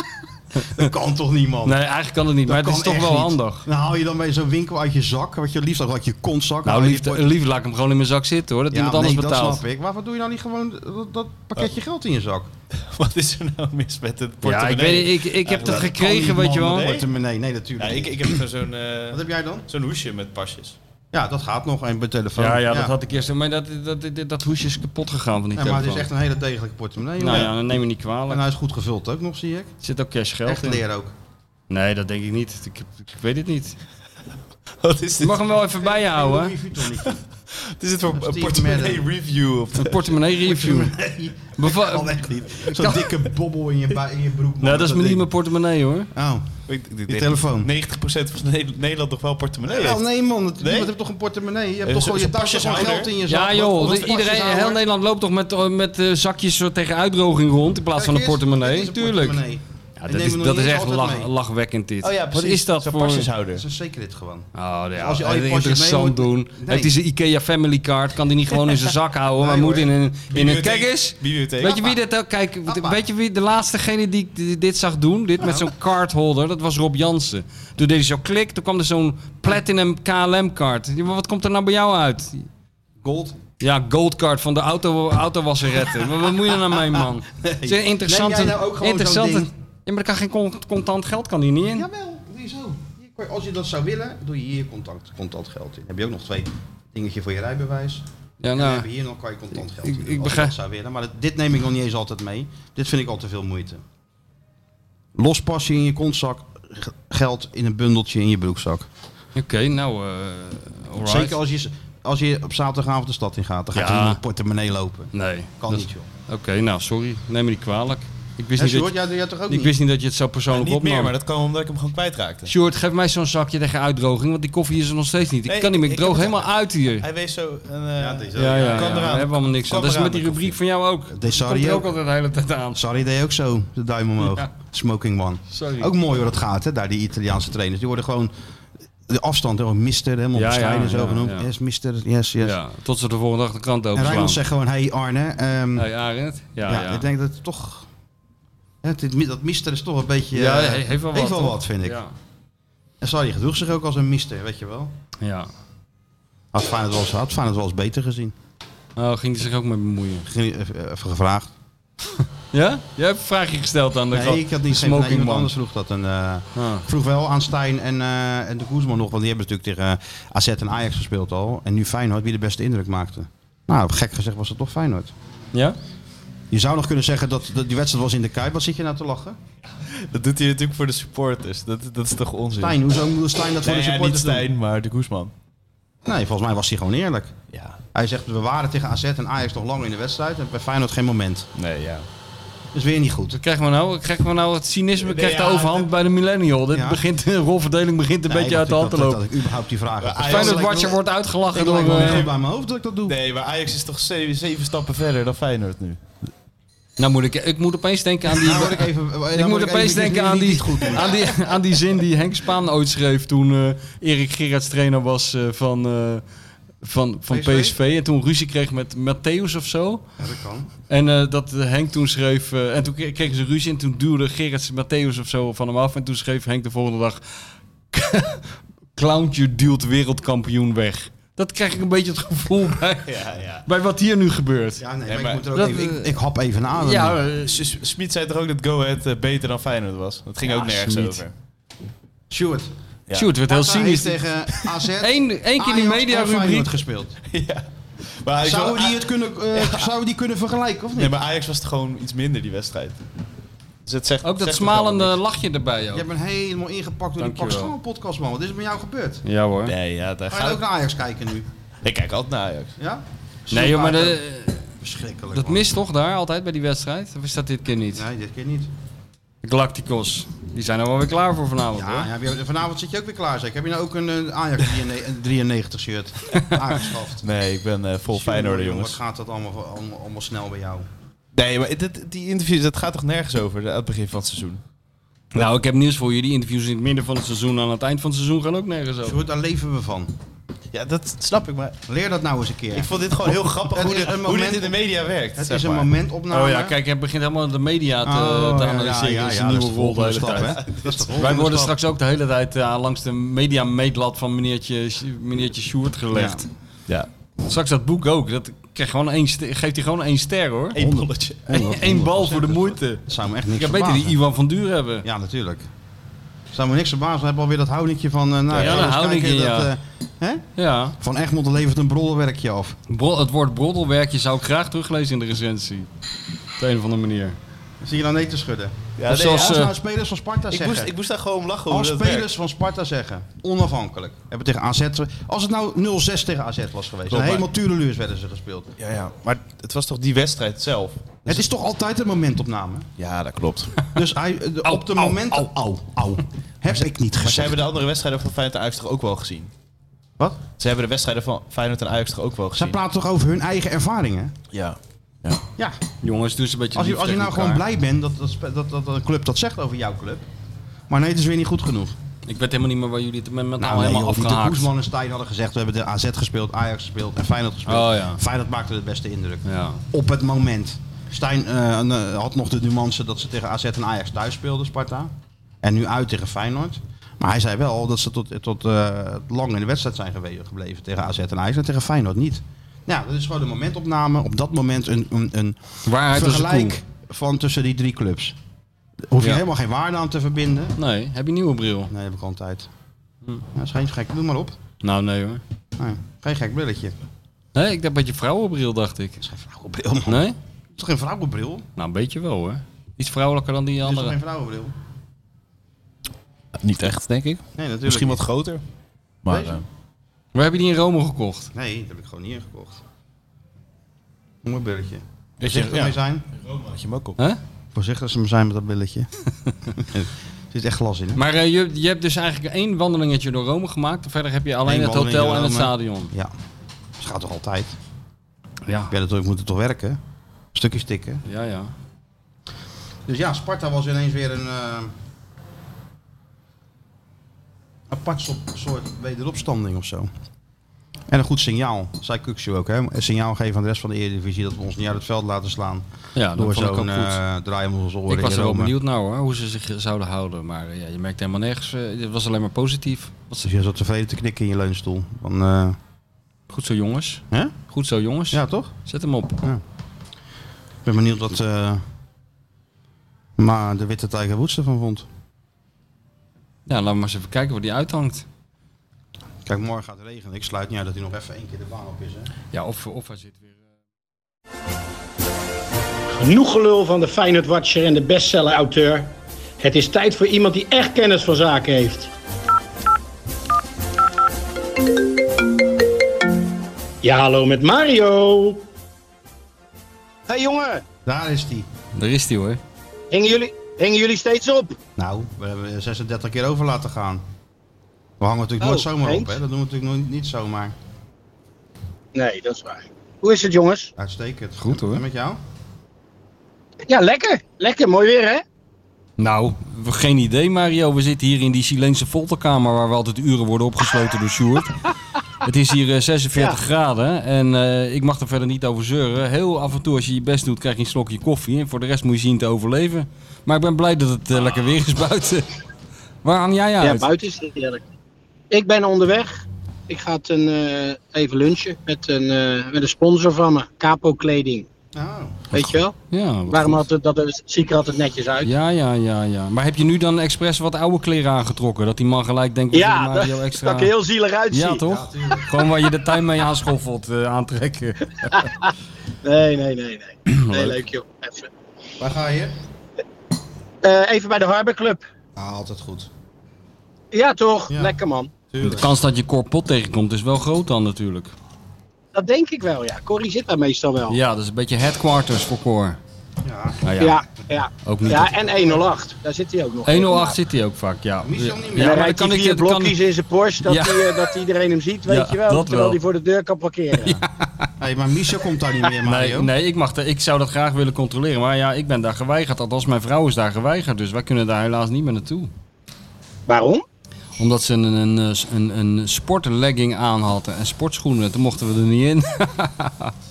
Speaker 2: Dat kan toch niet man.
Speaker 4: Nee, eigenlijk kan het niet,
Speaker 2: Dat
Speaker 4: maar het is
Speaker 2: kan
Speaker 4: toch
Speaker 2: echt
Speaker 4: wel
Speaker 2: niet. Nou,
Speaker 4: handig.
Speaker 2: Dan haal je dan bij zo'n winkel uit je zak, wat je liefst uit je kontzak. haal
Speaker 4: Nou,
Speaker 2: je
Speaker 4: liefst,
Speaker 2: die port-
Speaker 4: liefst laat ik hem gewoon in mijn zak zitten hoor, dat
Speaker 2: ja,
Speaker 4: iemand anders Eh,
Speaker 2: nee,
Speaker 4: betaalt.
Speaker 2: dat snap ik. Waarvoor doe je nou niet gewoon dat, dat pakketje geld in je zak?
Speaker 3: [LAUGHS] Wat is er nou mis met het
Speaker 4: Ja,
Speaker 3: portemonnee?
Speaker 4: ik, weet, niet, ik, ik heb dat
Speaker 3: Eigenlijk,
Speaker 4: gekregen, weet je wel.
Speaker 3: Nee?
Speaker 2: Portemonnee, nee natuurlijk
Speaker 3: Ja, ik,
Speaker 2: niet.
Speaker 3: ik heb zo- zo'n eh,
Speaker 2: Wat heb jij dan?
Speaker 3: zo'n hoesje met pasjes.
Speaker 2: Ja, dat gaat nog. En bij telefoon.
Speaker 4: Ja, ja, dat had ik eerst. Maar dat, dat, dat, dat hoesje is kapot gegaan van die
Speaker 2: Ja, maar
Speaker 4: telefoon.
Speaker 2: het is echt een hele degelijke portemonnee.
Speaker 4: Nou
Speaker 2: joh.
Speaker 4: ja, dan neem je niet
Speaker 2: En
Speaker 4: kwalijk.
Speaker 2: hij is goed gevuld ook nog, zie ik.
Speaker 4: Er zit ook cash geld
Speaker 2: Echt
Speaker 4: in.
Speaker 2: leer ook.
Speaker 4: Nee, dat denk ik niet. Ik, ik weet het niet.
Speaker 3: [LAUGHS] Wat is
Speaker 4: Je
Speaker 3: dit?
Speaker 4: mag hem wel even bij je houden.
Speaker 2: Louis Vuitton niet. [LAUGHS]
Speaker 3: Wat is dit voor een
Speaker 2: Steve
Speaker 3: portemonnee
Speaker 2: Madden.
Speaker 3: review? Of,
Speaker 4: Een portemonnee review.
Speaker 2: Nee,
Speaker 4: Beva-
Speaker 2: kan echt niet. Zo'n dikke bobbel in je, bui- in je broek. man.
Speaker 4: nou, dat is me niet
Speaker 2: ding.
Speaker 4: mijn portemonnee hoor.
Speaker 2: Oh.
Speaker 3: ik, ik,
Speaker 2: Je telefoon.
Speaker 3: 90% van Ne- Nederland nog wel portemonnee
Speaker 2: Wel,
Speaker 3: heeft.
Speaker 2: nee man, het,
Speaker 3: Nee?
Speaker 2: iemand heeft toch een portemonnee? Je hebt
Speaker 3: Eh,
Speaker 2: toch
Speaker 3: zo-
Speaker 2: gewoon je
Speaker 3: zo'n
Speaker 2: tas toch gewoon
Speaker 3: pasjeshouder?
Speaker 2: geld in je zak?
Speaker 4: Ja
Speaker 2: Wat-
Speaker 4: joh,
Speaker 2: wat-
Speaker 4: de-
Speaker 2: wat
Speaker 4: iedereen,
Speaker 2: pasjeshouder?
Speaker 4: heel Nederland loopt toch met, eh, met eh, zakjes zo tegen uitdroging rond in plaats van een
Speaker 2: Kijk eens,
Speaker 4: portemonnee.
Speaker 2: dit is een
Speaker 4: Tuurlijk.
Speaker 2: portemonnee.
Speaker 4: Ja,
Speaker 2: Ik
Speaker 4: dat
Speaker 2: neem
Speaker 4: is,
Speaker 2: hem nog
Speaker 4: dat
Speaker 2: niet
Speaker 4: is
Speaker 2: eens
Speaker 4: echt
Speaker 2: altijd
Speaker 4: lach,
Speaker 2: mee.
Speaker 4: lachwekkend dit.
Speaker 3: Oh ja,
Speaker 4: Wat
Speaker 3: precies.
Speaker 4: is dat
Speaker 3: Zo'n
Speaker 4: voor...
Speaker 2: Dat is
Speaker 3: pasjeshouder.
Speaker 2: een secret gewoon.
Speaker 4: Oh, ja,
Speaker 2: Als je al je pasjes
Speaker 4: interessant
Speaker 2: mee
Speaker 4: doen.
Speaker 2: moet- Nee.
Speaker 4: Heeft hij zijn IKEA Family Card? Kan die niet gewoon in zijn zak houden? maar
Speaker 2: Nee,
Speaker 4: moet
Speaker 2: hoor.
Speaker 4: in een, in een kijk eens.
Speaker 3: Bibliotheek.
Speaker 4: Weet je wie dit ook? Kijk,
Speaker 2: Appa.
Speaker 4: weet je wie de laatste die ik dit zag doen? Dit
Speaker 2: Nou.
Speaker 4: met zo'n cardholder, dat was Rob Jansen. Toen deed hij zo klik, toen kwam er zo'n Platinum KLM kaart. Ja, maar Wat komt er nou bij jou uit?
Speaker 2: Gold.
Speaker 4: Ja, gold card van de auto, autowasseretten. wat, wat moet je er nou mee,
Speaker 2: [LAUGHS]
Speaker 4: man? Het is een interessante...
Speaker 2: Neem jij nou ook gewoon
Speaker 4: interessante
Speaker 2: zo'n ding?
Speaker 4: Ja, maar er kan geen con- contant geld, kan die niet in.
Speaker 2: Jawel, doe je zo. Hier, kijk, Als je dat zou willen, doe je hier contant, contant geld in. Heb je ook nog twee dingetje voor je rijbewijs.
Speaker 4: Ja,
Speaker 2: En dan
Speaker 4: nou,
Speaker 2: heb je hier nog kan je contant geld
Speaker 4: ik-
Speaker 2: in. doen,
Speaker 4: ik
Speaker 2: als je
Speaker 4: begrijp-
Speaker 2: dat zou willen. Maar dat- dit neem ik nog niet eens altijd mee. Dit vind ik al te veel moeite. Los pasje in je kontzak, g- geld in een bundeltje in je broekzak.
Speaker 4: oké, nou, eh alright.
Speaker 2: Zeker als je, als je op zaterdagavond de stad in gaat, dan gaat
Speaker 4: Ja.
Speaker 2: er iemand portemonnee lopen.
Speaker 4: Nee.
Speaker 2: Kan
Speaker 4: dat-
Speaker 2: niet, joh.
Speaker 4: Oké, nou, sorry. Neem me niet kwalijk. Ik wist,
Speaker 2: Hè,
Speaker 4: niet, dat
Speaker 2: Sjoerd,
Speaker 4: je,
Speaker 2: jij doet jij toch ook
Speaker 4: ik
Speaker 2: niet?
Speaker 4: wist niet dat je het zo persoonlijk
Speaker 3: Niet
Speaker 4: opnam.
Speaker 3: meer, maar dat kwam omdat ik hem gewoon kwijtraakte.
Speaker 4: Sjoerd, geef mij zo'n zakje tegen uitdroging, want die koffie is er nog steeds niet. Ik
Speaker 3: Nee,
Speaker 4: kan niet meer, ik
Speaker 3: ik
Speaker 4: droog
Speaker 3: heb het
Speaker 4: helemaal uit hier.
Speaker 3: Hij wees zo een... eh,
Speaker 2: Ja, deze
Speaker 4: Ja, ja, ja,
Speaker 3: Kan eraan.
Speaker 4: daar hebben we allemaal niks aan.
Speaker 3: Kan
Speaker 4: Dat is met
Speaker 3: eraan,
Speaker 4: die
Speaker 3: de
Speaker 4: rubriek van jou ook.
Speaker 2: Deze
Speaker 4: Komt er
Speaker 2: audio-
Speaker 4: ook altijd de hele tijd aan.
Speaker 2: Sarri deed ook zo, de duim omhoog.
Speaker 4: Ja.
Speaker 2: Smoking one.
Speaker 4: Sorry.
Speaker 2: Ook mooi hoe dat gaat, hè? Daar die Italiaanse trainers. Die worden gewoon de afstand, hè, mister, helemaal
Speaker 4: Ja,
Speaker 2: bescheiden
Speaker 4: ja,
Speaker 2: zo
Speaker 4: ja,
Speaker 2: genoemd.
Speaker 4: ja.
Speaker 2: Yes, mister, yes, yes.
Speaker 4: Ja, tot ze de volgende dag de krant
Speaker 2: En
Speaker 4: openslaan.
Speaker 2: Rijnmond zegt gewoon, hey Arne. ehm,
Speaker 4: Hey, Arend. Ja,
Speaker 2: ja,
Speaker 4: ja.
Speaker 2: Ik denk dat het toch... hè, dit, dat mister is toch een beetje...
Speaker 4: Ja,
Speaker 2: eh,
Speaker 4: he- heeft wel wat. toch?
Speaker 2: vind ik.
Speaker 4: Ja.
Speaker 2: En Sarri gedroeg zich ook als een mister, weet je wel.
Speaker 4: ja.
Speaker 2: Had Feyenoord wel eens, had Feyenoord wel eens beter gezien.
Speaker 4: Oh, ging hij zich ook mee bemoeien.
Speaker 2: Ging- eh, Even, even gevraagd.
Speaker 4: Ja? Jij hebt een vraagje gesteld aan de
Speaker 2: Nee,
Speaker 4: krant.
Speaker 2: ik had niet geen
Speaker 4: Smoking
Speaker 2: nee, iemand
Speaker 4: man.
Speaker 2: anders vroeg dat. Een, eh,
Speaker 4: Ah.
Speaker 2: Ik vroeg wel aan Stijn en, eh, en de Koesman nog, want die hebben natuurlijk tegen eh, AZ en Ajax gespeeld al. En nu Feyenoord, wie de beste indruk maakte. Nou, gek gezegd was het toch Feyenoord.
Speaker 4: Ja?
Speaker 2: Je zou nog kunnen zeggen dat, dat die wedstrijd was in de Kuip. Wat zit je nou te lachen?
Speaker 3: Dat doet hij natuurlijk voor de supporters. Dat, dat is toch onzin?
Speaker 2: Stijn, hoezo moet Stijn dat voor
Speaker 3: Nee,
Speaker 2: de
Speaker 3: ja, niet
Speaker 2: supporters doen?
Speaker 3: Stijn, maar de Koesman.
Speaker 2: Nee, volgens mij was hij gewoon eerlijk.
Speaker 3: Ja.
Speaker 2: Hij zegt, we waren tegen AZ en Ajax nog lang in de wedstrijd. En bij Feyenoord geen moment.
Speaker 3: Nee, ja.
Speaker 2: Dus weer niet goed.
Speaker 4: Wat krijgen we nou? Krijgen we nou het cynisme
Speaker 3: Nee,
Speaker 4: krijgt de
Speaker 3: ja,
Speaker 4: overhand
Speaker 3: dat-
Speaker 4: bij de millennial? Dit
Speaker 2: Ja.
Speaker 4: begint, de rolverdeling begint een
Speaker 2: Nee,
Speaker 4: beetje uit de
Speaker 2: dat-
Speaker 4: hand te
Speaker 2: dat-
Speaker 4: lopen.
Speaker 2: Dat, ik überhaupt die vraag heb.
Speaker 3: Maar Ajax-
Speaker 2: Ik
Speaker 4: Feyenoord
Speaker 2: lijk
Speaker 4: Watcher
Speaker 2: wel-
Speaker 4: wordt uitgelachen
Speaker 2: Ik
Speaker 4: door...
Speaker 2: lijk wel
Speaker 4: eh,
Speaker 2: heel bij mijn hoofd dat ik dat doe.
Speaker 3: Nee, maar Ajax is toch zeven, zeven stappen verder dan Feyenoord nu?
Speaker 4: Nou moet ik, ik moet opeens denken aan die...
Speaker 2: Nou word ik even... nou
Speaker 4: ik
Speaker 2: word
Speaker 4: moet
Speaker 2: ik
Speaker 4: opeens
Speaker 2: even-
Speaker 4: denken
Speaker 2: niet-
Speaker 4: aan
Speaker 2: niet
Speaker 4: die,
Speaker 2: goed doen.
Speaker 4: aan, die, aan die zin die Henk Spaan ooit schreef toen eh, Erik Gerrits trainer was eh, van, eh, van, van PSV?
Speaker 2: PSV?
Speaker 4: En toen ruzie kreeg met Matthäus of zo.
Speaker 2: Ja, dat kan.
Speaker 4: En eh, dat Henk toen schreef... eh, en toen kre- kregen ze ruzie en toen duwde Gerrits Matthäus of zo van hem af. En toen schreef Henk de volgende dag... [LAUGHS] Clowntje duwt wereldkampioen weg. Dat krijg ik een beetje het gevoel bij,
Speaker 3: Ja, ja.
Speaker 4: bij wat hier nu gebeurt.
Speaker 2: Ja, nee, maar,
Speaker 3: maar
Speaker 2: ik, moet er ook
Speaker 4: dat,
Speaker 2: even- ik,
Speaker 4: eh,
Speaker 2: ik hap even aan.
Speaker 4: Ja, eh,
Speaker 3: Smit zei toch ook dat Go Ahead eh, beter dan Feyenoord was? Dat ging ook nergens
Speaker 4: Smit.
Speaker 3: over.
Speaker 2: Sjoerd.
Speaker 3: Ja.
Speaker 4: Sjoerd werd heel
Speaker 2: Tata heeft
Speaker 4: cynisch.
Speaker 2: tegen AZ.
Speaker 4: [LAUGHS] Eén, één
Speaker 2: Ajax
Speaker 4: keer die
Speaker 2: en Feyenoord
Speaker 4: mediarubriek.
Speaker 2: gespeeld.
Speaker 3: [LAUGHS] Maar Ajax,
Speaker 2: Zou
Speaker 3: was, Ah,
Speaker 2: die het kunnen, eh, zou die kunnen vergelijken of niet?
Speaker 3: nee, maar Ajax was toch gewoon iets minder die wedstrijd. Dus het zegt,
Speaker 4: Ook dat
Speaker 3: zegt toch wel
Speaker 4: smalende
Speaker 3: niks?
Speaker 4: lachje erbij ook.
Speaker 2: Je hebt me helemaal ingepakt door die
Speaker 4: Dankjewel.
Speaker 2: Pakistan podcast man. Wat is er met jou gebeurd?
Speaker 4: Ja hoor.
Speaker 3: Nee, ja, daar
Speaker 2: Ga
Speaker 3: gaat
Speaker 2: je ook naar Ajax kijken nu?
Speaker 3: Ik kijk altijd naar Ajax.
Speaker 2: Ja?
Speaker 4: Nee joh, maar
Speaker 2: Sjoerd,
Speaker 4: de-
Speaker 2: Verschrikkelijk
Speaker 4: dat
Speaker 2: man.
Speaker 4: mist toch daar altijd bij die wedstrijd? Of is dat dit keer niet?
Speaker 2: Nee, dit keer niet.
Speaker 4: Galacticos. Die zijn er wel weer klaar voor vanavond,
Speaker 2: Ja,
Speaker 4: hoor.
Speaker 2: ja, heb je- vanavond zit je ook weer klaar, zeker. Heb je nou ook een eh, Ajax 93
Speaker 4: [LAUGHS]
Speaker 2: shirt aangeschaft?
Speaker 3: Nee, ik ben eh, vol
Speaker 2: Jongen,
Speaker 3: Feyenoord,
Speaker 2: jongen,
Speaker 3: jongens.
Speaker 2: Wat gaat dat allemaal, voor- allemaal, allemaal snel bij jou?
Speaker 3: Nee, maar dit, die interviews, dat gaat toch nergens over aan het begin van het seizoen?
Speaker 4: Nou, ik heb nieuws voor je. Die interviews in het midden van het seizoen en aan het eind van het seizoen gaan ook nergens over.
Speaker 2: Sjoerd, daar leven we van.
Speaker 3: Ja, dat snap ik, maar
Speaker 2: Leer dat nou eens een keer.
Speaker 3: ik vond dit gewoon heel grappig
Speaker 2: Het
Speaker 3: hoe,
Speaker 2: is
Speaker 3: dit-
Speaker 2: een
Speaker 3: hoe
Speaker 2: moment-
Speaker 3: dit in de media werkt.
Speaker 2: Het
Speaker 3: zeg
Speaker 2: is een
Speaker 3: maar.
Speaker 2: momentopname.
Speaker 4: Oh ja, kijk, hij begint helemaal de media te,
Speaker 2: Oh,
Speaker 4: te
Speaker 2: ja,
Speaker 4: analyseren.
Speaker 2: ja,
Speaker 4: Dat is
Speaker 2: ja,
Speaker 4: een
Speaker 2: dat
Speaker 4: nieuwe
Speaker 2: is de
Speaker 4: rol de hele
Speaker 2: volgende
Speaker 4: tijd.
Speaker 2: stap, hè? [LAUGHS] Dat is de
Speaker 4: Wij
Speaker 2: volgende
Speaker 4: worden
Speaker 2: stap.
Speaker 4: straks ook de hele tijd eh, langs de media-meetlat van meneertje, meneertje Sjoerd gelegd.
Speaker 3: Ja.
Speaker 4: Straks dat boek ook. Dat krijgt gewoon één, ster- geeft hij gewoon één ster, hoor.
Speaker 3: Eén bolletje.
Speaker 4: [LAUGHS] Eén bal voor de moeite.
Speaker 2: Dat zou me echt niks
Speaker 4: Ik heb beter die
Speaker 2: verbazen.
Speaker 4: Iwan van Duur hebben.
Speaker 2: Ja, natuurlijk. Zou me niks verbazen. We hebben alweer dat houdingje van... eh nou,
Speaker 4: Ja, dat
Speaker 2: eens
Speaker 4: houdingje,
Speaker 2: kijken, dat,
Speaker 4: ja.
Speaker 2: eh, hè?
Speaker 4: Ja.
Speaker 2: Van Egmond levert een brollenwerkje af.
Speaker 4: Bro- het woord broddelwerkje zou ik graag teruglezen in de recensie. Op de een of andere manier.
Speaker 2: Zie je dan nee te schudden?
Speaker 3: Ja,
Speaker 4: Of
Speaker 3: nee,
Speaker 4: zoals,
Speaker 2: Als
Speaker 3: ja.
Speaker 4: eh,
Speaker 2: nou spelers van Sparta
Speaker 3: ik,
Speaker 2: zeggen...
Speaker 3: moest, ik moest daar gewoon om lachen.
Speaker 2: als
Speaker 3: hoe dat
Speaker 2: spelers
Speaker 3: werkt.
Speaker 2: van Sparta zeggen, onafhankelijk. Hebben tegen AZ... Als het nou 0-6 tegen AZ was geweest.
Speaker 3: Klopt,
Speaker 2: dan
Speaker 3: maar-
Speaker 2: helemaal tureluurs werden ze gespeeld.
Speaker 3: Ja, ja. Maar het was toch die wedstrijd zelf?
Speaker 2: het is toch altijd een momentopname?
Speaker 3: Ja, dat [LAUGHS] klopt.
Speaker 2: Dus hij, de- op de momenten... Au, au, au. Heb ik niet
Speaker 3: Maar ze
Speaker 2: gezegd.
Speaker 3: hebben de andere wedstrijden van Feyenoord en Ajax toch ook wel gezien?
Speaker 2: Wat?
Speaker 3: Ze hebben de wedstrijden van Feyenoord en Ajax toch ook wel
Speaker 2: Zij
Speaker 3: gezien?
Speaker 2: praten toch over hun eigen ervaringen?
Speaker 3: Ja.
Speaker 2: Ja.
Speaker 4: Jongens, doe eens een beetje
Speaker 2: Als je,
Speaker 4: lief
Speaker 2: als je nou
Speaker 4: tegen
Speaker 2: gewoon
Speaker 4: elkaar.
Speaker 2: blij bent dat, dat, spe- dat, dat, dat een club dat zegt over jouw club. Maar nee, het is weer niet goed genoeg.
Speaker 4: Ik weet helemaal niet meer waar jullie het met, met nou,
Speaker 2: nee,
Speaker 4: helemaal
Speaker 2: joh, die de
Speaker 4: afgehaakt.
Speaker 2: Koesman en Stijn hadden gezegd, we hebben de AZ gespeeld, Ajax gespeeld en Feyenoord gespeeld.
Speaker 4: Oh, ja.
Speaker 2: Feyenoord maakte de beste indruk.
Speaker 4: Ja.
Speaker 2: Op het moment. Stijn eh, en, eh, had nog de nuance dat ze tegen AZ en Ajax thuis speelden, Sparta. En nu uit tegen Feyenoord. Maar hij zei wel dat ze tot, tot eh, lang in de wedstrijd zijn gewe- gebleven tegen AZ en Ajax en tegen Feyenoord niet. Ja, dat is gewoon een momentopname. Op dat moment een, een, een
Speaker 4: Waarheid tussen
Speaker 2: vergelijk van tussen die drie clubs. Hoef je
Speaker 4: Ja.
Speaker 2: helemaal geen waarde aan te verbinden.
Speaker 4: koe. Nee, heb je een nieuwe bril?
Speaker 2: Nee, heb ik altijd. Ja, schijnt gek. Doe maar op.
Speaker 4: Nou, nee hoor.
Speaker 2: Nee, geen gek brilletje.
Speaker 4: Nee, ik dacht met je vrouwenbril, dacht ik.
Speaker 2: Dat is geen vrouwenbril, man.
Speaker 4: Nee?
Speaker 2: Dat is toch geen vrouwenbril?
Speaker 4: Nou, een beetje wel hoor. Iets vrouwelijker dan die
Speaker 2: Dat is toch
Speaker 4: andere.
Speaker 2: geen vrouwenbril?
Speaker 3: Niet echt, denk ik.
Speaker 2: Nee, natuurlijk
Speaker 3: Misschien wat
Speaker 2: niet.
Speaker 3: groter. Maar
Speaker 2: Deze?
Speaker 3: eh,
Speaker 4: Waar heb je die in Rome gekocht?
Speaker 2: Nee, dat heb ik gewoon niet ingekocht. Mooi brilletje.
Speaker 3: dat, je,
Speaker 2: Voorzichtig mee
Speaker 3: ja,
Speaker 2: zijn.
Speaker 3: dat je hem ook op.
Speaker 4: hè?
Speaker 2: Voorzichtig als ze maar zijn met dat
Speaker 4: [LAUGHS]
Speaker 2: brilletje. er zit echt glas in, hè?
Speaker 4: Maar eh, je, je hebt dus eigenlijk één wandelingetje door Rome gemaakt. Verder heb je alleen
Speaker 2: Eén
Speaker 4: het hotel en het
Speaker 2: wandeling door
Speaker 4: stadion.
Speaker 2: Ja. Dat gaat toch altijd?
Speaker 4: Ja.
Speaker 2: Ja, dat moet toch werken? Stukje stikken.
Speaker 4: Ja, ja.
Speaker 2: Dus ja, Sparta was ineens weer een... eh, apart so- soort wederopstanding of zo. En een goed signaal, zei Kukshoe ook. Hè? Een signaal geven aan de rest van de Eredivisie dat we ons niet uit het veld laten slaan. door
Speaker 4: ja dat vond ik
Speaker 2: zo'n
Speaker 4: ook goed.
Speaker 2: eh draai om onze oren.
Speaker 4: Ik was
Speaker 2: in
Speaker 4: er wel
Speaker 2: Rome.
Speaker 4: benieuwd naar hoor, hoe ze zich zouden houden. Maar eh, ja, je merkt helemaal nergens. eh, Het was alleen maar positief. Wat
Speaker 2: Dus
Speaker 4: ze-
Speaker 2: je zat tevreden te knikken in je leunstoel. Van, eh,
Speaker 4: Goed zo jongens.
Speaker 2: hè?
Speaker 4: Goed zo jongens.
Speaker 2: Ja, toch?
Speaker 4: Zet hem op.
Speaker 2: Ik ben benieuwd wat eh, maar de Witte Tijger Woods ervan vond.
Speaker 4: Ja, laten we maar eens even kijken waar die uithangt.
Speaker 2: Kijk, morgen gaat het regenen. Ik sluit niet uit dat hij nog even één keer de baan op is. Hè?
Speaker 4: Ja, of, of hij zit weer...
Speaker 5: Genoeg gelul van de Feyenoord Watcher en de bestseller auteur. Het is tijd voor iemand die echt kennis van zaken heeft. Ja, hallo met Mario. hey, jongen,
Speaker 2: Daar is hij.
Speaker 4: Daar is hij hoor.
Speaker 5: hingen jullie, hingen jullie steeds op?
Speaker 2: Nou, we hebben 36 keer over laten gaan. We hangen natuurlijk
Speaker 5: Oh,
Speaker 2: nooit zomaar op,
Speaker 5: eens.
Speaker 2: hè? Dat doen we natuurlijk nooit, niet zomaar.
Speaker 5: Nee, dat is waar. Hoe is het, jongens?
Speaker 2: Uitstekend.
Speaker 4: Goed, hoor.
Speaker 2: En met jou?
Speaker 5: Ja, lekker. Lekker, mooi weer, hè?
Speaker 4: Nou, we- geen idee Mario. We zitten hier in die Chileense folterkamer waar we altijd uren worden opgesloten door Sjoerd. Het is hier eh, 46 graden en eh, ik mag er verder niet over zeuren. Heel af en toe als je je best doet krijg je een slokje koffie en voor de rest moet je zien te overleven. Maar ik ben blij dat het eh, lekker weer is [LAUGHS] buiten. Waar hang jij
Speaker 5: Ja,
Speaker 4: uit?
Speaker 5: buiten is het heerlijk. Ik ben onderweg. Ik ga het een, eh, even lunchen met een, eh, met een sponsor van me, Capo Kleding.
Speaker 2: Nou,
Speaker 5: Weet je wel?
Speaker 4: Ja, wat
Speaker 5: Waarom
Speaker 4: goed.
Speaker 5: had het, dat het, ziet er altijd netjes uit?
Speaker 4: Ja, ja, ja, ja. Maar heb je nu dan expres wat oude kleren aangetrokken? Dat die man gelijk denkt, we zullen
Speaker 5: dat,
Speaker 4: Mario
Speaker 5: dat
Speaker 4: extra...
Speaker 5: ik er heel zielig uitzie.
Speaker 4: ja,
Speaker 2: ja,
Speaker 4: toch?
Speaker 2: tuurlijk.
Speaker 4: Gewoon waar je de tuin mee aanschoffelt, eh, aantrekken.
Speaker 5: Nee, nee, nee.
Speaker 4: [CLEARS THROAT]
Speaker 5: Nee, nee leuk joh. Even.
Speaker 2: Waar ga je?
Speaker 5: Eh, even bij de Harbor Club.
Speaker 2: Ah, altijd goed.
Speaker 5: Ja, toch?
Speaker 2: Ja.
Speaker 5: Lekker man.
Speaker 4: De kans dat je korpot tegenkomt is wel groot dan natuurlijk.
Speaker 5: Dat denk ik wel, ja. Corrie zit daar meestal wel.
Speaker 4: Ja, dat is een beetje headquarters voor Cor.
Speaker 2: Ja,
Speaker 4: Nou
Speaker 5: Ja, ja. ja.
Speaker 4: Ook niet
Speaker 5: en 108, daar zit hij ook nog.
Speaker 4: 108 zit hij ook vaak, ja.
Speaker 2: Michel niet meer.
Speaker 5: Ja,
Speaker 4: Ja, maar
Speaker 5: rijdt
Speaker 4: dan kan
Speaker 5: hij
Speaker 4: ik
Speaker 5: vier
Speaker 4: je kan
Speaker 5: blokjes in zijn Porsche, dat,
Speaker 4: Ja.
Speaker 5: hij, eh, dat iedereen hem ziet, weet
Speaker 4: Ja,
Speaker 5: je wel.
Speaker 4: dat
Speaker 5: terwijl
Speaker 4: wel.
Speaker 5: hij voor de deur kan
Speaker 4: [LAUGHS]
Speaker 5: parkeren.
Speaker 2: Hey, maar Michel komt daar niet meer, Mario.
Speaker 4: Nee, nee ik, mag, de- ik zou dat graag willen controleren. Maar ja, ik ben daar geweigerd. Althans, mijn vrouw is daar geweigerd. Dus wij kunnen daar helaas niet meer naartoe.
Speaker 5: Waarom?
Speaker 4: Omdat ze een, een, eh, een, een sportlegging aan had en sportschoenen. Toen mochten we er niet in.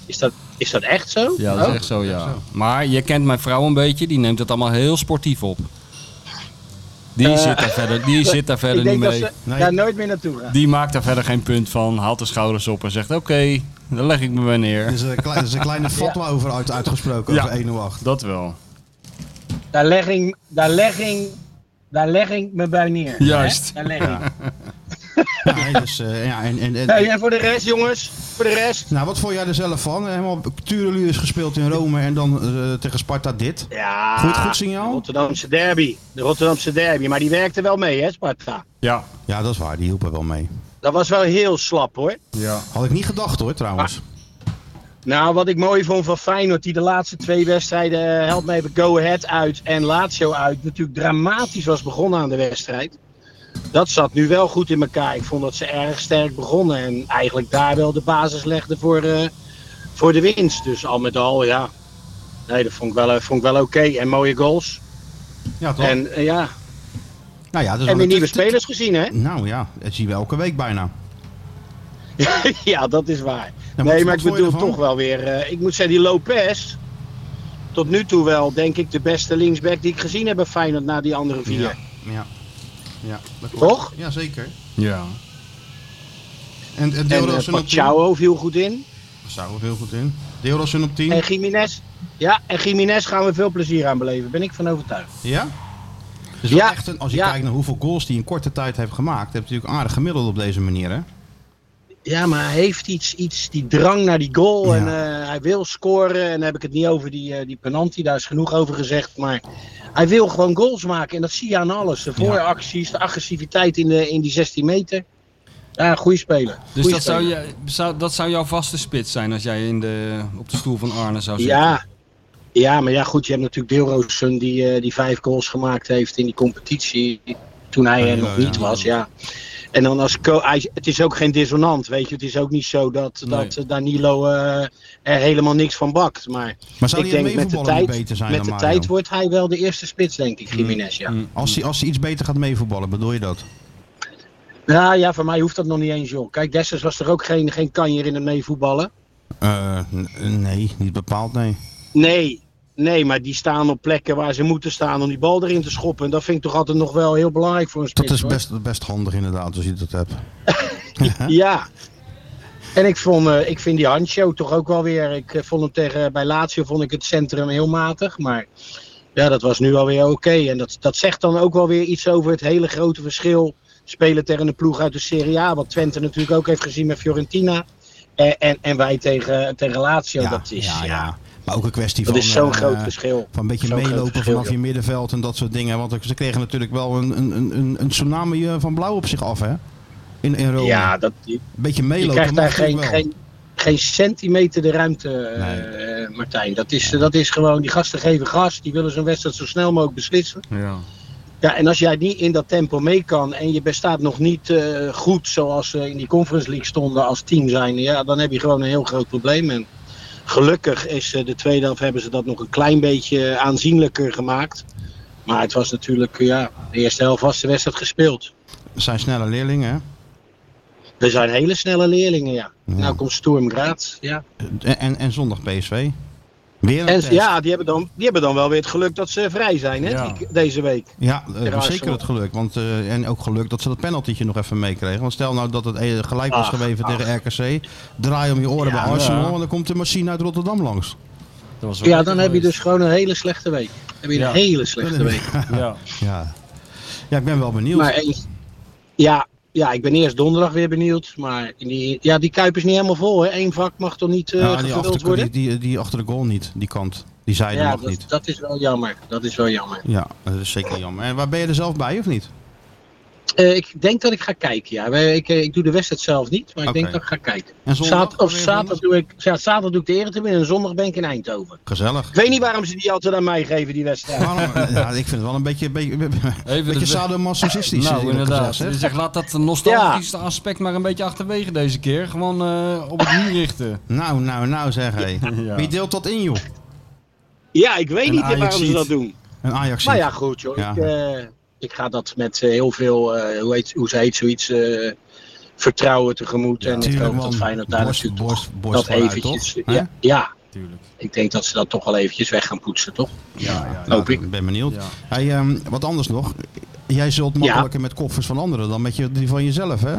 Speaker 5: Is dat, is dat echt zo?
Speaker 4: Ja, dat
Speaker 5: Oh.
Speaker 4: is echt zo, ja. Maar je kent mijn vrouw een beetje. Die neemt het allemaal heel sportief op. Die zit daar verder, die zit daar verder
Speaker 5: Eh. Ik
Speaker 4: niet
Speaker 5: denk dat
Speaker 4: mee.
Speaker 5: ze daar nooit meer naartoe gaan.
Speaker 4: Die maakt daar verder geen punt van. Haalt de schouders op en zegt: Oké, dan leg ik me bij
Speaker 2: Er
Speaker 4: neer.
Speaker 2: is een, klei- er is een
Speaker 4: [LAUGHS]
Speaker 2: kleine fatwa over uit, uitgesproken,
Speaker 4: Ja.
Speaker 2: over 108.
Speaker 4: Dat wel.
Speaker 5: Daar leg ik, daar leg ik, daar leg ik me bij neer. hè?
Speaker 4: Juist.
Speaker 5: Daar leg ik.
Speaker 2: Ja, hey, dus, eh, ja, en, en, en-
Speaker 5: Hey, en voor de rest, jongens, voor de rest.
Speaker 2: nou, wat vond jij er zelf van? Helemaal tureluurs gespeeld in Rome en dan eh, tegen Sparta dit.
Speaker 5: Ja,
Speaker 2: Goed- goed signaal?
Speaker 5: De Rotterdamse derby. De Rotterdamse derby. Maar die werkte wel mee, hè, Sparta?
Speaker 4: Ja.
Speaker 2: Ja, dat is waar. Die hielp er wel mee.
Speaker 5: Dat was wel heel slap, hoor.
Speaker 4: ja.
Speaker 2: Had ik niet gedacht hoor, trouwens.
Speaker 5: Ah. Nou, wat ik mooi vond van Feyenoord, die de laatste twee wedstrijden, eh, help me even, Go Ahead uit en Lazio uit, natuurlijk dramatisch was begonnen aan de wedstrijd. Dat zat nu wel goed in elkaar. Ik vond dat ze erg sterk begonnen en eigenlijk daar wel de basis legden voor, eh, voor de winst. Dus al met al, ja. Nee, dat vond ik wel, eh, vond ik wel oké. En mooie goals.
Speaker 2: Ja, toch?
Speaker 5: En eh, ja,
Speaker 2: nou ja, dat is
Speaker 5: en
Speaker 2: wel
Speaker 5: weer
Speaker 2: een-
Speaker 5: nieuwe spelers gezien, hè? [LAUGHS]
Speaker 2: Nou ja, dat zien we elke week bijna.
Speaker 5: ja, dat is waar.
Speaker 2: wat-
Speaker 5: nee, maar
Speaker 2: wat
Speaker 5: ik
Speaker 2: vond je
Speaker 5: bedoel
Speaker 2: ervan?
Speaker 5: toch wel weer. eh, ik moet zeggen, die Lopez. Tot nu toe wel, denk ik, de beste linksback die ik gezien heb bij Feyenoord na die andere vier.
Speaker 2: Ja. Ja. ja dat klopt.
Speaker 5: Toch?
Speaker 2: Ja, zeker.
Speaker 4: Ja.
Speaker 2: En, en
Speaker 5: En
Speaker 2: Deelrosun
Speaker 5: eh,
Speaker 2: op 10.
Speaker 5: Pachao viel goed in.
Speaker 2: Daar staan we heel goed in. Deelrosun op 10.
Speaker 5: En Jiménez. Ja, en Jiménez gaan we veel plezier aan beleven. Ben ik van overtuigd.
Speaker 2: Ja? Dus wel
Speaker 5: Ja,
Speaker 2: echt een, als je
Speaker 5: ja.
Speaker 2: kijkt naar hoeveel goals die in korte tijd heeft gemaakt, heb je natuurlijk aardig gemiddeld op deze manier, hè?
Speaker 5: Ja, maar hij heeft iets, iets die drang naar die goal.
Speaker 2: Ja.
Speaker 5: En eh, hij wil scoren. En dan heb ik het niet over die, eh, die penalty. Daar is genoeg over gezegd. Maar hij wil gewoon goals maken. En dat zie je aan alles. De vooracties, de agressiviteit in, de, in die 16 meter. Ja, goede speler.
Speaker 4: Dus
Speaker 5: Goeie
Speaker 4: dat zou,
Speaker 5: speler.
Speaker 4: je, zou, dat zou jouw vaste spits zijn als jij in de, op de stoel van Arne zou zitten?
Speaker 5: Ja. ja, maar ja, goed. Je hebt natuurlijk Deelroosen die, eh, die vijf goals gemaakt heeft in die competitie. Toen hij er
Speaker 2: Ja,
Speaker 5: nog
Speaker 2: ja.
Speaker 5: niet was, ja. En dan als co hij- het is ook geen dissonant, weet je. Het is ook niet zo dat,
Speaker 4: Nee.
Speaker 5: dat eh, Danilo eh, er helemaal niks van bakt. Maar
Speaker 2: Maar zou
Speaker 5: ik
Speaker 2: die aan
Speaker 5: denk met de
Speaker 2: meevoetballen niet
Speaker 5: tijd,
Speaker 2: beter zijn
Speaker 5: met
Speaker 2: dan
Speaker 5: de
Speaker 2: Mario? Mm.
Speaker 5: tijd wordt hij wel de eerste spits, denk ik, Jiménez. Ja.
Speaker 2: Als hij als hij iets beter gaat meevoetballen, bedoel je dat?
Speaker 5: Nou ja, voor mij hoeft dat nog niet eens, joh. Kijk, destijds was er ook geen, geen kanjer in het meevoetballen.
Speaker 2: Eh, n- nee, niet bepaald, nee.
Speaker 5: Nee, nee, maar die staan op plekken waar ze moeten staan om die bal erin te schoppen. En dat vind ik toch altijd nog wel heel belangrijk voor een spits.
Speaker 2: Dat is
Speaker 5: hoor.
Speaker 2: best, best handig inderdaad, als je dat hebt.
Speaker 5: Ja. En ik, vond, eh, ik vind die Hancho toch ook wel weer. Ik eh, vond hem tegen, bij Lazio vond ik het centrum heel matig. Maar ja, dat was nu alweer oké. En dat, dat zegt dan ook wel weer iets over het hele grote verschil. Spelen tegen een ploeg uit de Serie A. Wat Twente natuurlijk ook heeft gezien met Fiorentina. En, en, en wij tegen, tegen Lazio. dat is, ja,
Speaker 2: Maar ook een kwestie
Speaker 5: dat
Speaker 2: van...
Speaker 5: is zo'n
Speaker 2: eh,
Speaker 5: groot verschil.
Speaker 2: Van een beetje
Speaker 5: Zo'n groot
Speaker 2: meelopen
Speaker 5: verschil,
Speaker 2: vanaf
Speaker 5: joh.
Speaker 2: je middenveld en dat soort dingen. Want ze kregen natuurlijk wel een, een, een, een tsunami eh, van blauw op zich af, hè? In, in Rome.
Speaker 5: Ja, dat,
Speaker 2: Een beetje
Speaker 5: Je
Speaker 2: meelopen.
Speaker 5: krijgt daar
Speaker 2: mag natuurlijk
Speaker 5: geen,
Speaker 2: wel.
Speaker 5: geen, geen centimeter de ruimte, eh, eh, Martijn. Dat is, dat is gewoon, die gasten geven gas. Die willen zo'n wedstrijd zo snel mogelijk beslissen.
Speaker 4: Ja.
Speaker 5: Ja, en als jij niet in dat tempo mee kan en je bestaat nog niet eh, goed zoals ze in die Conference League stonden als team zijn, ja, dan heb je gewoon een heel groot probleem. En gelukkig is eh, de tweede helft hebben ze dat nog een klein beetje aanzienlijker gemaakt. Maar het was natuurlijk, eh, ja, de eerste helft was de wedstrijd gespeeld.
Speaker 2: Het zijn snelle leerlingen, hè?
Speaker 5: Er zijn hele snelle leerlingen, ja. Nou komt Sturm Graz, ja.
Speaker 2: En, en, en zondag PSV. Weer een
Speaker 5: En
Speaker 2: test.
Speaker 5: ja, die hebben, dan, die hebben dan wel weer het geluk dat ze vrij zijn hè,
Speaker 4: Ja.
Speaker 5: die- deze week.
Speaker 2: Ja, eh,
Speaker 5: Arsenal.
Speaker 2: zeker het geluk. Want, eh, en ook geluk dat ze dat penaltytje nog even meekregen. Want stel nou dat het eh, gelijk was
Speaker 5: Ach,
Speaker 2: geweven tegen RKC. Draai om je oren
Speaker 5: nou
Speaker 2: bij Arsenal
Speaker 4: ja.
Speaker 2: en dan komt de machine uit Rotterdam langs.
Speaker 4: Dat was wel
Speaker 5: Ja,
Speaker 4: lekker
Speaker 5: dan heb je dus
Speaker 4: geweest.
Speaker 5: gewoon een hele slechte week. Dan heb je een
Speaker 4: Ja.
Speaker 5: hele slechte week.
Speaker 4: Ja.
Speaker 2: Ja. ja, ik ben wel benieuwd.
Speaker 5: Maar eh, eens- ja, ja, ik ben eerst donderdag weer benieuwd. Maar in die, ja, die kuip is niet helemaal vol. Hè. Eén vak mag toch niet eh
Speaker 2: Ja, die,
Speaker 5: gevuld
Speaker 2: achter,
Speaker 5: worden?
Speaker 2: die, die, die achter de goal niet, die kant. Die zijde
Speaker 5: ja,
Speaker 2: mag
Speaker 5: dat,
Speaker 2: niet.
Speaker 5: dat is wel jammer. Dat is wel jammer.
Speaker 2: Ja, dat is zeker jammer. En waar ben je er zelf bij of niet?
Speaker 5: eh, ik denk dat ik ga kijken, ja. Wij- Ik, eh, ik doe de wedstrijd zelf niet, maar ik
Speaker 2: Oké.
Speaker 5: denk dat ik ga kijken.
Speaker 2: En
Speaker 5: Zater, of
Speaker 2: weer
Speaker 5: zaterdag
Speaker 2: zondag?
Speaker 5: doe, ik, ja, zaterdag doe ik de Eredivisie en zondag ben ik in Eindhoven.
Speaker 2: Gezellig.
Speaker 5: Ik weet niet waarom ze die altijd aan mij geven, die wedstrijd. [LAUGHS]
Speaker 2: Waarom- ja, ik vind het wel een beetje, beetje, een beetje
Speaker 4: de-
Speaker 2: sadomasochistisch. eh,
Speaker 4: Nou,
Speaker 2: eerlijk
Speaker 4: inderdaad.
Speaker 2: gezegd, hè?
Speaker 4: Dus zeg, laat dat nostalgische aspect maar een beetje achterwege deze keer. Gewoon eh, op het nu richten.
Speaker 2: Nou, nou, nou zeg hé. Wie deelt dat in, joh?
Speaker 5: Ja, ik weet
Speaker 2: En
Speaker 5: niet waarom
Speaker 2: Ajaxiet.
Speaker 5: ze dat doen.
Speaker 2: Een Ajax.
Speaker 5: Maar Nou ja, goed joh.
Speaker 2: Ja.
Speaker 5: Ik, eh, ik ga dat met eh, heel veel, eh, hoe, heet, hoe ze heet zoiets, eh, vertrouwen tegemoet. en ik hoop dat Feyenoord daar
Speaker 2: borst,
Speaker 5: natuurlijk toch
Speaker 2: borst, borst
Speaker 5: dat
Speaker 2: vooruit,
Speaker 5: eventjes...
Speaker 2: toch? Hè?
Speaker 5: ja, ja,
Speaker 4: Tuurlijk.
Speaker 5: ik denk dat ze dat toch wel eventjes weg gaan poetsen, toch?
Speaker 2: Nou,
Speaker 5: Hoop ik.
Speaker 2: ben benieuwd.
Speaker 4: Ja.
Speaker 2: Hey, ehm, wat anders nog. Jij zult makkelijker met koffers van anderen dan met je, die van jezelf, hè?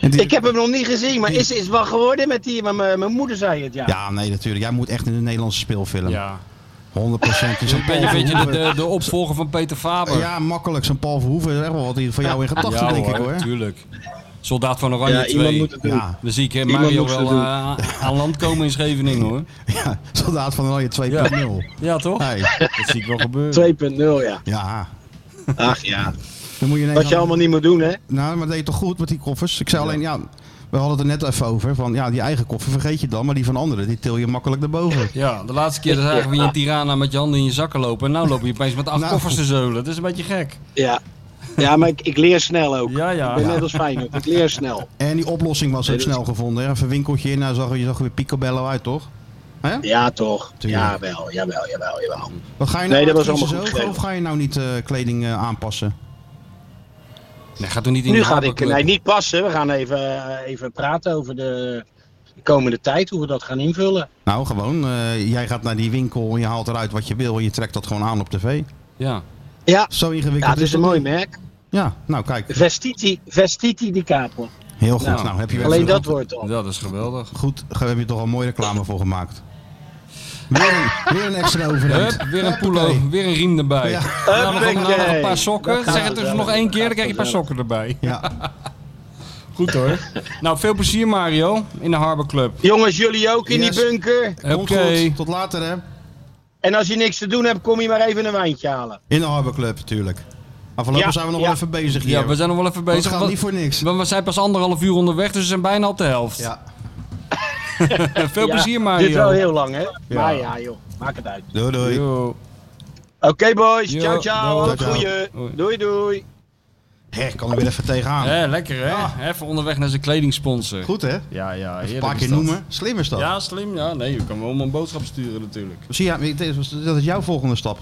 Speaker 2: En die-
Speaker 5: Ik heb hem nog niet gezien, maar
Speaker 2: die-
Speaker 5: is is wel geworden met die... Maar mijn mijn moeder zei het, ja.
Speaker 2: Ja, nee, natuurlijk. Jij moet echt in de Nederlandse speelfilm.
Speaker 4: Ja.
Speaker 2: 100% is een
Speaker 4: Ben je
Speaker 2: Paul
Speaker 4: een beetje de,
Speaker 2: Verhoeven.
Speaker 4: de, de opvolger van Peter Faber?
Speaker 2: Ja, makkelijk. Zo'n Paul Verhoeven is echt wel wat hij voor jou in gedachten, denk ik, hoor.
Speaker 4: Tuurlijk. Soldaat van Oranje
Speaker 5: Ja,
Speaker 4: 2.
Speaker 5: iemand moet het doen.
Speaker 2: Ja,
Speaker 4: Dan zie ik eh,
Speaker 5: Iemand
Speaker 4: Mario
Speaker 5: moet ze
Speaker 4: wel
Speaker 5: doen.
Speaker 4: eh, aan land komen in Scheveningen hoor.
Speaker 2: ja, soldaat van Oranje 2.0.
Speaker 4: Ja toch?
Speaker 2: Hey,
Speaker 4: Dat zie ik wel gebeuren.
Speaker 5: 2.0, ja.
Speaker 2: ja,
Speaker 5: Ach ja.
Speaker 2: dan moet je
Speaker 5: Wat je
Speaker 2: ineens...
Speaker 5: allemaal niet moet doen, hè?
Speaker 2: Nou, maar dat deed toch goed met die koffers? Ik zei alleen, ja, we hadden het er net even over. Van, ja, die eigen koffer vergeet je dan, maar die van anderen, die til je makkelijk naar boven.
Speaker 4: Ja, de laatste keer zagen we je in Tirana met je handen in je zakken lopen. En nou loop je opeens met acht
Speaker 2: Nou.
Speaker 4: koffers te zeulen. Dat is een beetje gek.
Speaker 5: Ja. Ja, maar ik, ik leer snel ook.
Speaker 4: Ja, ja.
Speaker 5: Ik ben
Speaker 4: Ja.
Speaker 5: net als Feyenoord, ik leer snel.
Speaker 2: En die oplossing was ook
Speaker 5: Nee, dat-
Speaker 2: snel gevonden. Hè? Even een winkeltje in, nou, zag, je- je zag weer picobello uit, toch? Hè?
Speaker 5: Ja, toch.
Speaker 2: Tuurlijk.
Speaker 5: Jawel, jawel, jawel, jawel.
Speaker 2: Wat ga je nou
Speaker 5: Nee, dat was
Speaker 2: uitvriezen
Speaker 5: allemaal goed
Speaker 2: zo, Of
Speaker 5: geregeld.
Speaker 2: ga je nou niet eh, kleding eh, aanpassen?
Speaker 4: Nee, gaat er niet in
Speaker 5: Nu
Speaker 4: die
Speaker 5: gaat ik
Speaker 4: haperclub.
Speaker 5: nee, niet passen. We gaan even, eh, even praten over de komende tijd, hoe we dat gaan invullen.
Speaker 2: Nou, gewoon. eh, jij gaat naar die winkel en je haalt eruit wat je wil en je trekt dat gewoon aan op tv.
Speaker 4: Ja.
Speaker 5: Ja,
Speaker 2: Zo ingewikkeld
Speaker 5: ja het is een
Speaker 2: het
Speaker 5: mooi
Speaker 2: niet.
Speaker 5: merk.
Speaker 2: Ja, nou kijk.
Speaker 5: Vestiti, Vestiti di Capo.
Speaker 2: Heel goed. Nou,
Speaker 4: Nou,
Speaker 2: heb je weer
Speaker 5: Alleen
Speaker 2: even
Speaker 5: dat
Speaker 2: goed,
Speaker 5: wordt
Speaker 4: ja,
Speaker 5: al.
Speaker 4: dat is geweldig.
Speaker 2: goed, daar heb je toch al mooie reclame voor gemaakt. Weer een, weer een extra overhemd.
Speaker 4: Hup, weer een pulo, weer een riem erbij.
Speaker 2: Ja.
Speaker 4: Ja. Nou, nog, nou, nog een
Speaker 5: Huppakee.
Speaker 4: paar
Speaker 5: Dat
Speaker 4: sokken. Zeg
Speaker 5: gaat
Speaker 4: het dus
Speaker 5: vanzelf,
Speaker 4: nog één
Speaker 5: dat
Speaker 4: keer, dan
Speaker 5: gaat
Speaker 4: krijg je een paar
Speaker 5: vanzelf.
Speaker 4: sokken erbij.
Speaker 2: Ja,
Speaker 4: Goed hoor. Nou, veel plezier Mario in de Harbor Club.
Speaker 5: Jongens, jullie ook in
Speaker 2: Yes.
Speaker 5: die bunker.
Speaker 4: Oké.
Speaker 2: komt goed. Tot later hè.
Speaker 5: En als je niks te doen hebt, kom je maar even een wijntje halen.
Speaker 2: In de Harbor Club, natuurlijk. Maar voorlopig
Speaker 5: Ja,
Speaker 2: zijn we nog
Speaker 5: ja.
Speaker 2: wel even bezig hier.
Speaker 4: Ja, we zijn nog wel even
Speaker 2: Want het
Speaker 4: bezig.
Speaker 2: gaat
Speaker 4: want-
Speaker 2: niet voor niks.
Speaker 4: want we zijn pas anderhalf uur onderweg, dus we zijn bijna op de helft.
Speaker 2: Ja.
Speaker 4: Veel plezier
Speaker 5: Ja, Dit is wel
Speaker 4: Mario.
Speaker 5: heel lang, hè? Maar ja, joh. Maak het uit.
Speaker 2: Doei doei.
Speaker 4: Yo.
Speaker 5: Oké, boys.
Speaker 4: Ja,
Speaker 5: ciao, ciao.
Speaker 4: doei.
Speaker 5: Tot goeie.
Speaker 4: Doei.
Speaker 5: Doei, doei.
Speaker 2: Hé, ik kan er weer even tegenaan.
Speaker 4: Hé, lekker hè? Even onderweg naar zijn kledingsponsor.
Speaker 2: Goed hè?
Speaker 4: Ja, ja,
Speaker 2: Een
Speaker 4: heerlijk
Speaker 2: paar
Speaker 4: is
Speaker 2: keer
Speaker 4: dat.
Speaker 2: noemen. Slim is dat.
Speaker 4: Ja, slim. Ja, nee, je kan wel een boodschap sturen natuurlijk.
Speaker 2: Zie je, dit is- dat is jouw volgende stap.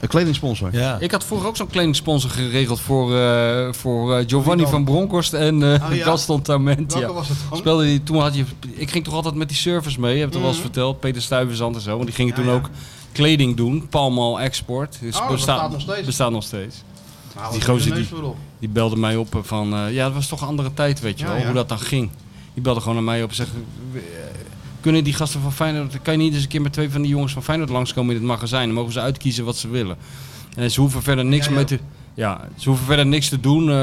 Speaker 2: Een kledingsponsor.
Speaker 3: Ja.
Speaker 4: Ik had vroeger ook zo'n kledingsponsor geregeld voor, eh, voor eh, Giovanni van Bronckhorst en eh
Speaker 2: Oh, ja.
Speaker 4: Gaston Tament.
Speaker 2: Welke
Speaker 4: ja.
Speaker 2: was het dan?
Speaker 4: Speelde die, toen had je, ik ging toch altijd met die service mee, heb het al wel eens verteld. Peter Stuyvesant en zo, want die gingen
Speaker 2: Mhm. Ja,
Speaker 4: toen
Speaker 2: ja.
Speaker 4: ook kleding doen. Palmal Export. Dus
Speaker 2: Oh, dat bestaat nog steeds.
Speaker 4: Bestaat nog steeds.
Speaker 2: Nou,
Speaker 4: Die
Speaker 2: wat is
Speaker 4: gozer
Speaker 2: de neus
Speaker 4: die-
Speaker 2: weer op?
Speaker 4: Die belde mij op eh, van, eh, ja, dat was toch een andere tijd, weet je
Speaker 2: Ja,
Speaker 4: wel,
Speaker 2: ja.
Speaker 4: hoe dat dan ging. Die belde gewoon naar mij op en zegt, eh, kunnen die gasten van Feyenoord, kan je niet eens een keer met twee van die jongens van Feyenoord langskomen in het magazijn? Dan mogen ze uitkiezen wat ze willen. En ze hoeven verder niks
Speaker 2: Ja, ja.
Speaker 4: mee te... Ja, ze hoeven verder niks te doen. eh,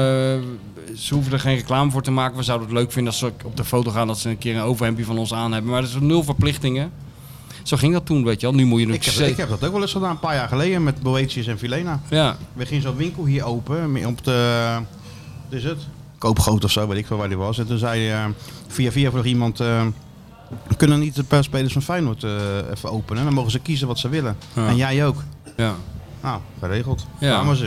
Speaker 4: ze hoeven er geen reclame voor te maken. We zouden het leuk vinden als ze op de foto gaan dat ze een keer een overhemdje van ons aan hebben. Maar er is nul verplichtingen. Zo ging dat toen, weet je wel. Nu moet je
Speaker 2: Ik
Speaker 4: natuurlijk
Speaker 2: heb, ik heb dat ook wel eens gedaan, een paar jaar geleden, met Boetius en Vilena.
Speaker 4: Ja,
Speaker 2: We gingen zo'n winkel hier open, meer op de, wat is het? Koopgoot of zo, weet ik veel waar die was. En toen zei eh, via via vroeg iemand, eh, kunnen niet de paar spelers van Feyenoord eh, even openen? Dan mogen ze kiezen wat ze willen.
Speaker 4: Ja.
Speaker 2: En jij ook.
Speaker 4: ja.
Speaker 2: Nou, geregeld.
Speaker 4: Ja.
Speaker 2: Kwamen ze.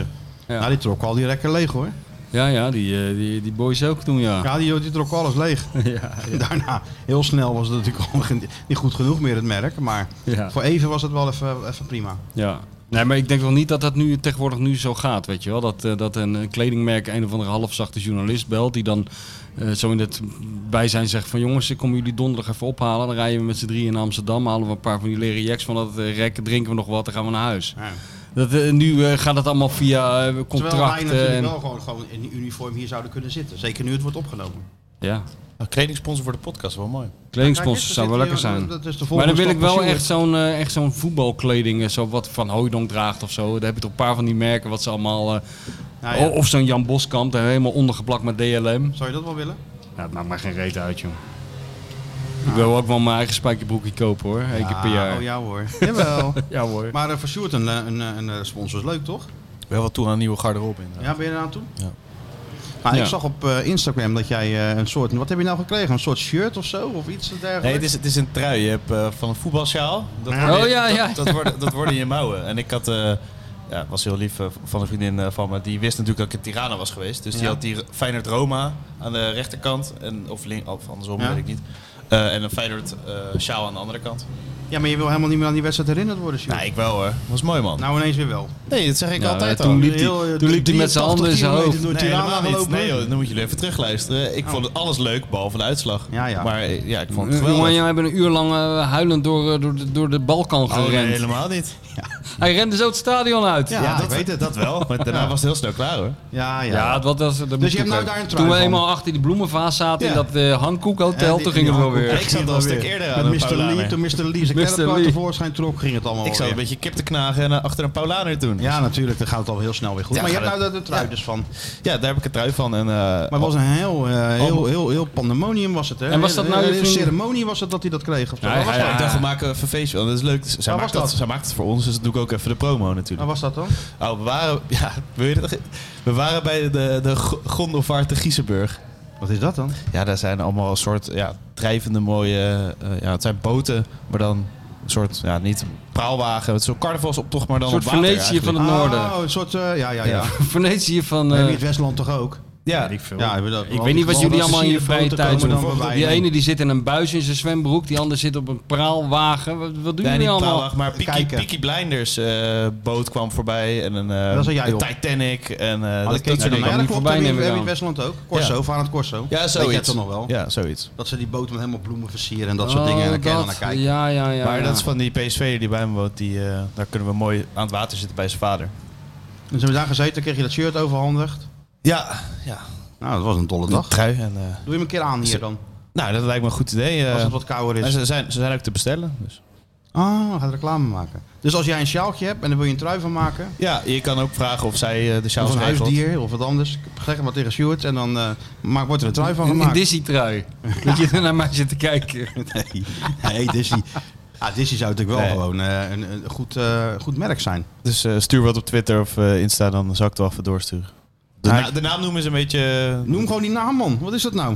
Speaker 4: Ja.
Speaker 2: Nou, die trok al die rekken leeg hoor.
Speaker 4: Ja, ja, die, eh, die, die boys ook toen, ja.
Speaker 2: Ja, die, die trok alles
Speaker 4: [LAUGHS]
Speaker 2: leeg. [LAUGHS] Daarna, heel snel was het natuurlijk [LAUGHS] al geen- niet goed genoeg meer het merk. Maar
Speaker 4: Ja.
Speaker 2: voor even was het wel even, even prima.
Speaker 4: Ja. Nee, maar ik denk wel niet dat dat nu tegenwoordig nu zo gaat, weet je wel. Dat, eh, dat een, een kledingmerk een of andere halfzachte journalist belt... die dan eh, zo in het bijzijn zegt van... jongens, ik kom jullie donderdag even ophalen. Dan rijden we met z'n drieën in Amsterdam... halen we een paar van die leren jacks van dat eh, rek... drinken we nog wat, dan gaan we naar huis.
Speaker 2: Ja.
Speaker 4: Dat, eh, nu eh, gaat dat allemaal via eh,
Speaker 2: Terwijl wij
Speaker 4: contracten.
Speaker 2: natuurlijk
Speaker 4: en-
Speaker 2: wel gewoon, gewoon in die uniform hier zouden kunnen zitten. Zeker nu het wordt opgenomen.
Speaker 4: Ja,
Speaker 3: Een kledingsponsor voor de podcast, wel mooi.
Speaker 4: kledingsponsors zou wel
Speaker 2: Kijk,
Speaker 4: lekker
Speaker 2: dus er zit
Speaker 4: zijn.
Speaker 2: hier- dat is de
Speaker 4: Maar
Speaker 2: volgende
Speaker 4: dan wil ik
Speaker 2: stap
Speaker 4: wel
Speaker 2: van
Speaker 4: echt zo'n eh, echt zo'n voetbalkleding, eh, zo wat Van Hooydonk draagt of zo. Daar heb je toch een paar van die merken wat ze allemaal... eh,
Speaker 2: Nou ja.
Speaker 4: o- Of zo'n Jan Boskamp, daar helemaal ondergeplakt met DLM.
Speaker 2: Zou je dat wel willen?
Speaker 4: Ja, het maakt maar geen reet uit, joh. Ik wil ook wel mijn eigen spijkerbroekje kopen, hoor. Eén keer per jaar.
Speaker 2: Oh
Speaker 4: ja.
Speaker 2: ja hoor. [LAUGHS] Jawel.
Speaker 4: hoor.
Speaker 2: Maar eh, voor Sjoerd een, eh, een, eh, een, eh, sponsor is leuk toch?
Speaker 3: Wel wat toe aan een nieuwe garderobe in.
Speaker 2: Ja, ben je eraan toe?
Speaker 3: Ja.
Speaker 2: Maar
Speaker 4: Ja.
Speaker 2: ik zag op eh, Instagram dat jij eh, een soort... Wat heb je nou gekregen? Een soort shirt of zo? Of iets dergelijks?
Speaker 3: Nee, het is, het is een trui. Je hebt eh, van een voetbalsjaal. Dat
Speaker 2: Oh,
Speaker 3: worden-
Speaker 4: ja, ja.
Speaker 3: Dat, dat, worden, dat worden je mouwen. En ik had, eh, ja, was heel lief eh, van een vriendin eh, van me. Die wist natuurlijk dat ik in Tirana was geweest. Dus die
Speaker 2: Ja.
Speaker 3: had die Feyenoord Roma aan de rechterkant. En, of, link, of andersom,
Speaker 2: Ja.
Speaker 3: weet ik niet. Eh, en een Feyenoord eh, sjaal aan de andere kant.
Speaker 2: Ja, maar je wil helemaal niet meer aan die wedstrijd herinnerd worden, Sjoerd.
Speaker 3: Nou, ik wel hoor. was mooi man.
Speaker 2: Nou, ineens weer wel.
Speaker 3: nee, dat zeg ik
Speaker 4: Nou,
Speaker 3: altijd
Speaker 4: toen
Speaker 3: al.
Speaker 4: liep die- toen liep die met zijn handen in zijn hoofd.
Speaker 2: Door
Speaker 3: Nee,
Speaker 2: Tirana
Speaker 3: helemaal niet.
Speaker 2: gelopen.
Speaker 3: Nee, joh, dan moet jullie even terugluisteren. Ik vond alles leuk, behalve de uitslag.
Speaker 2: Ja, ja.
Speaker 3: Maar eh, ja, ik vond het
Speaker 4: Jongen,
Speaker 3: geweldig.
Speaker 4: jij hebben Oh. een uur lang eh, huilend door, eh, door, de, door de Balkan
Speaker 3: Oh, nee,
Speaker 4: gerend.
Speaker 3: helemaal niet.
Speaker 4: Hij rende zo het stadion uit.
Speaker 2: Ja,
Speaker 3: Ah,
Speaker 2: ik weet het.
Speaker 3: Dat wel, maar daarna was het heel snel klaar hoor.
Speaker 2: Ja, ja.
Speaker 4: Ja, dat was, dat
Speaker 2: Dus
Speaker 4: moet
Speaker 2: je hebt nou
Speaker 4: ik ook.
Speaker 2: daar een trui
Speaker 4: Toen we
Speaker 2: van?
Speaker 4: eenmaal achter die bloemenvaas zaten
Speaker 2: Ja.
Speaker 4: in dat eh Hankook
Speaker 2: Ja,
Speaker 4: Hotel,
Speaker 2: die-
Speaker 4: toen ging het
Speaker 2: die
Speaker 4: wel
Speaker 2: Hankoek.
Speaker 4: weer.
Speaker 3: ik zat al een stuk eerder aan een
Speaker 2: Met Mr. Lee,
Speaker 3: Paulaner.
Speaker 2: toen Mr. Lee zijn
Speaker 4: Mr.
Speaker 2: kellerkruid
Speaker 4: Lee.
Speaker 2: tevoorschijn trok, ging het allemaal
Speaker 3: Ik zat
Speaker 2: alweer.
Speaker 3: een beetje kip te knagen en eh, achter een Paulaner toen. Ja.
Speaker 2: Ja, natuurlijk. Dan gaat het al heel snel weer goed.
Speaker 3: Ja,
Speaker 2: maar je hebt
Speaker 3: gaat
Speaker 2: nou de, de trui
Speaker 3: Ja.
Speaker 2: dus van.
Speaker 3: daar heb ik een trui van. En, eh,
Speaker 2: Maar het was een heel, eh, heel, heel, heel pandemonium was het. Hè?
Speaker 4: En was dat nou
Speaker 2: Een
Speaker 4: je
Speaker 2: hele
Speaker 4: vriend-
Speaker 2: ceremonie was het dat hij dat kreeg? Of zo?
Speaker 4: Ja,
Speaker 2: Waar
Speaker 4: ja,
Speaker 2: was,
Speaker 3: ja,
Speaker 2: dat?
Speaker 3: ik dacht, we maken even een feestje. want Dat is leuk. Zij,
Speaker 2: Waar
Speaker 3: maakt
Speaker 2: was
Speaker 3: dat,
Speaker 2: dat?
Speaker 3: zij maakt het voor ons, dus dat doe ik ook even de promo
Speaker 2: Waar
Speaker 3: natuurlijk.
Speaker 2: was dat dan?
Speaker 3: Oh, we waren, [LAUGHS] ja, wil je dat? We waren bij de, de G- gondelvaart te Giezenburg.
Speaker 2: Wat is dat dan?
Speaker 3: Ja, daar zijn allemaal een soort ja, drijvende mooie... eh, ja, het zijn boten, maar dan een soort, ja, niet een praalwagen. Het is zo'n carnavalsoptocht, maar dan
Speaker 4: Een soort
Speaker 3: op water
Speaker 4: Venetië van
Speaker 3: eigenlijk.
Speaker 4: het noorden.
Speaker 2: Oh, een soort... eh, ja, ja, ja.
Speaker 3: Ja.
Speaker 4: [LAUGHS] Venetië van...
Speaker 2: We
Speaker 4: eh,
Speaker 2: hebben in het Westland toch ook?
Speaker 3: Ja,
Speaker 2: Ja,
Speaker 4: ik weet niet wat jullie allemaal in je vrije tijd doen. Die ene
Speaker 2: ene
Speaker 4: die zit in een buis in zijn zwembroek, die ander zit op een praalwagen. Wat, wat doen
Speaker 3: Nee,
Speaker 4: jullie
Speaker 3: niet
Speaker 4: allemaal?
Speaker 3: Praalwagen, maar Peaky,
Speaker 2: Kijken.
Speaker 3: Peaky Blinders eh, boot kwam voorbij. En een, eh,
Speaker 2: Dat zat jij
Speaker 3: de
Speaker 2: op.
Speaker 3: Titanic. En eh,
Speaker 2: Ah, dat
Speaker 3: dat, dat soort
Speaker 4: dan
Speaker 2: Ja,
Speaker 3: dingen.
Speaker 4: niet
Speaker 2: dat klopt.
Speaker 4: voorbij,
Speaker 2: Heb je
Speaker 4: neem ik
Speaker 2: in
Speaker 4: aan.
Speaker 2: het Westland ook. Corso, van het Corso.
Speaker 3: Ja,
Speaker 2: Weet jij
Speaker 3: zoiets.
Speaker 2: dat nog wel?
Speaker 3: Ja, zoiets.
Speaker 2: Dat ze die boot met helemaal bloemen versieren en dat soort dingen. En dan
Speaker 4: Oh,
Speaker 2: kan je
Speaker 4: dat.
Speaker 2: dan naar kijken.
Speaker 4: Ja, Ah, ja, ja.
Speaker 3: maar
Speaker 4: ja.
Speaker 3: dat is van die PSV die bij me woont. Die, eh, daar kunnen we mooi aan het water zitten bij zijn vader.
Speaker 2: Dus hebben we daar gezeten, kreeg je dat shirt overhandigd.
Speaker 3: Ja, ja.
Speaker 2: Nou, dat was een dolle
Speaker 3: Een
Speaker 2: dag.
Speaker 3: trui. En, eh,
Speaker 2: Doe je hem een keer aan hier dan.
Speaker 3: nou, dat lijkt me een goed idee. eh.
Speaker 2: Als het wat kouder
Speaker 3: en
Speaker 2: is.
Speaker 3: ze, zijn, ze zijn ook te bestellen. Dus.
Speaker 2: Ah, we gaan reclame maken. Dus als jij een sjaaltje hebt en daar wil je een trui van maken.
Speaker 3: Ja, je kan ook vragen of zij eh, de sjaal
Speaker 2: Of een
Speaker 3: regelt.
Speaker 2: huisdier of wat anders. Zeg maar tegen Sjoerd en dan eh, maak, wordt er een trui van
Speaker 4: Een
Speaker 2: gemaakt.
Speaker 4: Disney-trui. Dat je er naar mij zit te kijken.
Speaker 2: [LAUGHS] nee, nee, Disney. Ah, Disney zou natuurlijk wel
Speaker 3: Nee.
Speaker 2: gewoon eh, een, een goed, eh, goed merk zijn.
Speaker 3: Dus eh, stuur wat op Twitter of eh, Insta, dan zal ik het wel even doorsturen. De,
Speaker 2: Nou,
Speaker 3: na- de naam noemen is een beetje...
Speaker 2: Noem gewoon die naam, man. Wat is dat nou?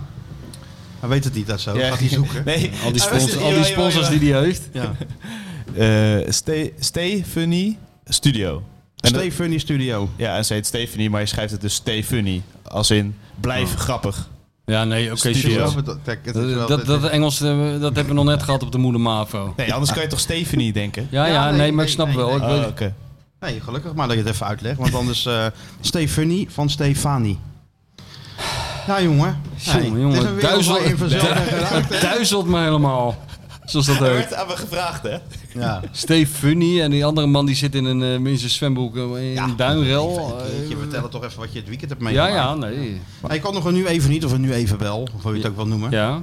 Speaker 2: Hij weet het niet, dat zo.
Speaker 3: Ja.
Speaker 2: Gaat hij zoeken.
Speaker 3: eh, [LAUGHS] Nee,
Speaker 4: Al die,
Speaker 3: Ah, was
Speaker 4: spons-
Speaker 3: het-
Speaker 4: al die
Speaker 3: jawel, jawel,
Speaker 4: sponsors
Speaker 3: jawel.
Speaker 4: die die heeft.
Speaker 2: Ja.
Speaker 3: eh Ste Stephanie Studio. En dat-
Speaker 2: Stefanie Studio.
Speaker 3: ja, en ze heet Stephanie, maar je schrijft het dus Stephanie. Als in, blijf grappig.
Speaker 4: Ja, nee, oké.
Speaker 3: Studio.
Speaker 4: sure.
Speaker 2: Ja, maar dat- kijk, het is wel-
Speaker 4: Dat, dat, dat Engels, eh, dat hebben we nog net gehad op de moeder MAVO.
Speaker 3: Nee, anders kan je toch Stephanie denken?
Speaker 4: Ja, ja,
Speaker 2: Ja,
Speaker 4: nee,
Speaker 2: nee,
Speaker 4: maar ik
Speaker 2: nee,
Speaker 4: snap
Speaker 2: nee,
Speaker 4: wel.
Speaker 2: nee.
Speaker 4: Ik
Speaker 3: Oh,
Speaker 4: weet-
Speaker 3: oké.
Speaker 2: Nee, gelukkig maar dat je het even uitlegt. Want anders... eh Stefanie van Stefanie. Ja, jongen.
Speaker 4: Jongen,
Speaker 2: Hey,
Speaker 4: jongen,
Speaker 2: het is een wereld
Speaker 4: duizel-
Speaker 2: waarin vanzelf en
Speaker 4: [LAUGHS]
Speaker 2: geraakt, hè?
Speaker 4: Het duizelt me helemaal. Zoals dat
Speaker 3: Er [LAUGHS]
Speaker 4: heet.
Speaker 3: werd aan me gevraagd, hè?
Speaker 2: Ja.
Speaker 4: Steve Funny en die andere man die zit in een eh, minstens zwembroek eh, in een duinrel.
Speaker 2: Even een keertje vertellen toch even wat Oh, je het weekend hebt
Speaker 4: Eh, ja,
Speaker 2: meegemaakt.
Speaker 4: ja, nee.
Speaker 2: Hij kan nog een nu even niet of een nu even wel. Of hoe je het ook wil noemen.
Speaker 4: Ja.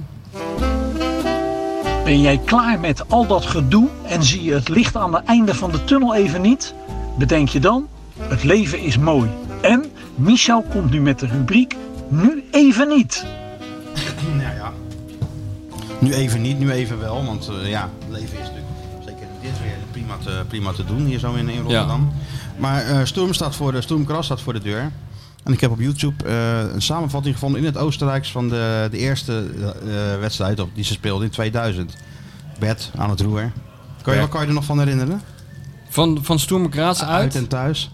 Speaker 6: Ben jij klaar met al dat gedoe en zie je het licht aan het einde van de tunnel even niet? Bedenk je dan, het leven is mooi. En Michel komt nu met de rubriek Nu even niet.
Speaker 2: Nou ja. Nu even niet, nu even wel. Want eh, ja, het leven is natuurlijk zeker dit weer prima te, prima te doen hier zo in, in Rotterdam. Maar eh Sturm staat voor de Sturmkras staat voor de deur. En ik heb op YouTube eh, een samenvatting gevonden in het Oostenrijks van de, de eerste eh, eh, wedstrijd op, die ze speelden in 2000. Bert aan het roer. Kan je,
Speaker 3: Ja.
Speaker 2: wat kan je er nog van herinneren?
Speaker 4: Van, van Stoerme Kraats uit.
Speaker 2: Ah, en thuis.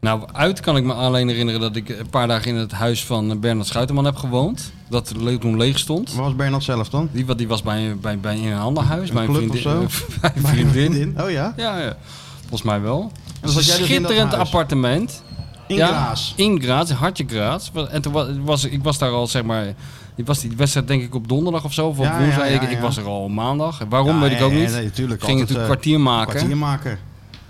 Speaker 4: Nou, uit kan ik me alleen herinneren dat ik een paar dagen in het huis van eh, Bernard Schuiterman heb gewoond. Dat le- toen leeg stond.
Speaker 2: Waar was Bernard zelf dan?
Speaker 4: Die, wat- die was bij, bij, bij in een ander huis. Bij een
Speaker 2: club
Speaker 4: vriendin.
Speaker 2: of
Speaker 4: [LAUGHS] bij een vriendin.
Speaker 2: Oh ja?
Speaker 4: Ja, ja. volgens mij wel.
Speaker 2: dan zat jij dus in dat
Speaker 4: schitterend
Speaker 2: huis?
Speaker 4: appartement.
Speaker 2: In
Speaker 4: ja,
Speaker 2: Graas.
Speaker 4: In Graas, in hartje Graas. En toen wa- was ik was daar al, zeg maar... Ik was die wedstrijd denk ik op donderdag of zo, of op
Speaker 2: Ja, ja,
Speaker 4: woensdag.
Speaker 2: ja,
Speaker 4: Ik- Ik
Speaker 2: ja.
Speaker 4: was er al op maandag. Waarom
Speaker 2: Ja,
Speaker 4: weet ik ook
Speaker 2: ja,
Speaker 4: niet.
Speaker 2: nee, tuurlijk,
Speaker 4: Ging
Speaker 2: altijd,
Speaker 4: natuurlijk
Speaker 2: eh,
Speaker 4: kwartier maken.
Speaker 2: Kwartier maken.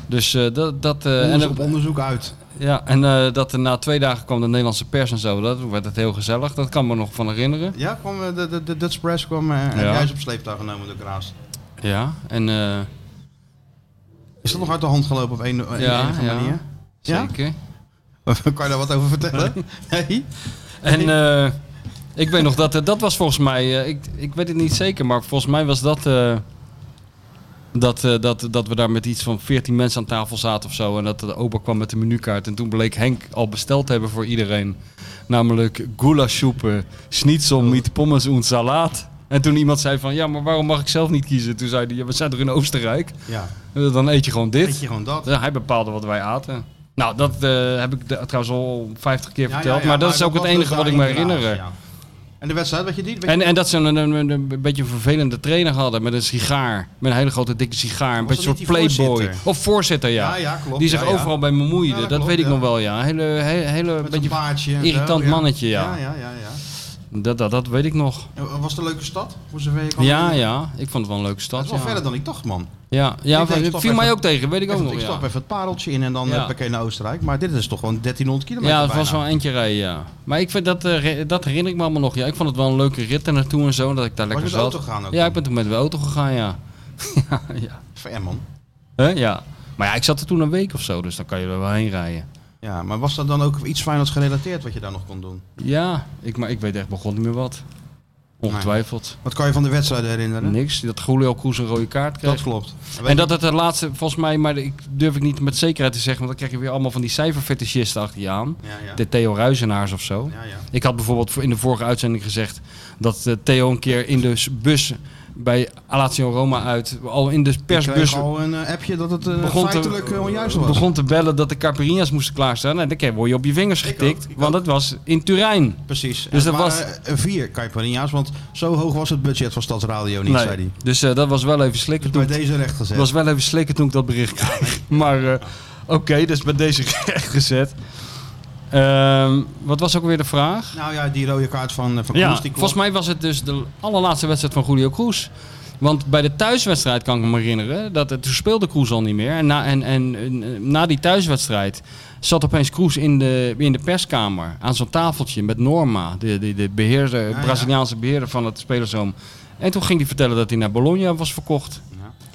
Speaker 4: Dus eh, dat... dat eh, en,
Speaker 2: Onderzoek
Speaker 4: dat-
Speaker 2: op onderzoek uit.
Speaker 4: ja, en eh, dat er na twee dagen kwam de Nederlandse pers en zo. Dat werd het heel gezellig. Dat kan me nog van herinneren.
Speaker 2: Ja, kwam, eh, de, de, de Dutch Press kwam eh, en
Speaker 4: Ja.
Speaker 2: jij is op sleeptouw genomen door Graas.
Speaker 4: Ja, en eh,
Speaker 2: Is dat nog uit de hand gelopen op een, een
Speaker 4: Ja,
Speaker 2: enige
Speaker 4: ja.
Speaker 2: manier? Ja?
Speaker 4: zeker.
Speaker 2: [LAUGHS] kan je daar wat over vertellen?
Speaker 4: [LAUGHS]
Speaker 2: Nee?
Speaker 4: En eh, ik weet nog dat, eh, dat was volgens mij, eh, ik, ik weet het niet zeker, maar volgens mij was dat eh, Dat, eh, dat, dat we daar met iets van 14 mensen aan tafel zaten of zo. En dat de opa kwam met de menukaart. En toen bleek Henk al besteld te hebben voor iedereen. Namelijk goulaschsoepen, schnitzel, met pommes en salaat. En toen iemand zei van, ja, maar waarom mag ik zelf niet kiezen? Toen zei hij, ja, we zijn er in Oostenrijk.
Speaker 2: Ja.
Speaker 4: Eh, Dan eet je gewoon dit.
Speaker 2: Weet je gewoon dat?
Speaker 4: Ja, hij bepaalde wat wij aten. Nou, dat eh, heb ik de- trouwens al 50 keer
Speaker 2: Ja,
Speaker 4: verteld.
Speaker 2: ja, ja,
Speaker 4: maar dat is ook het
Speaker 2: was
Speaker 4: enige
Speaker 2: dus
Speaker 4: wat ik me
Speaker 2: daarin
Speaker 4: herinner.
Speaker 2: raar, ja. En de wedstrijd, weet je die? Weet je-
Speaker 4: En, en dat ze een, een, een, een beetje een vervelende trainer hadden met een sigaar. Met een hele grote dikke sigaar. Een
Speaker 2: Was
Speaker 4: beetje een soort
Speaker 2: dat niet die
Speaker 4: playboy.
Speaker 2: voorzitter?
Speaker 4: Of voorzitter,
Speaker 2: Ja,
Speaker 4: ja.
Speaker 2: ja, klopt,
Speaker 4: Die zich
Speaker 2: ja, ja.
Speaker 4: overal bij bemoeide.
Speaker 2: Ja, dat
Speaker 4: dat
Speaker 2: klopt,
Speaker 4: weet ik
Speaker 2: ja.
Speaker 4: nog wel, ja. Een hele, hele, hele
Speaker 2: Met
Speaker 4: beetje
Speaker 2: een paardje. en
Speaker 4: irritant
Speaker 2: zo, ja.
Speaker 4: mannetje, ja.
Speaker 2: Ja, ja, ja. ja.
Speaker 4: Dat, dat, dat weet ik nog.
Speaker 2: En Was het een leuke stad? Voor zover je kan
Speaker 4: Ja,
Speaker 2: herinneren?
Speaker 4: ja. Ik vond het wel een leuke
Speaker 2: Dat
Speaker 4: stad,
Speaker 2: is wel
Speaker 4: ja.
Speaker 2: verder dan ik dacht, man.
Speaker 4: Ja, ja
Speaker 2: Ik denk,
Speaker 4: viel
Speaker 2: stop
Speaker 4: mij
Speaker 2: even-
Speaker 4: ook tegen. Weet ik ook
Speaker 2: Even-
Speaker 4: nog,
Speaker 2: ik
Speaker 4: ja.
Speaker 2: stap even het pareltje in en dan
Speaker 4: Ja.
Speaker 2: heb ik naar Oostenrijk. Maar dit is toch gewoon 1300 kilometer
Speaker 4: Ja, het was
Speaker 2: bijna.
Speaker 4: wel eentje rijden, ja. Maar ik vind dat, eh, re- dat herinner ik me allemaal nog. Ja, ik vond het wel een leuke rit er naartoe en zo. Dat ik daar
Speaker 2: Was je
Speaker 4: lekker
Speaker 2: met de
Speaker 4: zat.
Speaker 2: auto gegaan ook
Speaker 4: ja,
Speaker 2: dan?
Speaker 4: ik ben toen met de auto gegaan, ja. [LAUGHS] ja, ja.
Speaker 2: Ver, man.
Speaker 4: Hè, ja. Maar ja, ik zat er toen een week of zo, dus dan kan je er wel heen rijden.
Speaker 2: Ja, maar was dat dan ook iets Feyenoords gerelateerd wat je daar nog kon doen?
Speaker 4: Ja, ik, maar ik weet echt begon niet meer wat. Ongetwijfeld.
Speaker 2: Wat kan je van de wedstrijd herinneren?
Speaker 4: Niks. Dat Julio Cruz een rode kaart kreeg.
Speaker 2: Hm? Dat klopt.
Speaker 4: en dat het de laatste, volgens mij, maar ik durf ik niet met zekerheid te zeggen, want dan krijg je weer allemaal van die cijferfetischisten achter je aan.
Speaker 2: Ja, ja.
Speaker 4: De Theo Ruizenaars of zo.
Speaker 2: Ja, ja.
Speaker 4: Ik had bijvoorbeeld voor- in de vorige uitzending gezegd dat eh, Theo een keer in de s- bus bij Lazio Roma uit, al in de
Speaker 2: Ik
Speaker 4: persbus
Speaker 2: kreeg al een eh, appje dat het eh,
Speaker 4: Begon te-
Speaker 2: feitelijk eh, onjuist was.
Speaker 4: begon te bellen dat de Caipirinha's moesten klaarstaan. En dan word je op je vingers getikt,
Speaker 2: ook, ik
Speaker 4: want
Speaker 2: ook.
Speaker 4: dat was in Turijn.
Speaker 2: Precies.
Speaker 4: Dus dat
Speaker 2: was vier Caipirinha's, want zo hoog was het budget van Stadsradio niet,
Speaker 4: Nee.
Speaker 2: zei hij.
Speaker 4: Dus eh, dat was wel even slikken
Speaker 2: Dus
Speaker 4: toen.
Speaker 2: bij deze recht gezet.
Speaker 4: Het was wel even slikken toen ik dat bericht kreeg. [LAUGHS] Maar eh, oké, dus bij deze [LAUGHS] recht gezet. Ehm, wat was ook weer de vraag?
Speaker 2: Nou ja, die rode kaart van, eh, van
Speaker 4: Ja,
Speaker 2: Kroes, die klopt.
Speaker 4: volgens mij was het dus de allerlaatste wedstrijd van Julio Cruz. Want bij de thuiswedstrijd kan ik me herinneren dat het, toen speelde Cruz al niet meer. En na, en, en, en na die thuiswedstrijd zat opeens Cruz in de, in de perskamer aan zo'n tafeltje met Norma, de, de, de beheerder,
Speaker 2: ja.
Speaker 4: Braziliaanse beheerder van het Spelersroom. En toen ging hij vertellen dat hij naar Bologna was verkocht.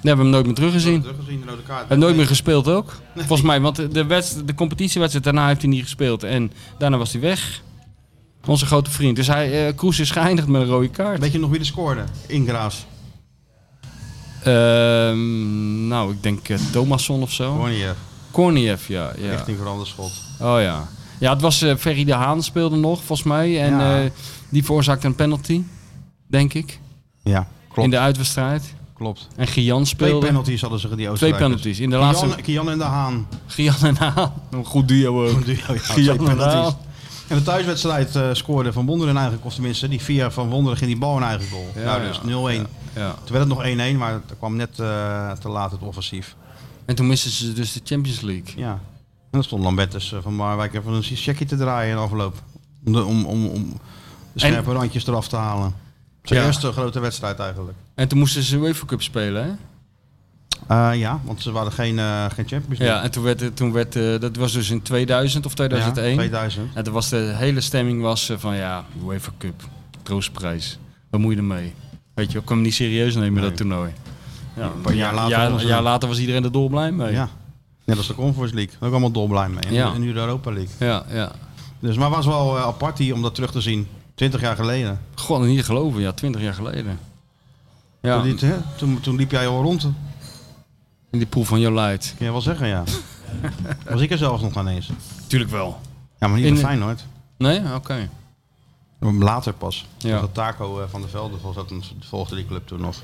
Speaker 4: Daar hebben we hem nooit meer teruggezien.
Speaker 2: Teruggezien, de rode kaart.
Speaker 4: En nooit meer gespeeld ook. Volgens mij, want de, wedst- de competitiewedstrijd daarna heeft hij niet gespeeld. En daarna was hij weg. Onze grote vriend. Dus hij, eh Kroes is geëindigd met een rode kaart.
Speaker 2: Weet je nog wie er scoorde? Ingraas.
Speaker 4: Ehm, nou, ik denk eh, Thomasson of zo.
Speaker 2: Gewoon hier.
Speaker 4: Korniev, ja. ja.
Speaker 2: Richting vooral de schot.
Speaker 4: Oh ja. Ja, het was eh Ferry de Haan speelde nog, volgens mij. En
Speaker 2: Ja.
Speaker 4: eh, die veroorzaakte een penalty, denk ik.
Speaker 2: Ja, klopt.
Speaker 4: In de uitwedstrijd.
Speaker 2: klopt.
Speaker 4: En Gian
Speaker 2: Twee
Speaker 4: speelde.
Speaker 2: penalties hadden ze die
Speaker 4: Twee
Speaker 2: Oostenrijkers.
Speaker 4: penalties. In de laatste.
Speaker 2: Kian, Kian en de Haan.
Speaker 4: Gian en Haan. Een goed duo ook.
Speaker 2: Ja, ja,
Speaker 4: Kian en
Speaker 2: twee penalties.
Speaker 4: Haan.
Speaker 2: En de thuiswedstrijd eh, scoorde Van Wonderen in eigen goal. Tenminste, die via Van Wonderen ging die bal in eigen goal.
Speaker 4: Ja,
Speaker 2: nou,
Speaker 4: ja.
Speaker 2: dus 0-1.
Speaker 4: Ja.
Speaker 2: Toen werd het nog 1-1, maar er kwam net eh, te laat het offensief.
Speaker 4: En toen misten ze dus de Champions League.
Speaker 2: Ja. En dan stond Lambertus eh, van Marwijk even een checkje te draaien in de afloop. Om de, om, om, om de scherpe randjes eraf te halen. Zijn
Speaker 4: Ja.
Speaker 2: eerste grote wedstrijd eigenlijk.
Speaker 4: En toen moesten ze UEFA Cup spelen, hè?
Speaker 2: Eh, ja, want ze waren geen, eh, geen Champions League.
Speaker 4: Ja, en toen werd, eh, toen werd eh, dat was dus in 2000 of 2001.
Speaker 2: Ja, 2000.
Speaker 4: En toen was de hele stemming was eh, van ja, UEFA Cup, troostprijs. Wat moet je ermee? Weet je, wel, ik kan hem niet serieus nemen dat toernooi. Ja, een
Speaker 2: paar jaar later
Speaker 4: jaar,
Speaker 2: konden ze-
Speaker 4: jaar later was iedereen er dolblij mee.
Speaker 2: Ja. Net als de Conference League. Daar ook allemaal dol blij mee. En,
Speaker 4: Ja.
Speaker 2: en nu de Europa League.
Speaker 4: ja. ja.
Speaker 2: Dus, maar was wel eh, apart hier om dat terug te zien. 20 jaar geleden.
Speaker 4: Gewoon niet geloven, ja, 20 jaar geleden. Ja,
Speaker 2: Toen, liet- hè, toen, toen liep jij al rond. Kun
Speaker 4: in die pool van Jolijt.
Speaker 2: je wel zeggen,
Speaker 4: [LAUGHS]
Speaker 2: ja. was ik er zelfs nog aan eens.
Speaker 4: Tuurlijk wel.
Speaker 2: Ja, maar niet
Speaker 4: In-
Speaker 2: in Feyenoord.
Speaker 4: Nee? Oké.
Speaker 2: Later pas.
Speaker 4: Ja.
Speaker 2: Dat Taco eh, van der Velde was dat een, volgde die club toen nog.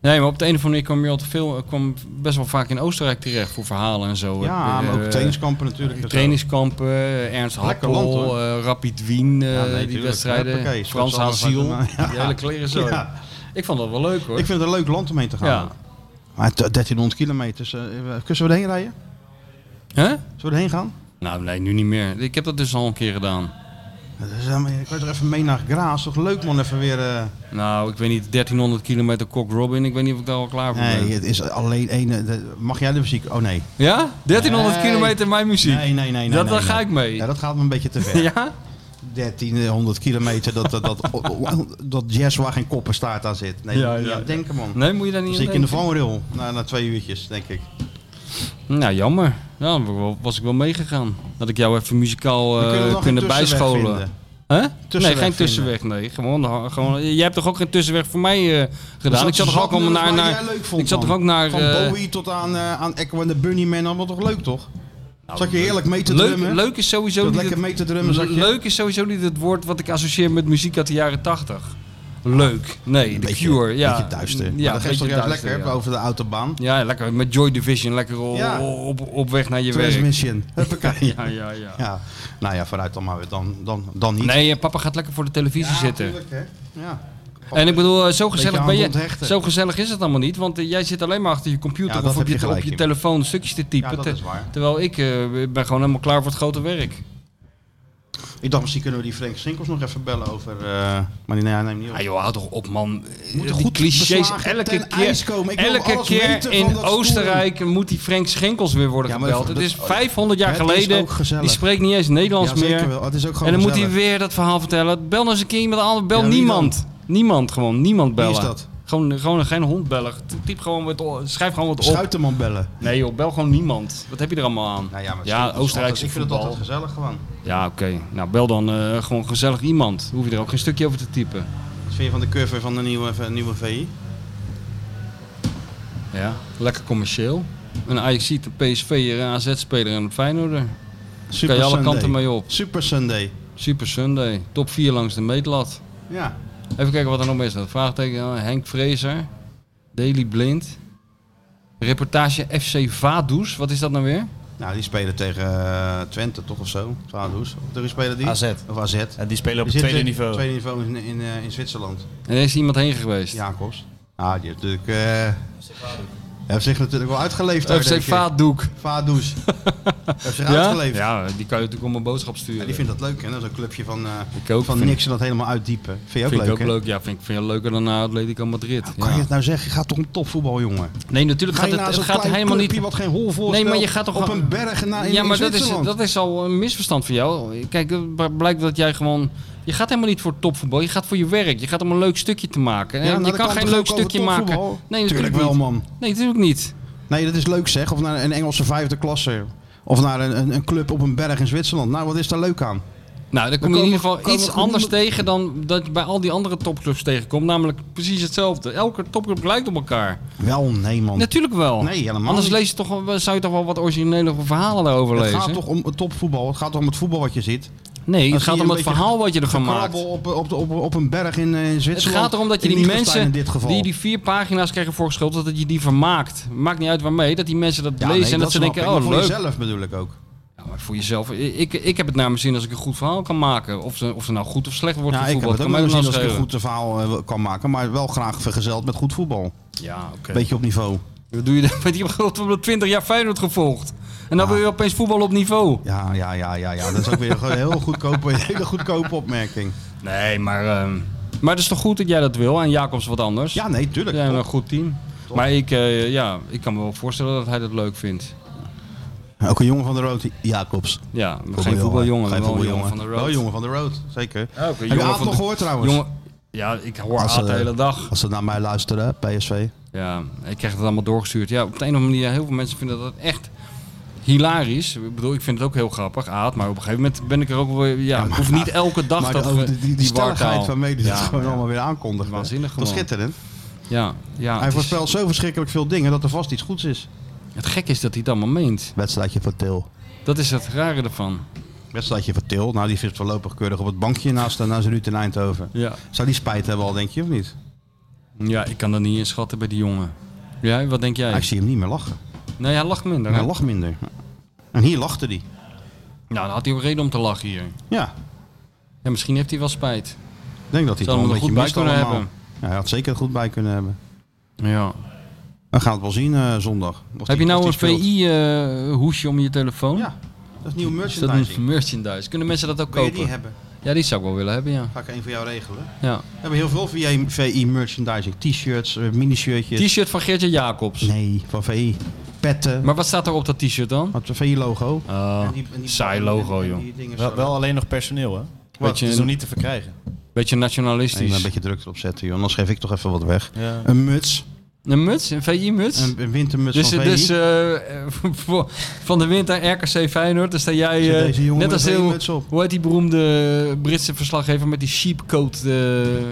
Speaker 4: Nee, maar op de een of andere manier kwam je al te veel, kwam best wel vaak in Oostenrijk terecht voor verhalen en zo.
Speaker 2: Ja,
Speaker 4: Eh,
Speaker 2: maar ook
Speaker 4: eh,
Speaker 2: trainingskampen natuurlijk. en zo.
Speaker 4: trainingskampen, eh, Ernst
Speaker 2: Lekker land,
Speaker 4: Happel,
Speaker 2: hoor.
Speaker 4: eh, Rapid Wien, eh,
Speaker 2: Ja, nee,
Speaker 4: die
Speaker 2: tuurlijk.
Speaker 4: wedstrijden,
Speaker 2: Huppakee,
Speaker 4: Frans
Speaker 2: Schotse
Speaker 4: Asiel,
Speaker 2: allemaal
Speaker 4: [LAUGHS]
Speaker 2: van-
Speaker 4: die hele kleren
Speaker 2: [LAUGHS]
Speaker 4: zo.
Speaker 2: Ja.
Speaker 4: Ik vond dat wel leuk hoor.
Speaker 2: Ik vind het een leuk land om heen te gaan.
Speaker 4: Ja.
Speaker 2: Maar het- 1300 kilometers. eh, kunnen we erheen rijden?
Speaker 4: Hè?
Speaker 2: Zullen we erheen gaan?
Speaker 4: Nou nee, nu niet meer. Ik heb dat dus al een keer gedaan.
Speaker 2: Dat is, eh, maar je kan je toch even mee naar Graas? Toch leuk man, even weer... eh,
Speaker 4: Nou, ik weet niet, 1300 kilometer Cock Robin, ik weet niet of ik daar al klaar voor ben.
Speaker 2: Nee, het is alleen één. eh, de- Mag jij de muziek? Oh nee.
Speaker 4: Ja? 1300
Speaker 2: Nee.
Speaker 4: kilometer mijn muziek?
Speaker 2: Nee, nee, nee. nee
Speaker 4: Dat-
Speaker 2: nee,
Speaker 4: daar ga
Speaker 2: nee.
Speaker 4: ik mee.
Speaker 2: Ja, dat gaat me een beetje te ver.
Speaker 4: [LAUGHS] Ja?
Speaker 2: 1300 kilometer dat, dat,
Speaker 4: [LAUGHS]
Speaker 2: dat, dat jazz waar geen koppenstaart aan zit. Nee,
Speaker 4: Ja,
Speaker 2: ja,
Speaker 4: ja.
Speaker 2: denken man.
Speaker 4: Nee, Eh, moet je daar niet
Speaker 2: Dan
Speaker 4: aan
Speaker 2: zit ik in de
Speaker 4: denken?
Speaker 2: vangrail na, na twee uurtjes, denk ik.
Speaker 4: Nou, jammer. Ja, Dan was ik wel meegegaan. Dat ik jou even muzikaal eh,
Speaker 2: nog een
Speaker 4: kunnen
Speaker 2: tussenweg
Speaker 4: bijscholen.
Speaker 2: vinden.
Speaker 4: Hè? Nee,
Speaker 2: Tussenweg
Speaker 4: geen
Speaker 2: vinden.
Speaker 4: tussenweg. Nee, gewoon, gewoon. Jij hebt toch ook geen tussenweg voor mij eh, gedaan? Ik zat toch ook allemaal naar. naar ik zat toch ook naar.
Speaker 2: Van
Speaker 4: eh,
Speaker 2: Bowie tot aan, eh aan Echo en de Bunnyman, allemaal toch leuk toch? zat je heerlijk mee te
Speaker 4: Nou, Leuk,
Speaker 2: drummen?
Speaker 4: leuk is sowieso
Speaker 2: Dat
Speaker 4: niet.
Speaker 2: lekker
Speaker 4: het-
Speaker 2: mee te drummen, zat je?
Speaker 4: Leuk is sowieso niet het woord wat ik associeer met muziek uit de jaren 80. Leuk. Nee, The
Speaker 2: Beetje-
Speaker 4: Cure. Ja.
Speaker 2: Beetje duister.
Speaker 4: Ja,
Speaker 2: Ja, dat geeft
Speaker 4: beetje
Speaker 2: toch juist
Speaker 4: duister,
Speaker 2: lekker
Speaker 4: ja.
Speaker 2: over de autobaan.
Speaker 4: Ja, lekker met Joy Division, lekker o-
Speaker 2: Ja.
Speaker 4: op, op weg naar je werk.
Speaker 2: Transmission. Huppakee.
Speaker 4: Ja, ja, ja.
Speaker 2: [LAUGHS] Ja, nou ja, vooruit dan maar weer. Dan, dan, dan niet.
Speaker 4: Nee, eh, papa gaat lekker voor de televisie
Speaker 2: Ja,
Speaker 4: zitten.
Speaker 2: tuurlijk, hè. Ja.
Speaker 4: En ik bedoel, eh, zo gezellig,
Speaker 2: aan
Speaker 4: ben
Speaker 2: het
Speaker 4: je,
Speaker 2: onthechten.
Speaker 4: zo gezellig is het allemaal niet. Want eh, jij zit alleen maar achter je computer
Speaker 2: Ja, dat
Speaker 4: of op
Speaker 2: heb
Speaker 4: je,
Speaker 2: je gelijk,
Speaker 4: op je
Speaker 2: Jim.
Speaker 4: telefoon stukjes te typen.
Speaker 2: Ja, dat
Speaker 4: te-
Speaker 2: is waar.
Speaker 4: Terwijl ik eh, ben gewoon helemaal klaar voor het grote werk.
Speaker 2: Ik dacht, misschien kunnen we die Frank Sinkels nog even bellen over... eh, maar die, nee, hij neemt niet op.
Speaker 4: Ah joh, hou toch op man. Eh, Moet
Speaker 2: er goed beslagen ten ijs komen. Ik wil
Speaker 4: elke
Speaker 2: alles
Speaker 4: keer
Speaker 2: meten van
Speaker 4: in
Speaker 2: dat stoer.
Speaker 4: Oostenrijk moet die Frank Schenkels weer worden
Speaker 2: Ja, maar
Speaker 4: gebeld.
Speaker 2: dat-
Speaker 4: Het is
Speaker 2: dat-
Speaker 4: 500 jaar
Speaker 2: Het is
Speaker 4: geleden.
Speaker 2: ook gezellig.
Speaker 4: Die spreekt niet eens Nederlands
Speaker 2: Ja, zeker
Speaker 4: meer.
Speaker 2: wel. Oh, Het is ook
Speaker 4: En
Speaker 2: gewoon
Speaker 4: dan moet hij
Speaker 2: gezellig.
Speaker 4: weer dat verhaal vertellen. Bel nou eens een keer iemand aan. Bel
Speaker 2: Ja, wie
Speaker 4: niemand. Niemand gewoon. Niemand
Speaker 2: Wie is
Speaker 4: bellen.
Speaker 2: dat?
Speaker 4: Gewoon, gewoon geen hond bellen. Typ gewoon wat, o- schrijf gewoon wat op.
Speaker 2: Schuiterman bellen.
Speaker 4: Nee joh, bel gewoon niemand. Wat heb je er allemaal aan?
Speaker 2: Nou ja, maar het
Speaker 4: ja
Speaker 2: is altijd-
Speaker 4: Oostenrijkse
Speaker 2: Ik vind het
Speaker 4: voetbal.
Speaker 2: altijd gezellig gewoon.
Speaker 4: Ja, oké. Nou, bel dan eh, gewoon gezellig iemand. Hoef je er ook geen stukje over te typen.
Speaker 2: Wat vind je van de cover van de nieuwe, nieuwe VI?
Speaker 4: Ja, lekker commercieel. Een ajax een PSV, een AZ-speler en een Feyenoorder.
Speaker 2: Super
Speaker 4: alle
Speaker 2: Sunday.
Speaker 4: kanten mee op.
Speaker 2: Super Sunday.
Speaker 4: Super Sunday. Top 4 langs de meetlat.
Speaker 2: Ja.
Speaker 4: Even kijken wat er nog meer staat. Vraagteken eh, Henk Vrezer. Daily Blind. Reportage FC Vaduz. Wat is dat nou weer?
Speaker 2: Nou, die spelen tegen eh, Twente toch of zo? Vaardoes. Of wie spelen die?
Speaker 3: AZ.
Speaker 2: Of AZ.
Speaker 3: En die spelen op
Speaker 2: Die
Speaker 3: het tweede
Speaker 2: zitten-
Speaker 3: niveau.
Speaker 2: Tweede niveau in, in, eh, in Zwitserland.
Speaker 4: En er is iemand heen geweest.
Speaker 2: Jacobs. Ah, die heeft natuurlijk... eh heeft zich natuurlijk wel uitgeleefd. daar,
Speaker 4: FC
Speaker 2: denk ik.
Speaker 4: Vaatdoek. [LAUGHS]
Speaker 2: Vaardoes. heeft zich
Speaker 4: Ja?
Speaker 2: uitgeleefd.
Speaker 4: ja, die kan je natuurlijk om een boodschap sturen.
Speaker 2: Ja, die vindt dat leuk, hè? Dat is een clubje van, eh,
Speaker 4: Ik ook,
Speaker 2: van
Speaker 4: vind
Speaker 2: niks en dat helemaal uitdiepen. Vind je ook
Speaker 4: vind
Speaker 2: leuk,
Speaker 4: ik
Speaker 2: hè?
Speaker 4: ook leuk. Ja, vind ik vind je leuker dan naar Atletico Madrid.
Speaker 2: Kan
Speaker 4: Ja.
Speaker 2: je het nou zeggen? Je gaat toch om topvoetbal, jongen?
Speaker 4: Nee, natuurlijk
Speaker 2: Ga
Speaker 4: gaat
Speaker 2: je
Speaker 4: het,
Speaker 2: naar
Speaker 4: het
Speaker 2: zo'n
Speaker 4: gaat
Speaker 2: klein
Speaker 4: helemaal niet
Speaker 2: clubje wat geen hol voorstelt
Speaker 4: Nee, maar je gaat toch
Speaker 2: op
Speaker 4: gewoon-
Speaker 2: een berg naar in,
Speaker 4: ja, maar
Speaker 2: in
Speaker 4: dat is,
Speaker 2: Zwitserland?
Speaker 4: dat is al een misverstand van jou. Kijk, het bl- blijkt dat jij gewoon. Je gaat helemaal niet voor topvoetbal. Je gaat voor je werk. Je gaat om een leuk stukje te maken. En
Speaker 2: Ja, nou,
Speaker 4: je
Speaker 2: dan
Speaker 4: kan
Speaker 2: het
Speaker 4: geen
Speaker 2: toch
Speaker 4: leuk
Speaker 2: ook over
Speaker 4: stukje maken.
Speaker 2: topvoetbal?
Speaker 4: Nee, natuurlijk
Speaker 2: Tuurlijk wel,
Speaker 4: niet.
Speaker 2: man.
Speaker 4: Nee, natuurlijk niet.
Speaker 2: Nee, dat is leuk zeg. Of naar een Engelse vijfde klasse. Of naar een, een, een club op een berg in Zwitserland. Nou, wat is daar leuk aan?
Speaker 4: Nou, daar kom je
Speaker 2: komen-
Speaker 4: in ieder geval
Speaker 2: komen
Speaker 4: iets
Speaker 2: we-
Speaker 4: anders tegen dan dat je bij al die andere topclubs tegenkomt. Namelijk precies hetzelfde. Elke topclub lijkt op elkaar.
Speaker 2: Wel, nee man.
Speaker 4: Natuurlijk wel.
Speaker 2: Nee, helemaal
Speaker 4: Anders
Speaker 2: niet.
Speaker 4: lees je toch, wel- zou je toch wel wat originele verhalen daarover
Speaker 2: het
Speaker 4: lezen?
Speaker 2: gaat toch om het topvoetbal. Het gaat toch om het voetbal wat je ziet.
Speaker 4: nee,
Speaker 2: Dan
Speaker 4: het
Speaker 2: zie
Speaker 4: gaat
Speaker 2: je
Speaker 4: om
Speaker 2: een
Speaker 4: het
Speaker 2: beetje
Speaker 4: verhaal wat je ervan maakt.
Speaker 2: Gekrabbel op, op, op, op een berg in, eh, in
Speaker 4: Het
Speaker 2: Zwitserland.
Speaker 4: gaat erom dat je
Speaker 2: In
Speaker 4: die
Speaker 2: Liechtenstein
Speaker 4: mensen
Speaker 2: in dit geval.
Speaker 4: die die vier pagina's krijgen voorgeschoteld, dat je die vermaakt. Maakt niet uit waarmee, dat die mensen dat
Speaker 2: Ja,
Speaker 4: lezen
Speaker 2: nee,
Speaker 4: en dat, ze
Speaker 2: snap
Speaker 4: denken,
Speaker 2: ik. Maar
Speaker 4: oh
Speaker 2: voor
Speaker 4: leuk.
Speaker 2: jezelf bedoel ik ook.
Speaker 4: Ja, maar voor jezelf, ik, ik heb het naar mijn zin als ik een goed verhaal kan maken. Of ze, of ze nou goed of slecht wordt
Speaker 2: Ja, ik heb
Speaker 4: gevoetbald,
Speaker 2: het ook
Speaker 4: kan mij
Speaker 2: wel
Speaker 4: ook
Speaker 2: gezien
Speaker 4: nou
Speaker 2: als ik een
Speaker 4: schelen.
Speaker 2: goed verhaal eh, kan maken. Maar wel graag vergezeld met goed voetbal.
Speaker 4: Ja, oké.
Speaker 2: Beetje op niveau.
Speaker 4: Wat doe je dan? [LAUGHS] Want je hebt gewoon 20 jaar Feyenoord gevolgd. En
Speaker 2: Nou.
Speaker 4: dan wil je opeens voetbal op niveau.
Speaker 2: Ja, ja, ja, ja, ja. Dat is ook weer een heel goedkope, [LAUGHS] een hele goedkope opmerking.
Speaker 4: Nee, maar... ehm, maar het is toch goed dat jij dat wil en Jacobs wat anders?
Speaker 2: Ja, nee, tuurlijk.
Speaker 4: Jij hebt een
Speaker 2: Top.
Speaker 4: goed team. Maar ik, eh, ja, ik kan me wel voorstellen dat hij dat leuk vindt.
Speaker 2: Ook een jongen van de road, Jacobs.
Speaker 4: Ja, geen
Speaker 2: Voetbaljongen.
Speaker 4: voetbaljongen,
Speaker 2: Geen
Speaker 4: wel een
Speaker 2: voetbaljongen.
Speaker 4: jongen van de road.
Speaker 2: Wel een jongen van de road, zeker.
Speaker 4: oké,
Speaker 2: Heb
Speaker 4: jongen
Speaker 2: je Aad
Speaker 4: van
Speaker 2: nog
Speaker 4: de-
Speaker 2: gehoord trouwens?
Speaker 4: Jongen, ja, ik hoor
Speaker 2: Als,
Speaker 4: Aad de
Speaker 2: eh,
Speaker 4: hele dag.
Speaker 2: Als ze naar mij luisteren, PSV.
Speaker 4: Ja, ik krijg het allemaal doorgestuurd. Ja, op de een of andere manier, heel veel mensen vinden dat echt hilarisch. Ik bedoel, ik vind het ook heel grappig, Aad. Maar op een gegeven moment ben ik er ook wel... Ja, ik hoef niet elke dag
Speaker 2: maar
Speaker 4: dat...
Speaker 2: ook
Speaker 4: we-
Speaker 2: die, die, die
Speaker 4: wartaal.
Speaker 2: stelligheid waarmee die
Speaker 4: Ja,
Speaker 2: het [LAUGHS] gewoon allemaal weer aankondigt.
Speaker 4: Waanzinnig
Speaker 2: Dat is
Speaker 4: gewoon.
Speaker 2: schitterend.
Speaker 4: Ja, ja.
Speaker 2: Hij
Speaker 4: het, is-
Speaker 2: voorspelt zo verschrikkelijk veel dingen dat er vast iets goeds is.
Speaker 4: het gekke is dat hij het allemaal meent.
Speaker 2: Wedstrijdje van Til.
Speaker 4: Dat is het rare ervan.
Speaker 2: Wedstrijdje van Til. Nou, die zit voorlopig keurig op het bankje naast, eh, naast Ruud in Eindhoven.
Speaker 4: Ja.
Speaker 2: Zou die spijt hebben al, denk je, of niet?
Speaker 4: ja, ik kan dat niet inschatten bij die jongen. Jij, wat denk jij?
Speaker 2: Ik zie hem niet meer lachen.
Speaker 4: Nee, hij lacht minder.
Speaker 2: Hij
Speaker 4: hè?
Speaker 2: lacht minder. En hier lachte hij.
Speaker 4: Nou, dan had hij ook reden om te lachen hier.
Speaker 2: Ja,
Speaker 4: Ja, misschien heeft hij wel spijt.
Speaker 2: ik denk dat hij
Speaker 4: Zou
Speaker 2: het wel een beetje
Speaker 4: hem er goed bij
Speaker 2: mist
Speaker 4: kunnen
Speaker 2: allemaal.
Speaker 4: hebben.
Speaker 2: Ja, hij had zeker er goed bij kunnen hebben.
Speaker 4: Ja.
Speaker 2: We gaan het wel zien eh, zondag. Of
Speaker 4: Heb je
Speaker 2: die-
Speaker 4: nou een
Speaker 2: of die speelt.
Speaker 4: VI-hoesje om je telefoon?
Speaker 2: Ja, dat is nieuw
Speaker 4: Is dat een
Speaker 2: merchandising.
Speaker 4: merchandise? Kunnen mensen dat ook
Speaker 2: Kun je
Speaker 4: kopen?
Speaker 2: die hebben?
Speaker 4: Ja, die zou ik wel willen hebben, ja.
Speaker 2: Ga ik één voor jou regelen.
Speaker 4: ja.
Speaker 2: We hebben heel veel VI VI merchandising. T-shirts, eh, mini-shirtjes.
Speaker 4: T-shirt van Geertje Jacobs.
Speaker 2: Nee, van VI. Petten.
Speaker 4: Maar wat staat er op dat t-shirt dan?
Speaker 2: Wat VI-logo.
Speaker 4: Uh, saai logo, joh.
Speaker 3: Wel, wel alleen nog personeel, hè?
Speaker 4: Wat?
Speaker 3: Het is nog niet te verkrijgen.
Speaker 4: Beetje
Speaker 2: Ik ben
Speaker 4: nationalistisch.
Speaker 2: een beetje druk erop zetten, joh. Anders geef ik toch even wat weg.
Speaker 3: Ja.
Speaker 2: Een muts.
Speaker 4: Een muts, een VI-muts.
Speaker 2: Een, een wintermuts
Speaker 4: Dus,
Speaker 2: van VI.
Speaker 4: dus eh, [LAUGHS] voor- van de winter RKC Feyenoord, dan sta jij
Speaker 2: Zet
Speaker 4: eh,
Speaker 2: deze jongen
Speaker 4: net
Speaker 2: met
Speaker 4: als
Speaker 2: een
Speaker 4: heel,
Speaker 2: muts op.
Speaker 4: hoe heet die beroemde Britse verslaggever met die sheepcoat, eh,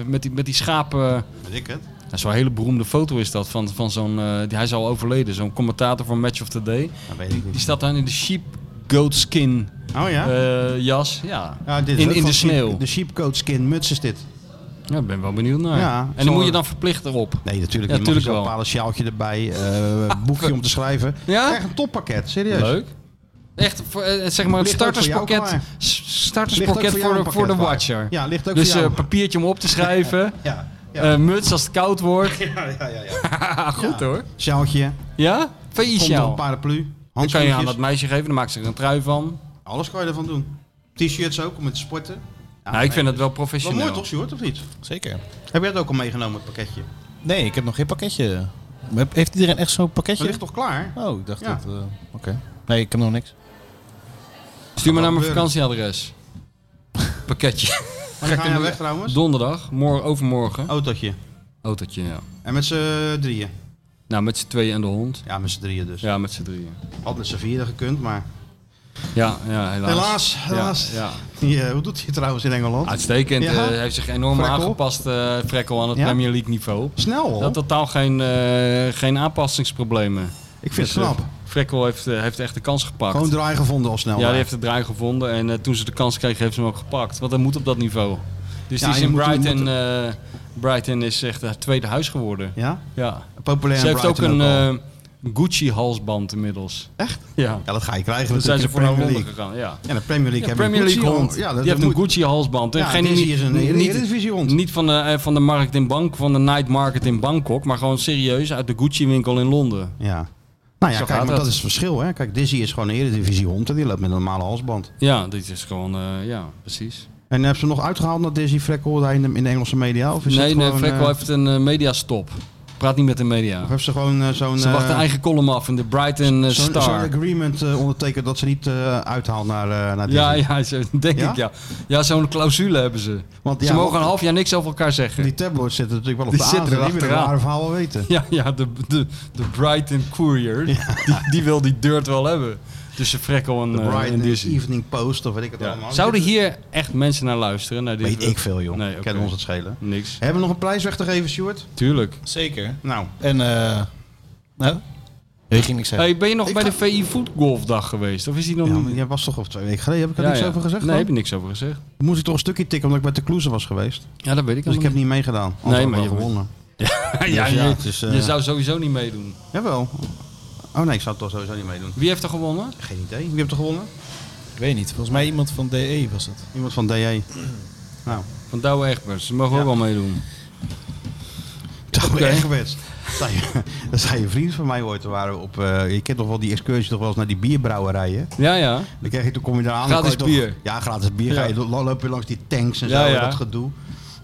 Speaker 4: met, die, met die schapen.
Speaker 2: Weet ik het.
Speaker 4: Dat is wel een hele beroemde foto is dat van, van zo'n, eh, die- hij is al overleden, zo'n commentator van Match of the Day.
Speaker 2: Dat Nou, weet ik niet.
Speaker 4: Die staat dan in de sheep goatskin
Speaker 2: Oh ja?
Speaker 4: eh, jas, ja.
Speaker 2: Ja, dit is
Speaker 4: in
Speaker 2: ook
Speaker 4: in de
Speaker 2: van sheep-
Speaker 4: sneeuw.
Speaker 2: de sheepcoat skin muts is dit.
Speaker 4: Ja, ik ben wel benieuwd naar.
Speaker 2: Ja,
Speaker 4: en
Speaker 2: zal-
Speaker 4: dan moet je dan verplicht erop.
Speaker 2: Nee, natuurlijk
Speaker 4: Ja,
Speaker 2: niet. Mag je
Speaker 4: tuurlijk
Speaker 2: zo'n
Speaker 4: wel.
Speaker 2: bepaalde sjaaltje erbij, eh boekje om te schrijven.
Speaker 4: Ja?
Speaker 2: Krijg een toppakket, serieus.
Speaker 4: Leuk. Echt, voor, eh, zeg maar het
Speaker 2: Ligt ook voor jou
Speaker 4: starterspakket,
Speaker 2: klaar.
Speaker 4: s-
Speaker 2: Ligt ook
Speaker 4: starterspakket
Speaker 2: jou
Speaker 4: voor,
Speaker 2: een
Speaker 4: de- voor de
Speaker 2: pakket waar.
Speaker 4: watcher.
Speaker 2: Ja, ligt ook
Speaker 4: dus
Speaker 2: voor jou.
Speaker 4: eh, papiertje om op te schrijven,
Speaker 2: ja, [LAUGHS] ja,
Speaker 4: eh, muts als het koud wordt.
Speaker 2: ja, [LAUGHS] ja, ja, ja.
Speaker 4: Haha, Goed hoor.
Speaker 2: Eh, Sjaaltje,
Speaker 4: Ja?
Speaker 2: komt een
Speaker 4: VI-sjaal.
Speaker 2: paraplu,
Speaker 4: Dan kan je aan
Speaker 2: handschoentjes.
Speaker 4: dat meisje geven, dan maakt ze er een trui van.
Speaker 2: Alles kan je ervan doen. T-shirts ook, om het te sporten.
Speaker 4: nou, ik vind het wel
Speaker 2: Wel
Speaker 4: professioneel.
Speaker 2: mooi toch, Sjoerd, of niet?
Speaker 3: Zeker.
Speaker 2: Heb jij het ook al meegenomen, het pakketje?
Speaker 3: Nee, ik heb nog geen pakketje. Maar Heeft iedereen echt zo'n
Speaker 2: Het
Speaker 3: pakketje?
Speaker 2: ligt toch klaar?
Speaker 3: Oh, ik dacht
Speaker 2: Ja.
Speaker 3: dat... eh, Oké. Nee, ik heb nog niks.
Speaker 4: Stuur me naar mijn
Speaker 2: gebeuren. [LAUGHS]
Speaker 4: vakantieadres. Pakketje.
Speaker 2: Wanneer ga je nou weg trouwens?
Speaker 4: Donderdag, morgen, overmorgen.
Speaker 2: Autootje.
Speaker 4: Autootje, ja.
Speaker 2: En met z'n drieën.
Speaker 4: Nou, met z'n tweeën en de hond.
Speaker 2: Ja, met z'n drieën dus.
Speaker 4: Ja, met z'n drieën.
Speaker 2: Had met z'n vieren gekund, maar... [LAUGHS]
Speaker 4: Ja, ja helaas.
Speaker 2: Helaas,
Speaker 4: Ja,
Speaker 2: helaas.
Speaker 4: ja.
Speaker 2: Die, eh, hoe doet hij het trouwens in Engeland?
Speaker 4: Uitstekend.
Speaker 2: Ja?
Speaker 4: eh, Hij heeft zich enorm
Speaker 2: Frekkel?
Speaker 4: aangepast, eh Frekkel, aan het
Speaker 2: Ja?
Speaker 4: Premier League niveau.
Speaker 2: Snel
Speaker 4: Hij
Speaker 2: hoor.
Speaker 4: had totaal geen, eh, geen aanpassingsproblemen.
Speaker 2: Ik vind het
Speaker 4: Dus, eh,
Speaker 2: knap.
Speaker 4: Frekkel heeft, eh, heeft echt de kans gepakt.
Speaker 2: Gewoon draai gevonden al snel.
Speaker 4: ja, die
Speaker 2: hè?
Speaker 4: heeft de draai gevonden. En eh, toen ze de kans kreeg, heeft ze hem ook gepakt. Want dat moet op dat niveau. Dus
Speaker 2: Ja,
Speaker 4: die is
Speaker 2: je
Speaker 4: in
Speaker 2: moet- je
Speaker 4: Brighton... eh, Brighton is echt het tweede huis geworden.
Speaker 2: ja?
Speaker 4: Ja.
Speaker 2: Populair
Speaker 4: Ze
Speaker 2: in
Speaker 4: heeft ook
Speaker 2: Brighton
Speaker 4: een
Speaker 2: al.
Speaker 4: eh, Gucci-halsband inmiddels. Echt? Ja.
Speaker 2: Ja, dat ga je krijgen.
Speaker 4: Daar zijn
Speaker 2: natuurlijk
Speaker 4: ze
Speaker 2: in de Premier
Speaker 4: voor naar Londen
Speaker 2: League.
Speaker 4: gegaan. Ja.
Speaker 2: Ja, de Premier League
Speaker 4: Ja,
Speaker 2: hebben
Speaker 4: Premier League hond.
Speaker 2: Ja, dat
Speaker 4: die heeft
Speaker 2: moet-
Speaker 4: een Gucci halsband. En
Speaker 2: Ja,
Speaker 4: geen,
Speaker 2: deze is een
Speaker 4: niet-
Speaker 2: Eredivisie hond.
Speaker 4: Niet van de, eh, van de markt in Bangkok, van de night market in Bangkok, maar gewoon serieus uit de Gucci winkel in Londen.
Speaker 2: Ja. Nou ja,
Speaker 4: Zo
Speaker 2: kijk,
Speaker 4: gaat
Speaker 2: maar dat
Speaker 4: dat.
Speaker 2: is het verschil. Hè. Kijk, Dizzy is gewoon een eredivisie hond en die loopt met een normale halsband.
Speaker 4: Ja, dit is gewoon, eh, ja, precies.
Speaker 2: En hebben ze hem nog uitgehaald naar Dizzy Frekkel daar in de, in de Engelse media? Of is
Speaker 4: nee,
Speaker 2: het
Speaker 4: nee,
Speaker 2: gewoon,
Speaker 4: Frekkel
Speaker 2: eh,
Speaker 4: heeft een eh, mediastop. Praat niet met de media.
Speaker 2: Of hebben ze gewoon eh, zo'n...
Speaker 4: Ze wachten
Speaker 2: eh,
Speaker 4: eigen column af in de Brighton
Speaker 2: zo'n-
Speaker 4: eh,
Speaker 2: Zo'n
Speaker 4: Star.
Speaker 2: agreement eh, ondertekend dat ze niet eh, uithaalt naar, eh, naar Dizzy.
Speaker 4: ja, ja, zo- [LAUGHS] denk
Speaker 2: Ja?
Speaker 4: ik ja. Ja, zo'n clausule hebben ze.
Speaker 2: Want,
Speaker 4: ze
Speaker 2: ja,
Speaker 4: mogen een half jaar niks over elkaar zeggen.
Speaker 2: Die tabloids zitten natuurlijk wel op
Speaker 4: Die
Speaker 2: de
Speaker 4: zitten
Speaker 2: aarde.
Speaker 4: er
Speaker 2: Die willen het
Speaker 4: achteraan.
Speaker 2: ware verhaal wel weten.
Speaker 4: [LAUGHS] Ja, ja de, de, de Brighton Courier. Die, die wil die dirt wel hebben. Tussen Frekkel en,
Speaker 2: De
Speaker 4: eh, en
Speaker 2: Brighton
Speaker 4: Dizzy.
Speaker 2: Evening Post of weet ik het
Speaker 4: Ja.
Speaker 2: allemaal.
Speaker 4: Zouden hier echt mensen naar luisteren? Naar dit
Speaker 2: Weet ik veel, joh.
Speaker 4: Nee,
Speaker 2: Nee,
Speaker 4: oké.
Speaker 2: Kennen ons het schelen.
Speaker 4: Niks.
Speaker 2: Hebben we nog een prijs weg te geven, Stuart?
Speaker 4: Tuurlijk.
Speaker 3: Zeker.
Speaker 2: Nou,
Speaker 3: En, eh nou? Ik ging niks zeggen.
Speaker 4: Hey, ben je nog
Speaker 2: Ik
Speaker 4: bij
Speaker 2: ga-
Speaker 4: de VI Voetgolfdag geweest? Of is die nog
Speaker 2: ja, maar
Speaker 4: niet?
Speaker 2: jij was toch of twee weken geleden? Heb ik er
Speaker 4: Ja,
Speaker 2: niks
Speaker 4: ja.
Speaker 2: over gezegd?
Speaker 4: Nee,
Speaker 2: dan?
Speaker 4: heb je niks over gezegd.
Speaker 2: Moest ik toch een stukje tikken omdat ik bij de Kloeze was geweest.
Speaker 4: Ja, dat weet ik
Speaker 2: Dus ik heb
Speaker 4: helemaal
Speaker 2: niet meegedaan. Anders
Speaker 4: Nee,
Speaker 2: had ik
Speaker 4: maar
Speaker 2: wel
Speaker 4: je
Speaker 2: gewonnen.
Speaker 4: niet. ja,
Speaker 2: dus ja,
Speaker 4: je,
Speaker 2: het is, eh,
Speaker 4: je zou sowieso niet meedoen.
Speaker 2: Jawel. Oh nee, ik zou het toch sowieso niet meedoen.
Speaker 4: Wie heeft er gewonnen?
Speaker 2: Geen idee. Wie hebt er gewonnen?
Speaker 3: Ik weet niet. Volgens mij iemand van DE was het.
Speaker 2: Iemand van DE. Nou,
Speaker 4: Van Douwe Egberts. Ze mogen
Speaker 2: Ja.
Speaker 4: ook wel meedoen.
Speaker 2: dat
Speaker 4: Oké.
Speaker 2: echt gewenst. Dat [LAUGHS] zei- Dat zei een vriend van mij ooit. We waren op, eh, je kent toch wel die excursie toch wel eens naar die bierbrouwerijen.
Speaker 4: Ja, ja.
Speaker 2: Dan krijg je, toen kom je daar aan. dan
Speaker 4: Gratis
Speaker 2: kan je toch-
Speaker 4: bier.
Speaker 2: ja, gratis bier. Ga je, dan loop je langs die tanks en zo,
Speaker 4: Ja,
Speaker 2: en
Speaker 4: ja.
Speaker 2: dat gedoe.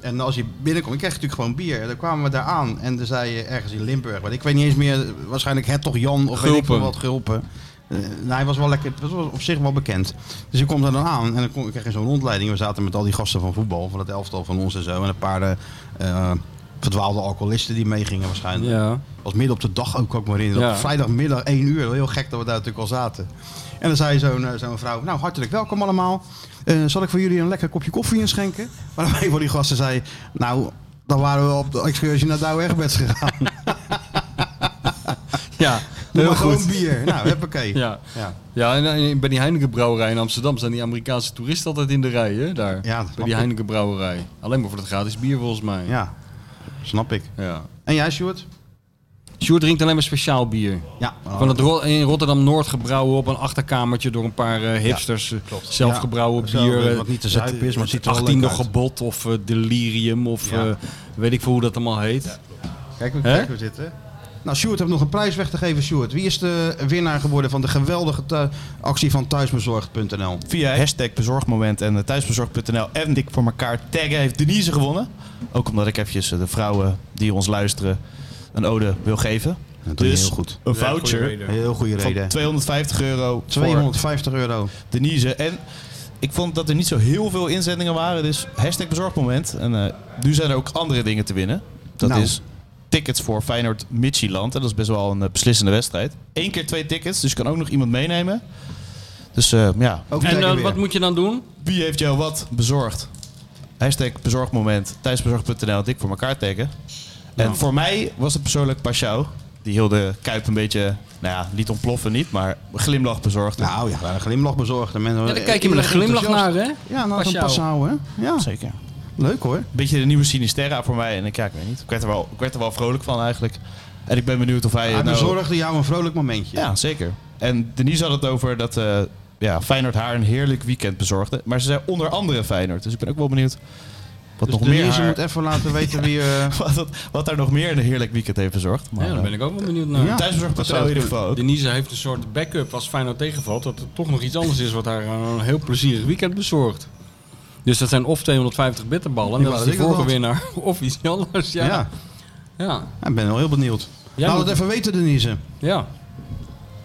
Speaker 2: En als je binnenkomt, dan krijg je natuurlijk gewoon bier. En dan kwamen we daar aan en dan zei je ergens in Limburg. Want ik weet niet eens meer, waarschijnlijk het toch Jan of weet ik veel
Speaker 4: Gulpen.
Speaker 2: wat Gulpen. Eh, nou, hij was wel lekker, het was op zich wel bekend. Dus ik kom daar dan aan en dan kon, kreeg je zo'n rondleiding. We zaten met al die gasten van voetbal, van het elftal van ons en zo. En een paar eh, eh, verdwaalde alcoholisten die meegingen waarschijnlijk.
Speaker 4: Ja.
Speaker 2: Was midden op de dag ook, kan ik me herinneren.
Speaker 4: Ja.
Speaker 2: Op vrijdagmiddag 1 uur. Heel gek dat we daar natuurlijk al zaten. En dan zei zo'n eh, zo'n vrouw, nou hartelijk welkom allemaal. Eh, zal ik voor jullie een lekker kopje koffie inschenken? Maar [LAUGHS] een van die gasten zei, nou dan waren we op de excursie naar Douwe Egberts gegaan. [LAUGHS]
Speaker 4: Ja,
Speaker 2: Doe
Speaker 4: heel
Speaker 2: maar gewoon
Speaker 4: goed.
Speaker 2: bier. Nou, huppakee. Ja.
Speaker 4: Ja.
Speaker 2: Ja.
Speaker 4: Ja, en eh, bij die Heineken brouwerij in Amsterdam staan die Amerikaanse toeristen altijd in de rij, hè? Daar.
Speaker 2: Ja, dat snap
Speaker 4: bij
Speaker 2: ik.
Speaker 4: die Heineken brouwerij. Alleen maar voor het gratis bier, volgens mij.
Speaker 2: snap ik.
Speaker 4: ja.
Speaker 2: En jij Sjoerd?
Speaker 4: Sjoerd drinkt alleen maar speciaal bier.
Speaker 2: Ja. Oh,
Speaker 4: Van het Ro- in Rotterdam-Noord gebrouwen op een achterkamertje door een paar eh, hipsters. eh, zelfgebrouwen
Speaker 2: Ja, zo,
Speaker 4: bier. eh,
Speaker 2: wat niet te zuip is, maar het ziet er wel leuk
Speaker 4: 18e
Speaker 2: uit.
Speaker 4: gebod of eh, delirium of
Speaker 2: Ja.
Speaker 4: eh, weet ik veel hoe dat allemaal heet.
Speaker 2: Kijk hoe
Speaker 4: Hè?
Speaker 2: kijk hoe we zitten. Nou, Sjoerd heeft nog een prijs weg te geven, Sjoerd. Wie is de winnaar geworden van de geweldige thu- actie van thuisbezorgd.nl?
Speaker 3: Via hashtag bezorgmoment en eh, thuisbezorgd.nl en dik voor elkaar taggen heeft Denise gewonnen. Ook omdat ik eventjes eh, de vrouwen die ons luisteren een ode wil geven.
Speaker 2: Dat doe je
Speaker 3: dus
Speaker 2: heel goed.
Speaker 3: een voucher
Speaker 2: Heel goede
Speaker 3: van
Speaker 2: reden.
Speaker 3: 250 euro voor
Speaker 2: 250 euro.
Speaker 3: Denise. En ik vond dat er niet zo heel veel inzendingen waren, dus hashtag bezorgmoment. En eh, nu zijn er ook andere dingen te winnen. Dat
Speaker 2: Nou.
Speaker 3: is tickets voor Feyenoord Midtjylland. En dat is best wel een eh, beslissende wedstrijd. Eén keer twee tickets, dus je kan ook nog iemand meenemen. Dus eh, ja,
Speaker 2: Ook
Speaker 4: En
Speaker 2: zeker
Speaker 4: eh,
Speaker 2: weer.
Speaker 4: wat moet je dan doen?
Speaker 3: wie heeft jou wat bezorgd? Hashtag bezorgmoment, thuisbezorg.nl, dik voor elkaar taggen. En
Speaker 2: Nou.
Speaker 3: voor mij was het persoonlijk Pashao. Die heel de Kuip een beetje, nou ja, niet ontploffen niet, maar glimlach bezorgd.
Speaker 2: Nou ja, een glimlach bezorgd. En men,
Speaker 4: Ja, daar kijk je met een glimlach naar, hè?
Speaker 2: Ja, nou, zo'n
Speaker 4: Passau.
Speaker 2: Passau, hè? Ja,
Speaker 3: Zeker.
Speaker 2: leuk hoor.
Speaker 3: Beetje de nieuwe Sinisterra voor mij. En ik, ja, ik weet niet, ik werd, er wel, ik werd er wel vrolijk van eigenlijk. En ik ben benieuwd of hij...
Speaker 2: Hij
Speaker 3: nou-
Speaker 2: bezorgde jou een vrolijk momentje.
Speaker 3: Ja, zeker. En Denise had het over dat eh, ja, Feyenoord haar een heerlijk weekend bezorgde. Maar ze zei onder andere Feyenoord. Dus ik ben ook wel benieuwd wat
Speaker 2: Dus
Speaker 3: nog meer
Speaker 2: Denise
Speaker 3: haar-
Speaker 2: moet even laten weten wie... eh,
Speaker 3: [LAUGHS] wat, dat- wat daar nog meer een heerlijk weekend heeft verzorgd. Maar, eh,
Speaker 4: Ja, daar ben ik ook wel benieuwd naar.
Speaker 2: Ja. Dat zou
Speaker 3: Thuisbezorgd.nl in ieder geval ook.
Speaker 4: Denise heeft een soort backup als Feyenoord tegenvalt. Dat het toch nog iets anders is wat haar eh, een heel plezierig weekend bezorgt. Dus dat zijn of 250 bitterballen,
Speaker 2: Ja,
Speaker 4: dat is
Speaker 2: dat
Speaker 4: die
Speaker 2: ik dat
Speaker 4: vorige
Speaker 2: had.
Speaker 4: winnaar, [LAUGHS] of iets anders.
Speaker 2: ja.
Speaker 4: Ja, ja. ja.
Speaker 2: ik ben wel heel benieuwd.
Speaker 4: Jij
Speaker 2: Laat
Speaker 4: moet-
Speaker 2: het even weten, Denise.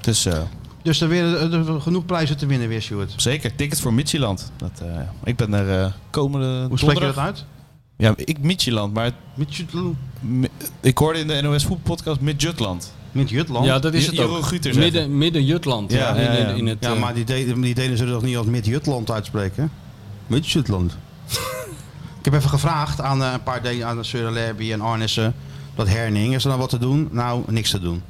Speaker 3: Dus eh,
Speaker 2: Dus er weer eh, er- genoeg prijzen te winnen weer, Stuart.
Speaker 3: zeker, tickets voor Michieland. Dat, eh, ik ben er eh, komende
Speaker 2: Hoe spreek je dat
Speaker 3: donderdag.
Speaker 2: uit?
Speaker 3: Ja, ik Michieland, maar
Speaker 2: Met, Jutl-
Speaker 3: mi- ik hoorde in de NOS voetbalpodcast Midjutland.
Speaker 2: met Jutland?
Speaker 4: ja, dat is
Speaker 3: Je-
Speaker 4: het
Speaker 3: Jeroen
Speaker 4: ook.
Speaker 3: Guter zegt
Speaker 4: midden, midden Jutland.
Speaker 3: Ja,
Speaker 4: Ja,
Speaker 3: ja,
Speaker 4: In,
Speaker 3: ja.
Speaker 4: in, in het,
Speaker 2: Ja,
Speaker 4: eh,
Speaker 2: maar die deden, die deden ze toch niet als Mid-Jutland uitspreken? Mid-Jutland. [LAUGHS] ik heb even gevraagd aan eh, een paar dingen, aan Surrelerby en Arnissen, dat Herning, is er dan wat te doen? Nou, niks te doen.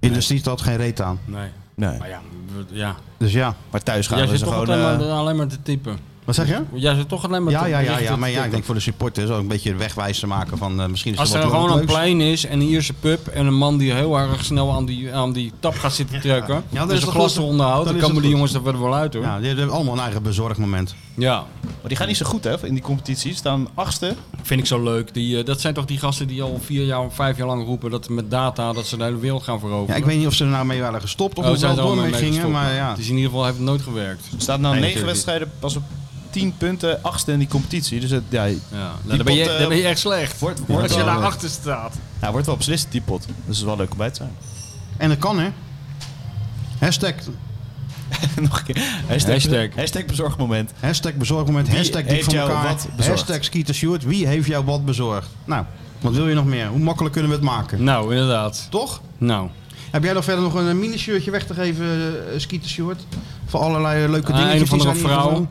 Speaker 2: Industriestad, geen reet aan.
Speaker 4: Nee,
Speaker 3: Nee.
Speaker 4: maar ja, we- ja.
Speaker 2: Dus ja,
Speaker 3: Maar thuis gaan
Speaker 4: jij
Speaker 3: we
Speaker 4: zit
Speaker 3: ze
Speaker 4: toch
Speaker 3: gewoon...
Speaker 4: alleen,
Speaker 3: eh,
Speaker 4: maar, alleen maar te typen.
Speaker 2: wat zeg je?
Speaker 4: Jij zit toch alleen maar
Speaker 2: Ja,
Speaker 4: te
Speaker 2: ja, ja, ja,
Speaker 4: berichten
Speaker 2: maar
Speaker 4: te
Speaker 2: ja, ik
Speaker 4: typen.
Speaker 2: denk voor de supporters ook een beetje de wegwijs te maken van eh, misschien is
Speaker 4: Als
Speaker 2: er
Speaker 4: er
Speaker 2: wat
Speaker 4: gewoon een
Speaker 2: leuks.
Speaker 4: plein is en een Ierse pub en een man die heel erg snel aan die, aan die tap gaat zitten drukken.
Speaker 2: Ja, dan
Speaker 4: dus
Speaker 2: is
Speaker 4: een
Speaker 2: het
Speaker 4: glas
Speaker 2: goed.
Speaker 4: eronder houdt,
Speaker 2: Dan
Speaker 4: dan
Speaker 2: is
Speaker 4: komen
Speaker 2: het
Speaker 4: die
Speaker 2: goed.
Speaker 4: jongens er verder wel uit hoor.
Speaker 2: Ja,
Speaker 4: Ja.
Speaker 2: die hebben allemaal een eigen bezorgmoment.
Speaker 3: maar die gaan niet zo goed, hè, in die competitie. Staan achtste.
Speaker 4: vind ik zo leuk. Die, eh, dat zijn toch die gasten die al vier jaar of vijf jaar lang roepen dat met data dat ze de hele wereld gaan
Speaker 2: Ja,
Speaker 4: veroveren.
Speaker 2: ik weet niet of ze er nou mee waren gestopt of
Speaker 4: Oh,
Speaker 2: of ze
Speaker 4: zijn
Speaker 2: wel
Speaker 4: ze er
Speaker 2: door
Speaker 4: allemaal
Speaker 2: mee
Speaker 4: mee
Speaker 2: gingen,
Speaker 4: gestopt?
Speaker 2: maar ja.
Speaker 4: Het is in ieder geval heeft het nooit gewerkt.
Speaker 3: Staat na
Speaker 2: Nee,
Speaker 3: negen
Speaker 2: natuurlijk
Speaker 3: wedstrijden pas op 10 punten, achtste in die competitie. Dus het, ja,
Speaker 4: Ja.
Speaker 3: Die
Speaker 4: Nou, dan, ben je,
Speaker 3: pot, eh,
Speaker 4: dan ben je echt slecht.
Speaker 3: wordt, wordt,
Speaker 4: Als je
Speaker 3: wel,
Speaker 4: daar achter staat.
Speaker 3: ja, wordt wel beslist, die pot. Dus het is wel leuk om bij te zijn. [LAUGHS]
Speaker 2: En dat kan, hè? Hashtag,
Speaker 3: Nog een keer. Hashtag,
Speaker 4: Hashtag.
Speaker 3: hashtag bezorgmoment.
Speaker 2: hashtag bezorgmoment,
Speaker 3: Wie
Speaker 2: hashtag dik
Speaker 3: heeft
Speaker 2: van
Speaker 3: jou
Speaker 2: elkaar,
Speaker 3: wat bezorgd?
Speaker 2: hashtag Skeeter Stewart. Wie heeft jou wat bezorgd? Nou, wat wil je nog meer? Hoe makkelijk kunnen we het maken?
Speaker 4: Nou, inderdaad.
Speaker 2: Toch?
Speaker 4: Nou.
Speaker 2: Heb jij nog verder nog een eh, mini-shirtje weg te geven, eh, Skeeter Stewart? Voor allerlei eh, leuke
Speaker 4: Ah,
Speaker 2: dingen.
Speaker 4: een of andere vrouw.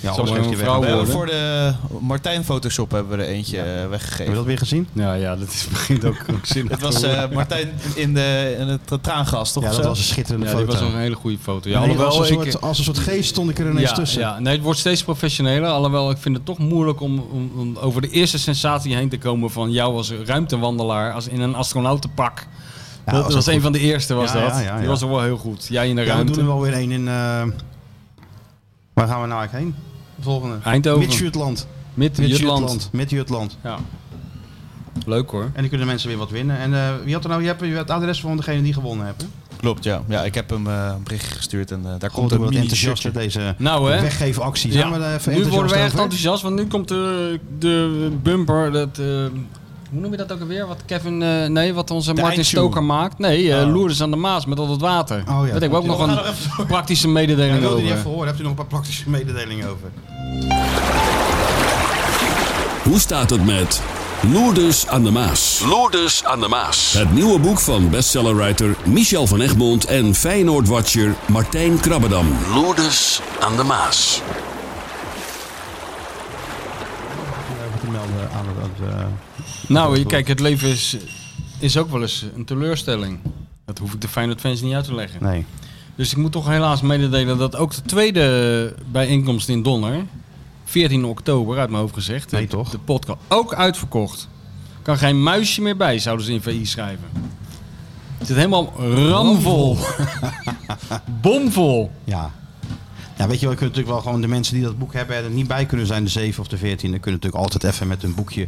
Speaker 2: Ja,
Speaker 4: Zal
Speaker 2: alles
Speaker 4: wel
Speaker 2: geeft hij
Speaker 4: een
Speaker 2: weg.
Speaker 4: vrouw
Speaker 3: We hebben
Speaker 4: worden.
Speaker 3: voor de Martijn Photoshop hebben we er eentje eh,
Speaker 2: Heb je
Speaker 3: weggegeven.
Speaker 2: dat weer gezien?
Speaker 4: Ja, ja, dat is, [LAUGHS] begint ook ook zinnig.
Speaker 3: Het was
Speaker 4: te worden.
Speaker 3: eh, Martijn in, de, in het traangas, toch?
Speaker 2: Ja,
Speaker 3: Of
Speaker 2: dat
Speaker 3: zo?
Speaker 2: was een schitterende
Speaker 4: ja,
Speaker 2: foto.
Speaker 4: dit was nog een hele goede foto. Ja,
Speaker 2: Nee, als,
Speaker 4: alhoewel,
Speaker 2: een
Speaker 4: ik- eh,
Speaker 2: soort, als een soort geest stond ik er ineens
Speaker 4: ja,
Speaker 2: tussen.
Speaker 4: Ja. Nee, het wordt steeds professioneler. Alhoewel, ik vind het toch moeilijk om, om, om over de eerste sensatie heen te komen van jou als ruimtewandelaar als in een astronautenpak.
Speaker 2: Ja,
Speaker 4: dat
Speaker 2: was
Speaker 4: was,
Speaker 2: ook
Speaker 4: een
Speaker 2: goed.
Speaker 4: van de eerste, was
Speaker 2: Ja,
Speaker 4: dat.
Speaker 2: ja, ja,
Speaker 4: Die
Speaker 2: ja.
Speaker 4: was wel heel goed. Jij in de
Speaker 2: Ja, we doen
Speaker 4: ruimte.
Speaker 2: er wel weer één in. eh, waar gaan we nou eigenlijk heen? De volgende.
Speaker 4: Eindhoven,
Speaker 2: Mid-Jutland.
Speaker 4: Mid-Jutland.
Speaker 2: Mid-Jutland. Mid-Jutland.
Speaker 4: Ja. Leuk hoor.
Speaker 2: En dan kunnen mensen weer wat winnen. En eh, wie had er nou? Je hebt je hebt het adres van degene die gewonnen hebben.
Speaker 3: Klopt, ja. ja. Ik heb hem eh, een berichtje gestuurd en eh, daar
Speaker 2: Komt
Speaker 3: komt
Speaker 2: ook
Speaker 3: een
Speaker 2: wat
Speaker 3: mini
Speaker 2: enthousiast
Speaker 3: shirtje.
Speaker 2: met deze
Speaker 4: Nou, hè?
Speaker 2: weggeefactie. Zijn we daar eh, even
Speaker 4: nu worden we
Speaker 2: enthousiast
Speaker 4: echt
Speaker 2: over?
Speaker 4: enthousiast, want nu komt de, de bumper. Dat, eh, hoe noem je dat ook alweer? Wat Kevin, eh, nee, wat onze
Speaker 3: De
Speaker 4: Martin
Speaker 3: eindtune.
Speaker 4: Stoker maakt. Nee, eh
Speaker 3: Oh.
Speaker 4: Loerders aan de Maas met al dat water.
Speaker 2: Oh, ja,
Speaker 4: Daar heb ik ook nog
Speaker 3: we
Speaker 4: een
Speaker 3: gaan nog
Speaker 4: praktische
Speaker 2: Ja,
Speaker 4: mededeling
Speaker 2: wilde je
Speaker 4: over.
Speaker 2: even horen? Hebt u nog een paar praktische mededelingen over?
Speaker 7: Hoe staat het met Loerders aan de Maas? Loerders aan de Maas. Het nieuwe boek van bestsellerwriter Michel van Egmond en Feyenoord-watcher Martijn Krabbedam. Loerders aan de Maas.
Speaker 2: Even te melden eh, aan het.
Speaker 4: Nou, je- kijk, het leven is, is ook wel eens een teleurstelling. Dat hoef ik de Feyenoord fans niet uit te leggen.
Speaker 2: nee.
Speaker 4: Dus ik moet toch helaas mededelen dat ook de tweede bijeenkomst in Donner, 14 oktober uit mijn hoofd gezegd,
Speaker 2: Nee,
Speaker 4: de-
Speaker 2: toch?
Speaker 4: de podcast, ook uitverkocht. Kan geen muisje meer bij, zouden ze in VI schrijven. Het zit helemaal ramvol. [LAUGHS] Bomvol.
Speaker 2: Ja. Ja, weet je wel, je kunt natuurlijk wel gewoon de mensen die dat boek hebben en er niet bij kunnen zijn, de 7 of de 14, dan kunnen natuurlijk altijd even met hun boekje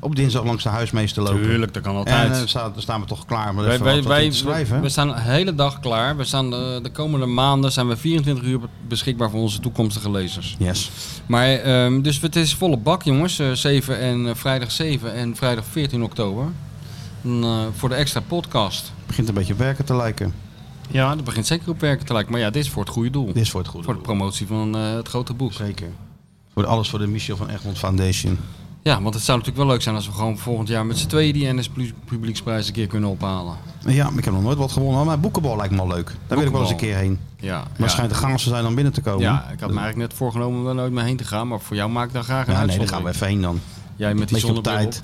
Speaker 2: op dinsdag langs de huismeester lopen.
Speaker 4: Tuurlijk, dat kan
Speaker 2: En
Speaker 4: altijd.
Speaker 2: eh, sta- dan staan we toch klaar om er
Speaker 4: wij,
Speaker 2: even
Speaker 4: wij,
Speaker 2: wat
Speaker 4: wij-
Speaker 2: in te schrijven.
Speaker 4: we staan de hele dag klaar. We staan de, de komende maanden zijn we 24 uur beschikbaar voor onze toekomstige lezers.
Speaker 2: Yes.
Speaker 4: Maar, ehm, dus het is volle bak, jongens. Eh, 7 en eh, vrijdag 7 en vrijdag 14 oktober. En, eh, voor de extra podcast.
Speaker 2: Het begint een beetje op werken te lijken.
Speaker 4: Ja, dat begint zeker op werken te lijken. Maar ja, dit is voor het goede doel.
Speaker 2: Dit is voor het goede
Speaker 4: Voor de
Speaker 2: doel.
Speaker 4: promotie van eh, het grote boek.
Speaker 2: Zeker. Voor de- alles voor de Michel van Egmond Foundation.
Speaker 4: Ja, want het zou natuurlijk wel leuk zijn als we gewoon volgend jaar met z'n tweeën die NS Plu- Publieksprijs een keer kunnen ophalen.
Speaker 2: Ja, maar ik heb nog nooit wat gewonnen. Maar boekenbal lijkt me wel leuk. Daar wil ik wel eens een
Speaker 4: Boekenbal.
Speaker 2: keer heen.
Speaker 4: Ja,
Speaker 2: Maar schijnt de gangers te zijn om binnen te komen.
Speaker 4: ja. ja, ik had me eigenlijk net voorgenomen om er nooit mee heen te gaan, maar voor jou maak ik daar graag een
Speaker 2: Ja, nee, daar
Speaker 4: uitzondering.
Speaker 2: gaan we even heen dan.
Speaker 4: Jij met die
Speaker 2: Beetje op
Speaker 4: zonnebril op
Speaker 2: tijd.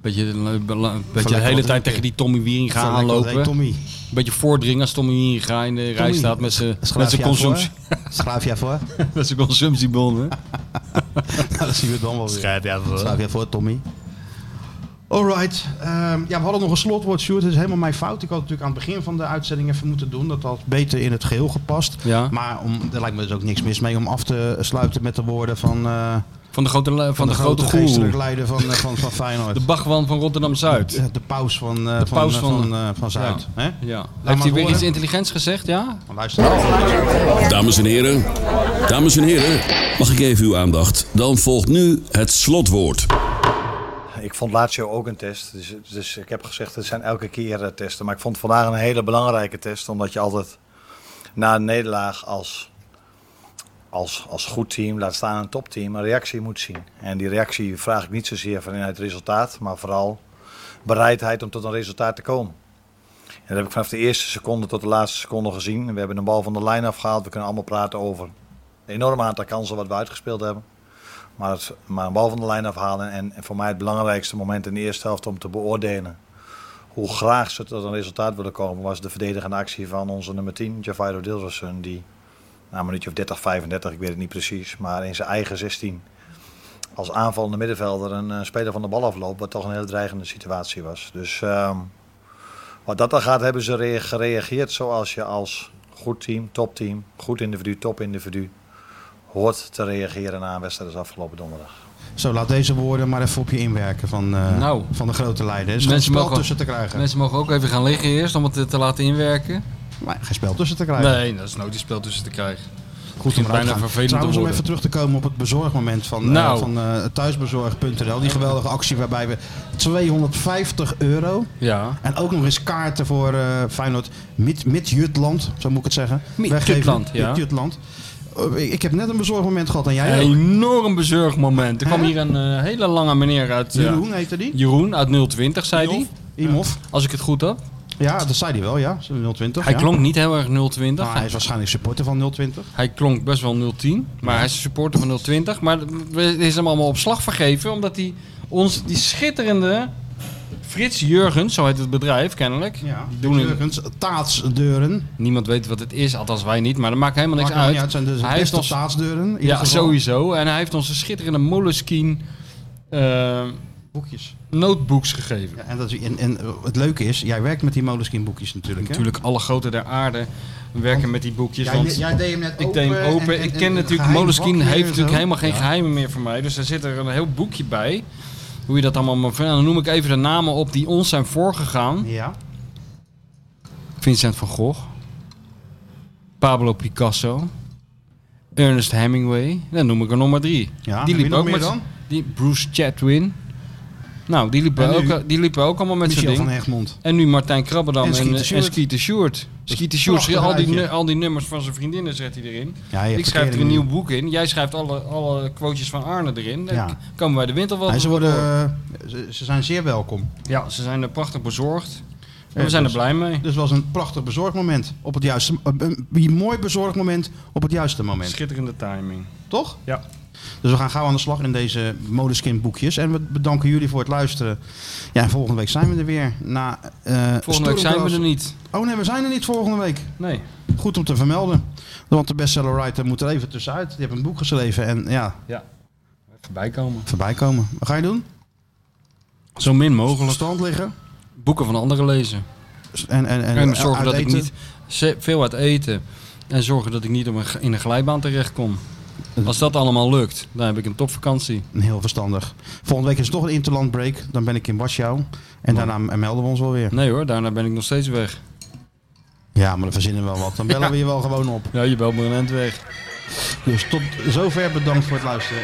Speaker 4: Beetje, een beetje de
Speaker 2: lekker
Speaker 4: hele
Speaker 2: wat
Speaker 4: tijd tegen
Speaker 2: drinken.
Speaker 4: die Tommy Wieringa
Speaker 2: Van lekker wat, hey,
Speaker 4: aanlopen.
Speaker 2: Tommy.
Speaker 4: Een beetje voordringen als Tommy Wieringa in de rij
Speaker 2: Tommy,
Speaker 4: staat met zijn
Speaker 2: schrijf
Speaker 4: met zijn
Speaker 2: jij
Speaker 4: consumptie,
Speaker 2: voor? Schrijf jij
Speaker 4: [LAUGHS]
Speaker 2: voor?
Speaker 4: met zijn consumptiebon. hè?
Speaker 2: Nou, dat zien we dan wel weer. Schrijf jij voor. Schrijf jij voor, Tommy. Alright. Ehm, ja, we hadden nog een slotwoord, Sjoerd. Dat is helemaal mijn fout. Ik had natuurlijk aan het begin van de uitzending even moeten doen. Dat had beter in het geheel gepast.
Speaker 4: Ja.
Speaker 2: Maar om, daar lijkt me dus ook niks mis mee om af te sluiten met de woorden van, eh,
Speaker 4: Van de grote, van de grote,
Speaker 2: geestelijk
Speaker 4: goeroe.
Speaker 2: leider van, eh, van, van Feyenoord.
Speaker 4: [LAUGHS] De Bachwan van Rotterdam-Zuid.
Speaker 2: Ja, [LAUGHS] de paus van, eh, van,
Speaker 4: paus
Speaker 2: eh,
Speaker 4: van-
Speaker 2: van, eh, van Zuid. hè?
Speaker 4: Ja.
Speaker 2: maar
Speaker 4: Heeft hij weer
Speaker 2: horen.
Speaker 4: iets intelligents gezegd, ja?
Speaker 2: Luister.
Speaker 7: Dames en heren, dames en heren, mag ik even uw aandacht? Dan volgt nu het slotwoord.
Speaker 8: Ik vond Lazio ook een test. Dus, dus ik heb gezegd, het zijn elke keer eh, testen. Maar ik vond vandaag een hele belangrijke test. Omdat je altijd na een nederlaag als, als, als goed team, laat staan een topteam, een reactie moet zien. En die reactie vraag ik niet zozeer vanuit het resultaat. Maar vooral bereidheid om tot een resultaat te komen. En dat heb ik vanaf de eerste seconde tot de laatste seconde gezien. We hebben een bal van de lijn afgehaald. We kunnen allemaal praten over een enorm aantal kansen wat we uitgespeeld hebben. Maar, het, maar een bal van de lijn afhalen. En, en voor mij het belangrijkste moment in de eerste helft om te beoordelen. Hoe graag ze tot een resultaat willen komen. Was de verdedigende actie van onze nummer 10, Javairo Dilderson. Die na een minuutje of 30, 35, ik weet het niet precies. Maar in zijn eigen 16. Als aanvallende middenvelder een eh, speler van de bal afloopt. Wat toch een hele dreigende situatie was. Dus ehm, wat dat dan gaat, hebben ze rea- gereageerd zoals je als goed team, topteam, goed individu, topindividu. Hoort te reageren na een wedstrijd als afgelopen donderdag.
Speaker 2: Zo, laat deze woorden maar even op je inwerken van, eh,
Speaker 4: Nou.
Speaker 2: van de grote leider. Er is geen spel
Speaker 4: mogen-
Speaker 2: tussen te krijgen.
Speaker 4: mensen mogen ook even gaan liggen eerst om het eh, te laten inwerken.
Speaker 2: Maar geen spel tussen te krijgen.
Speaker 4: Nee, dat is nooit een spel tussen te krijgen.
Speaker 2: Goed
Speaker 4: Begint
Speaker 2: om eruit
Speaker 4: bijna
Speaker 2: te gaan.
Speaker 4: vervelend te
Speaker 2: Trouwens, om
Speaker 4: worden.
Speaker 2: even terug te komen op het bezorgmoment van, eh,
Speaker 4: Nou.
Speaker 2: van eh, thuisbezorg.nl. Die geweldige actie waarbij we 250 euro
Speaker 4: Ja.
Speaker 2: en ook nog eens kaarten voor eh Feyenoord Mid- Mid-Jutland, zo moet ik het zeggen. weggeven.
Speaker 4: Jutland, ja.
Speaker 2: Mid-Jutland. Eh, ik- ik heb net een bezorgmoment gehad en jij ook.
Speaker 4: Enorm bezorgmoment. Er kwam hier een eh, hele lange meneer uit... eh,
Speaker 2: Jeroen heette die.
Speaker 4: Jeroen uit 020, zei hij.
Speaker 2: Imhof.
Speaker 4: Als ik het goed had.
Speaker 2: Ja, dat zei hij wel, ja. 020.
Speaker 4: Hij
Speaker 2: ja.
Speaker 4: klonk niet heel erg 020.
Speaker 2: Maar hij
Speaker 4: Nou, hij,
Speaker 2: is waarschijnlijk supporter van 020.
Speaker 4: hij klonk best wel 010. Maar hij is supporter van 020. Maar het is hem allemaal op slag vergeven. Omdat hij ons die schitterende... Frits Jurgens, zo heet het bedrijf kennelijk.
Speaker 2: Ja,
Speaker 4: Die
Speaker 2: doen
Speaker 4: doen in,
Speaker 2: Jurgens, Taatsdeuren.
Speaker 4: niemand weet wat het is, althans wij niet. Maar dat maakt helemaal niks
Speaker 2: Maakt nou
Speaker 4: uit.
Speaker 2: niet uit, zijn dus
Speaker 4: hij heeft
Speaker 2: beste
Speaker 4: ons
Speaker 2: Taatsdeuren. in ieder
Speaker 4: Ja,
Speaker 2: geval.
Speaker 4: sowieso. En hij heeft ons een schitterende Moleskine eh,
Speaker 2: Boekjes.
Speaker 4: notebooks gegeven.
Speaker 2: Ja, en, dat, en, en het leuke is, jij werkt met die Moleskine boekjes natuurlijk. Hè?
Speaker 4: Natuurlijk, alle groten der aarde werken met die boekjes.
Speaker 2: Jij,
Speaker 4: want
Speaker 2: jij deed hem net
Speaker 4: ik
Speaker 2: open.
Speaker 4: deed hem
Speaker 2: en-
Speaker 4: open.
Speaker 2: en-
Speaker 4: ik
Speaker 2: en-
Speaker 4: ken
Speaker 2: en
Speaker 4: natuurlijk,
Speaker 2: geheim
Speaker 4: Moleskine
Speaker 2: vakje en
Speaker 4: heeft
Speaker 2: zo.
Speaker 4: natuurlijk helemaal geen geheimen meer voor mij. Dus daar zit er een heel boekje bij. Hoe je dat allemaal maar vindt. En dan noem ik even de namen op die ons zijn voorgegaan.
Speaker 2: Ja,
Speaker 4: Vincent van Gogh. Pablo Picasso. Ernest Hemingway. Dan noem ik er nog maar drie.
Speaker 2: ja. Die liep ook meer dan.
Speaker 4: Die Bruce Chadwin. Nou, die liepen,
Speaker 2: En nu?
Speaker 4: ook, die liepen ook allemaal met zijn
Speaker 2: Michel
Speaker 4: ding.
Speaker 2: van Egmond.
Speaker 4: En nu Martijn Krabbedam
Speaker 2: En
Speaker 4: en, eh,
Speaker 2: Skeeter
Speaker 4: en,
Speaker 2: Sjoerd.
Speaker 4: Skeeter Sjoerd. Skeeter Sjoerd,
Speaker 2: prachtig
Speaker 4: al die,
Speaker 2: rijtje.
Speaker 4: nu- al die nummers van zijn vriendinnen zet hij erin.
Speaker 2: Ja, je
Speaker 4: ik
Speaker 2: hebt
Speaker 4: schrijf er een
Speaker 2: verkeering.
Speaker 4: nieuw boek in. Jij schrijft alle, alle quotejes van Arne erin. Dan
Speaker 2: Ja.
Speaker 4: k- komen wij de winter wel.
Speaker 2: Nee, ze,
Speaker 4: door.
Speaker 2: worden, eh, ze, ze zijn zeer welkom.
Speaker 4: Ja, ze zijn er prachtig bezorgd. En
Speaker 2: Ja,
Speaker 4: we zijn er
Speaker 2: dus-
Speaker 4: blij mee.
Speaker 2: Dus het was een prachtig bezorgmoment. Op het juiste, een- een een mooi bezorgmoment op het juiste moment.
Speaker 4: Schitterende timing.
Speaker 2: Toch?
Speaker 4: Ja.
Speaker 2: Dus we gaan gauw aan de slag in deze Moleskine boekjes. En we bedanken jullie voor het luisteren. Ja, en volgende week zijn we er weer. Na, eh,
Speaker 4: Volgende week zijn we er niet.
Speaker 2: Oh nee, we zijn er niet volgende week.
Speaker 4: Nee.
Speaker 2: Goed om te vermelden. Want de bestseller writer moet er even tussenuit. Die heeft een boek geschreven en ja,
Speaker 4: Voorbij komen.
Speaker 2: voorbij komen. Wat ga je doen?
Speaker 4: Zo min mogelijk.
Speaker 2: Stand liggen.
Speaker 4: Boeken van anderen lezen.
Speaker 2: En, en, eh, en,
Speaker 4: En zorgen
Speaker 2: uit
Speaker 4: dat ik
Speaker 2: eten.
Speaker 4: niet ze- veel uit eten. En zorgen dat ik niet op een, g- in een glijbaan terecht kom. Als dat allemaal lukt, dan heb ik een topvakantie.
Speaker 2: Heel verstandig. Volgende week is toch een interland break. Dan ben ik in Warschau. En daarna melden we ons wel weer.
Speaker 4: Nee hoor, daarna ben ik nog steeds weg.
Speaker 2: Ja, maar dan verzinnen we wel wat. Dan bellen we je wel gewoon op.
Speaker 4: Ja, je belt me een eind weg.
Speaker 2: Dus tot zover bedankt voor het luisteren.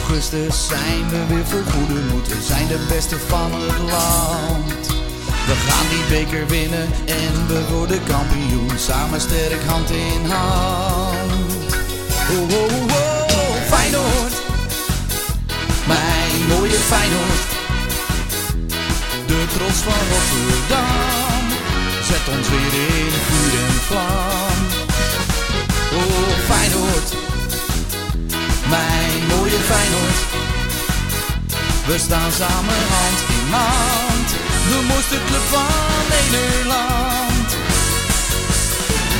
Speaker 1: augustus zijn we weer voor goede moed. We zijn de beste van het land. We gaan die beker winnen en we worden kampioen. Samen sterk hand in hand. Oh, oh, oh, oh, Feyenoord. Mijn mooie Feyenoord. De trots van Rotterdam. Zet ons weer in vuur en vlam. Oh, Feyenoord. Mijn mooie Feyenoord. We staan samen hand in hand. De mooiste club van Nederland.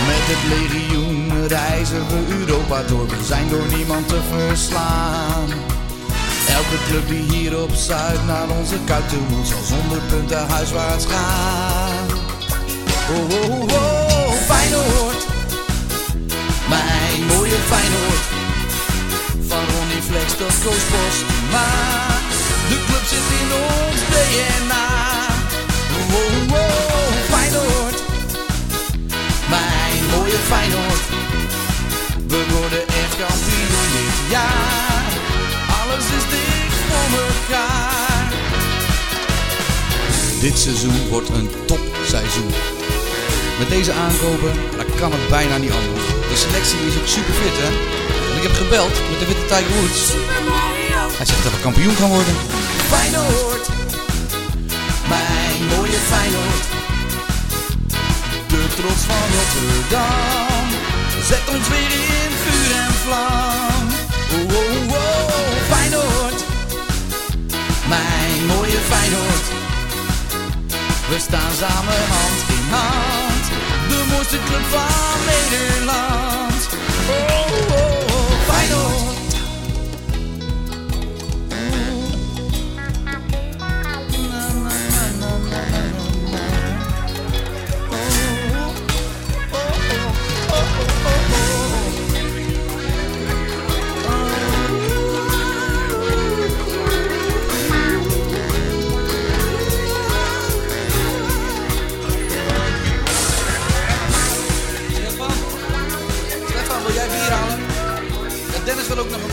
Speaker 1: Met het legioen reizen we Europa door. We zijn door niemand te verslaan. Elke club die hier op Zuid naar onze kuiten moet, zal zonder punten huiswaarts gaan. Oh, oh, oh, oh, Feyenoord. Mijn mooie Feyenoord. Van Ronnie Flex tot Koos Bos. Maar de club zit in ons DNA. Oh, oh, oh, Feyenoord. Mijn mooie Feyenoord. We worden echt kampioen dit jaar. Alles is dik voor elkaar. Dit seizoen wordt een topseizoen. Met deze aankopen, dan kan het bijna niet anders. De selectie is ook super fit, hè? Want ik heb gebeld met de witte Tiger Woods. Hij zegt dat we kampioen gaan worden. Feyenoord, mijn mooie Feyenoord. De trots van Rotterdam, zet ons weer in vuur en vlam. Oh, oh, oh, Feyenoord, mijn mooie Feyenoord. We staan samen hand in hand, de mooiste club van Nederland. Oh, oh, oh Feyenoord. Stefan, wil jij bier halen? Ja, Dennis wil ook nog een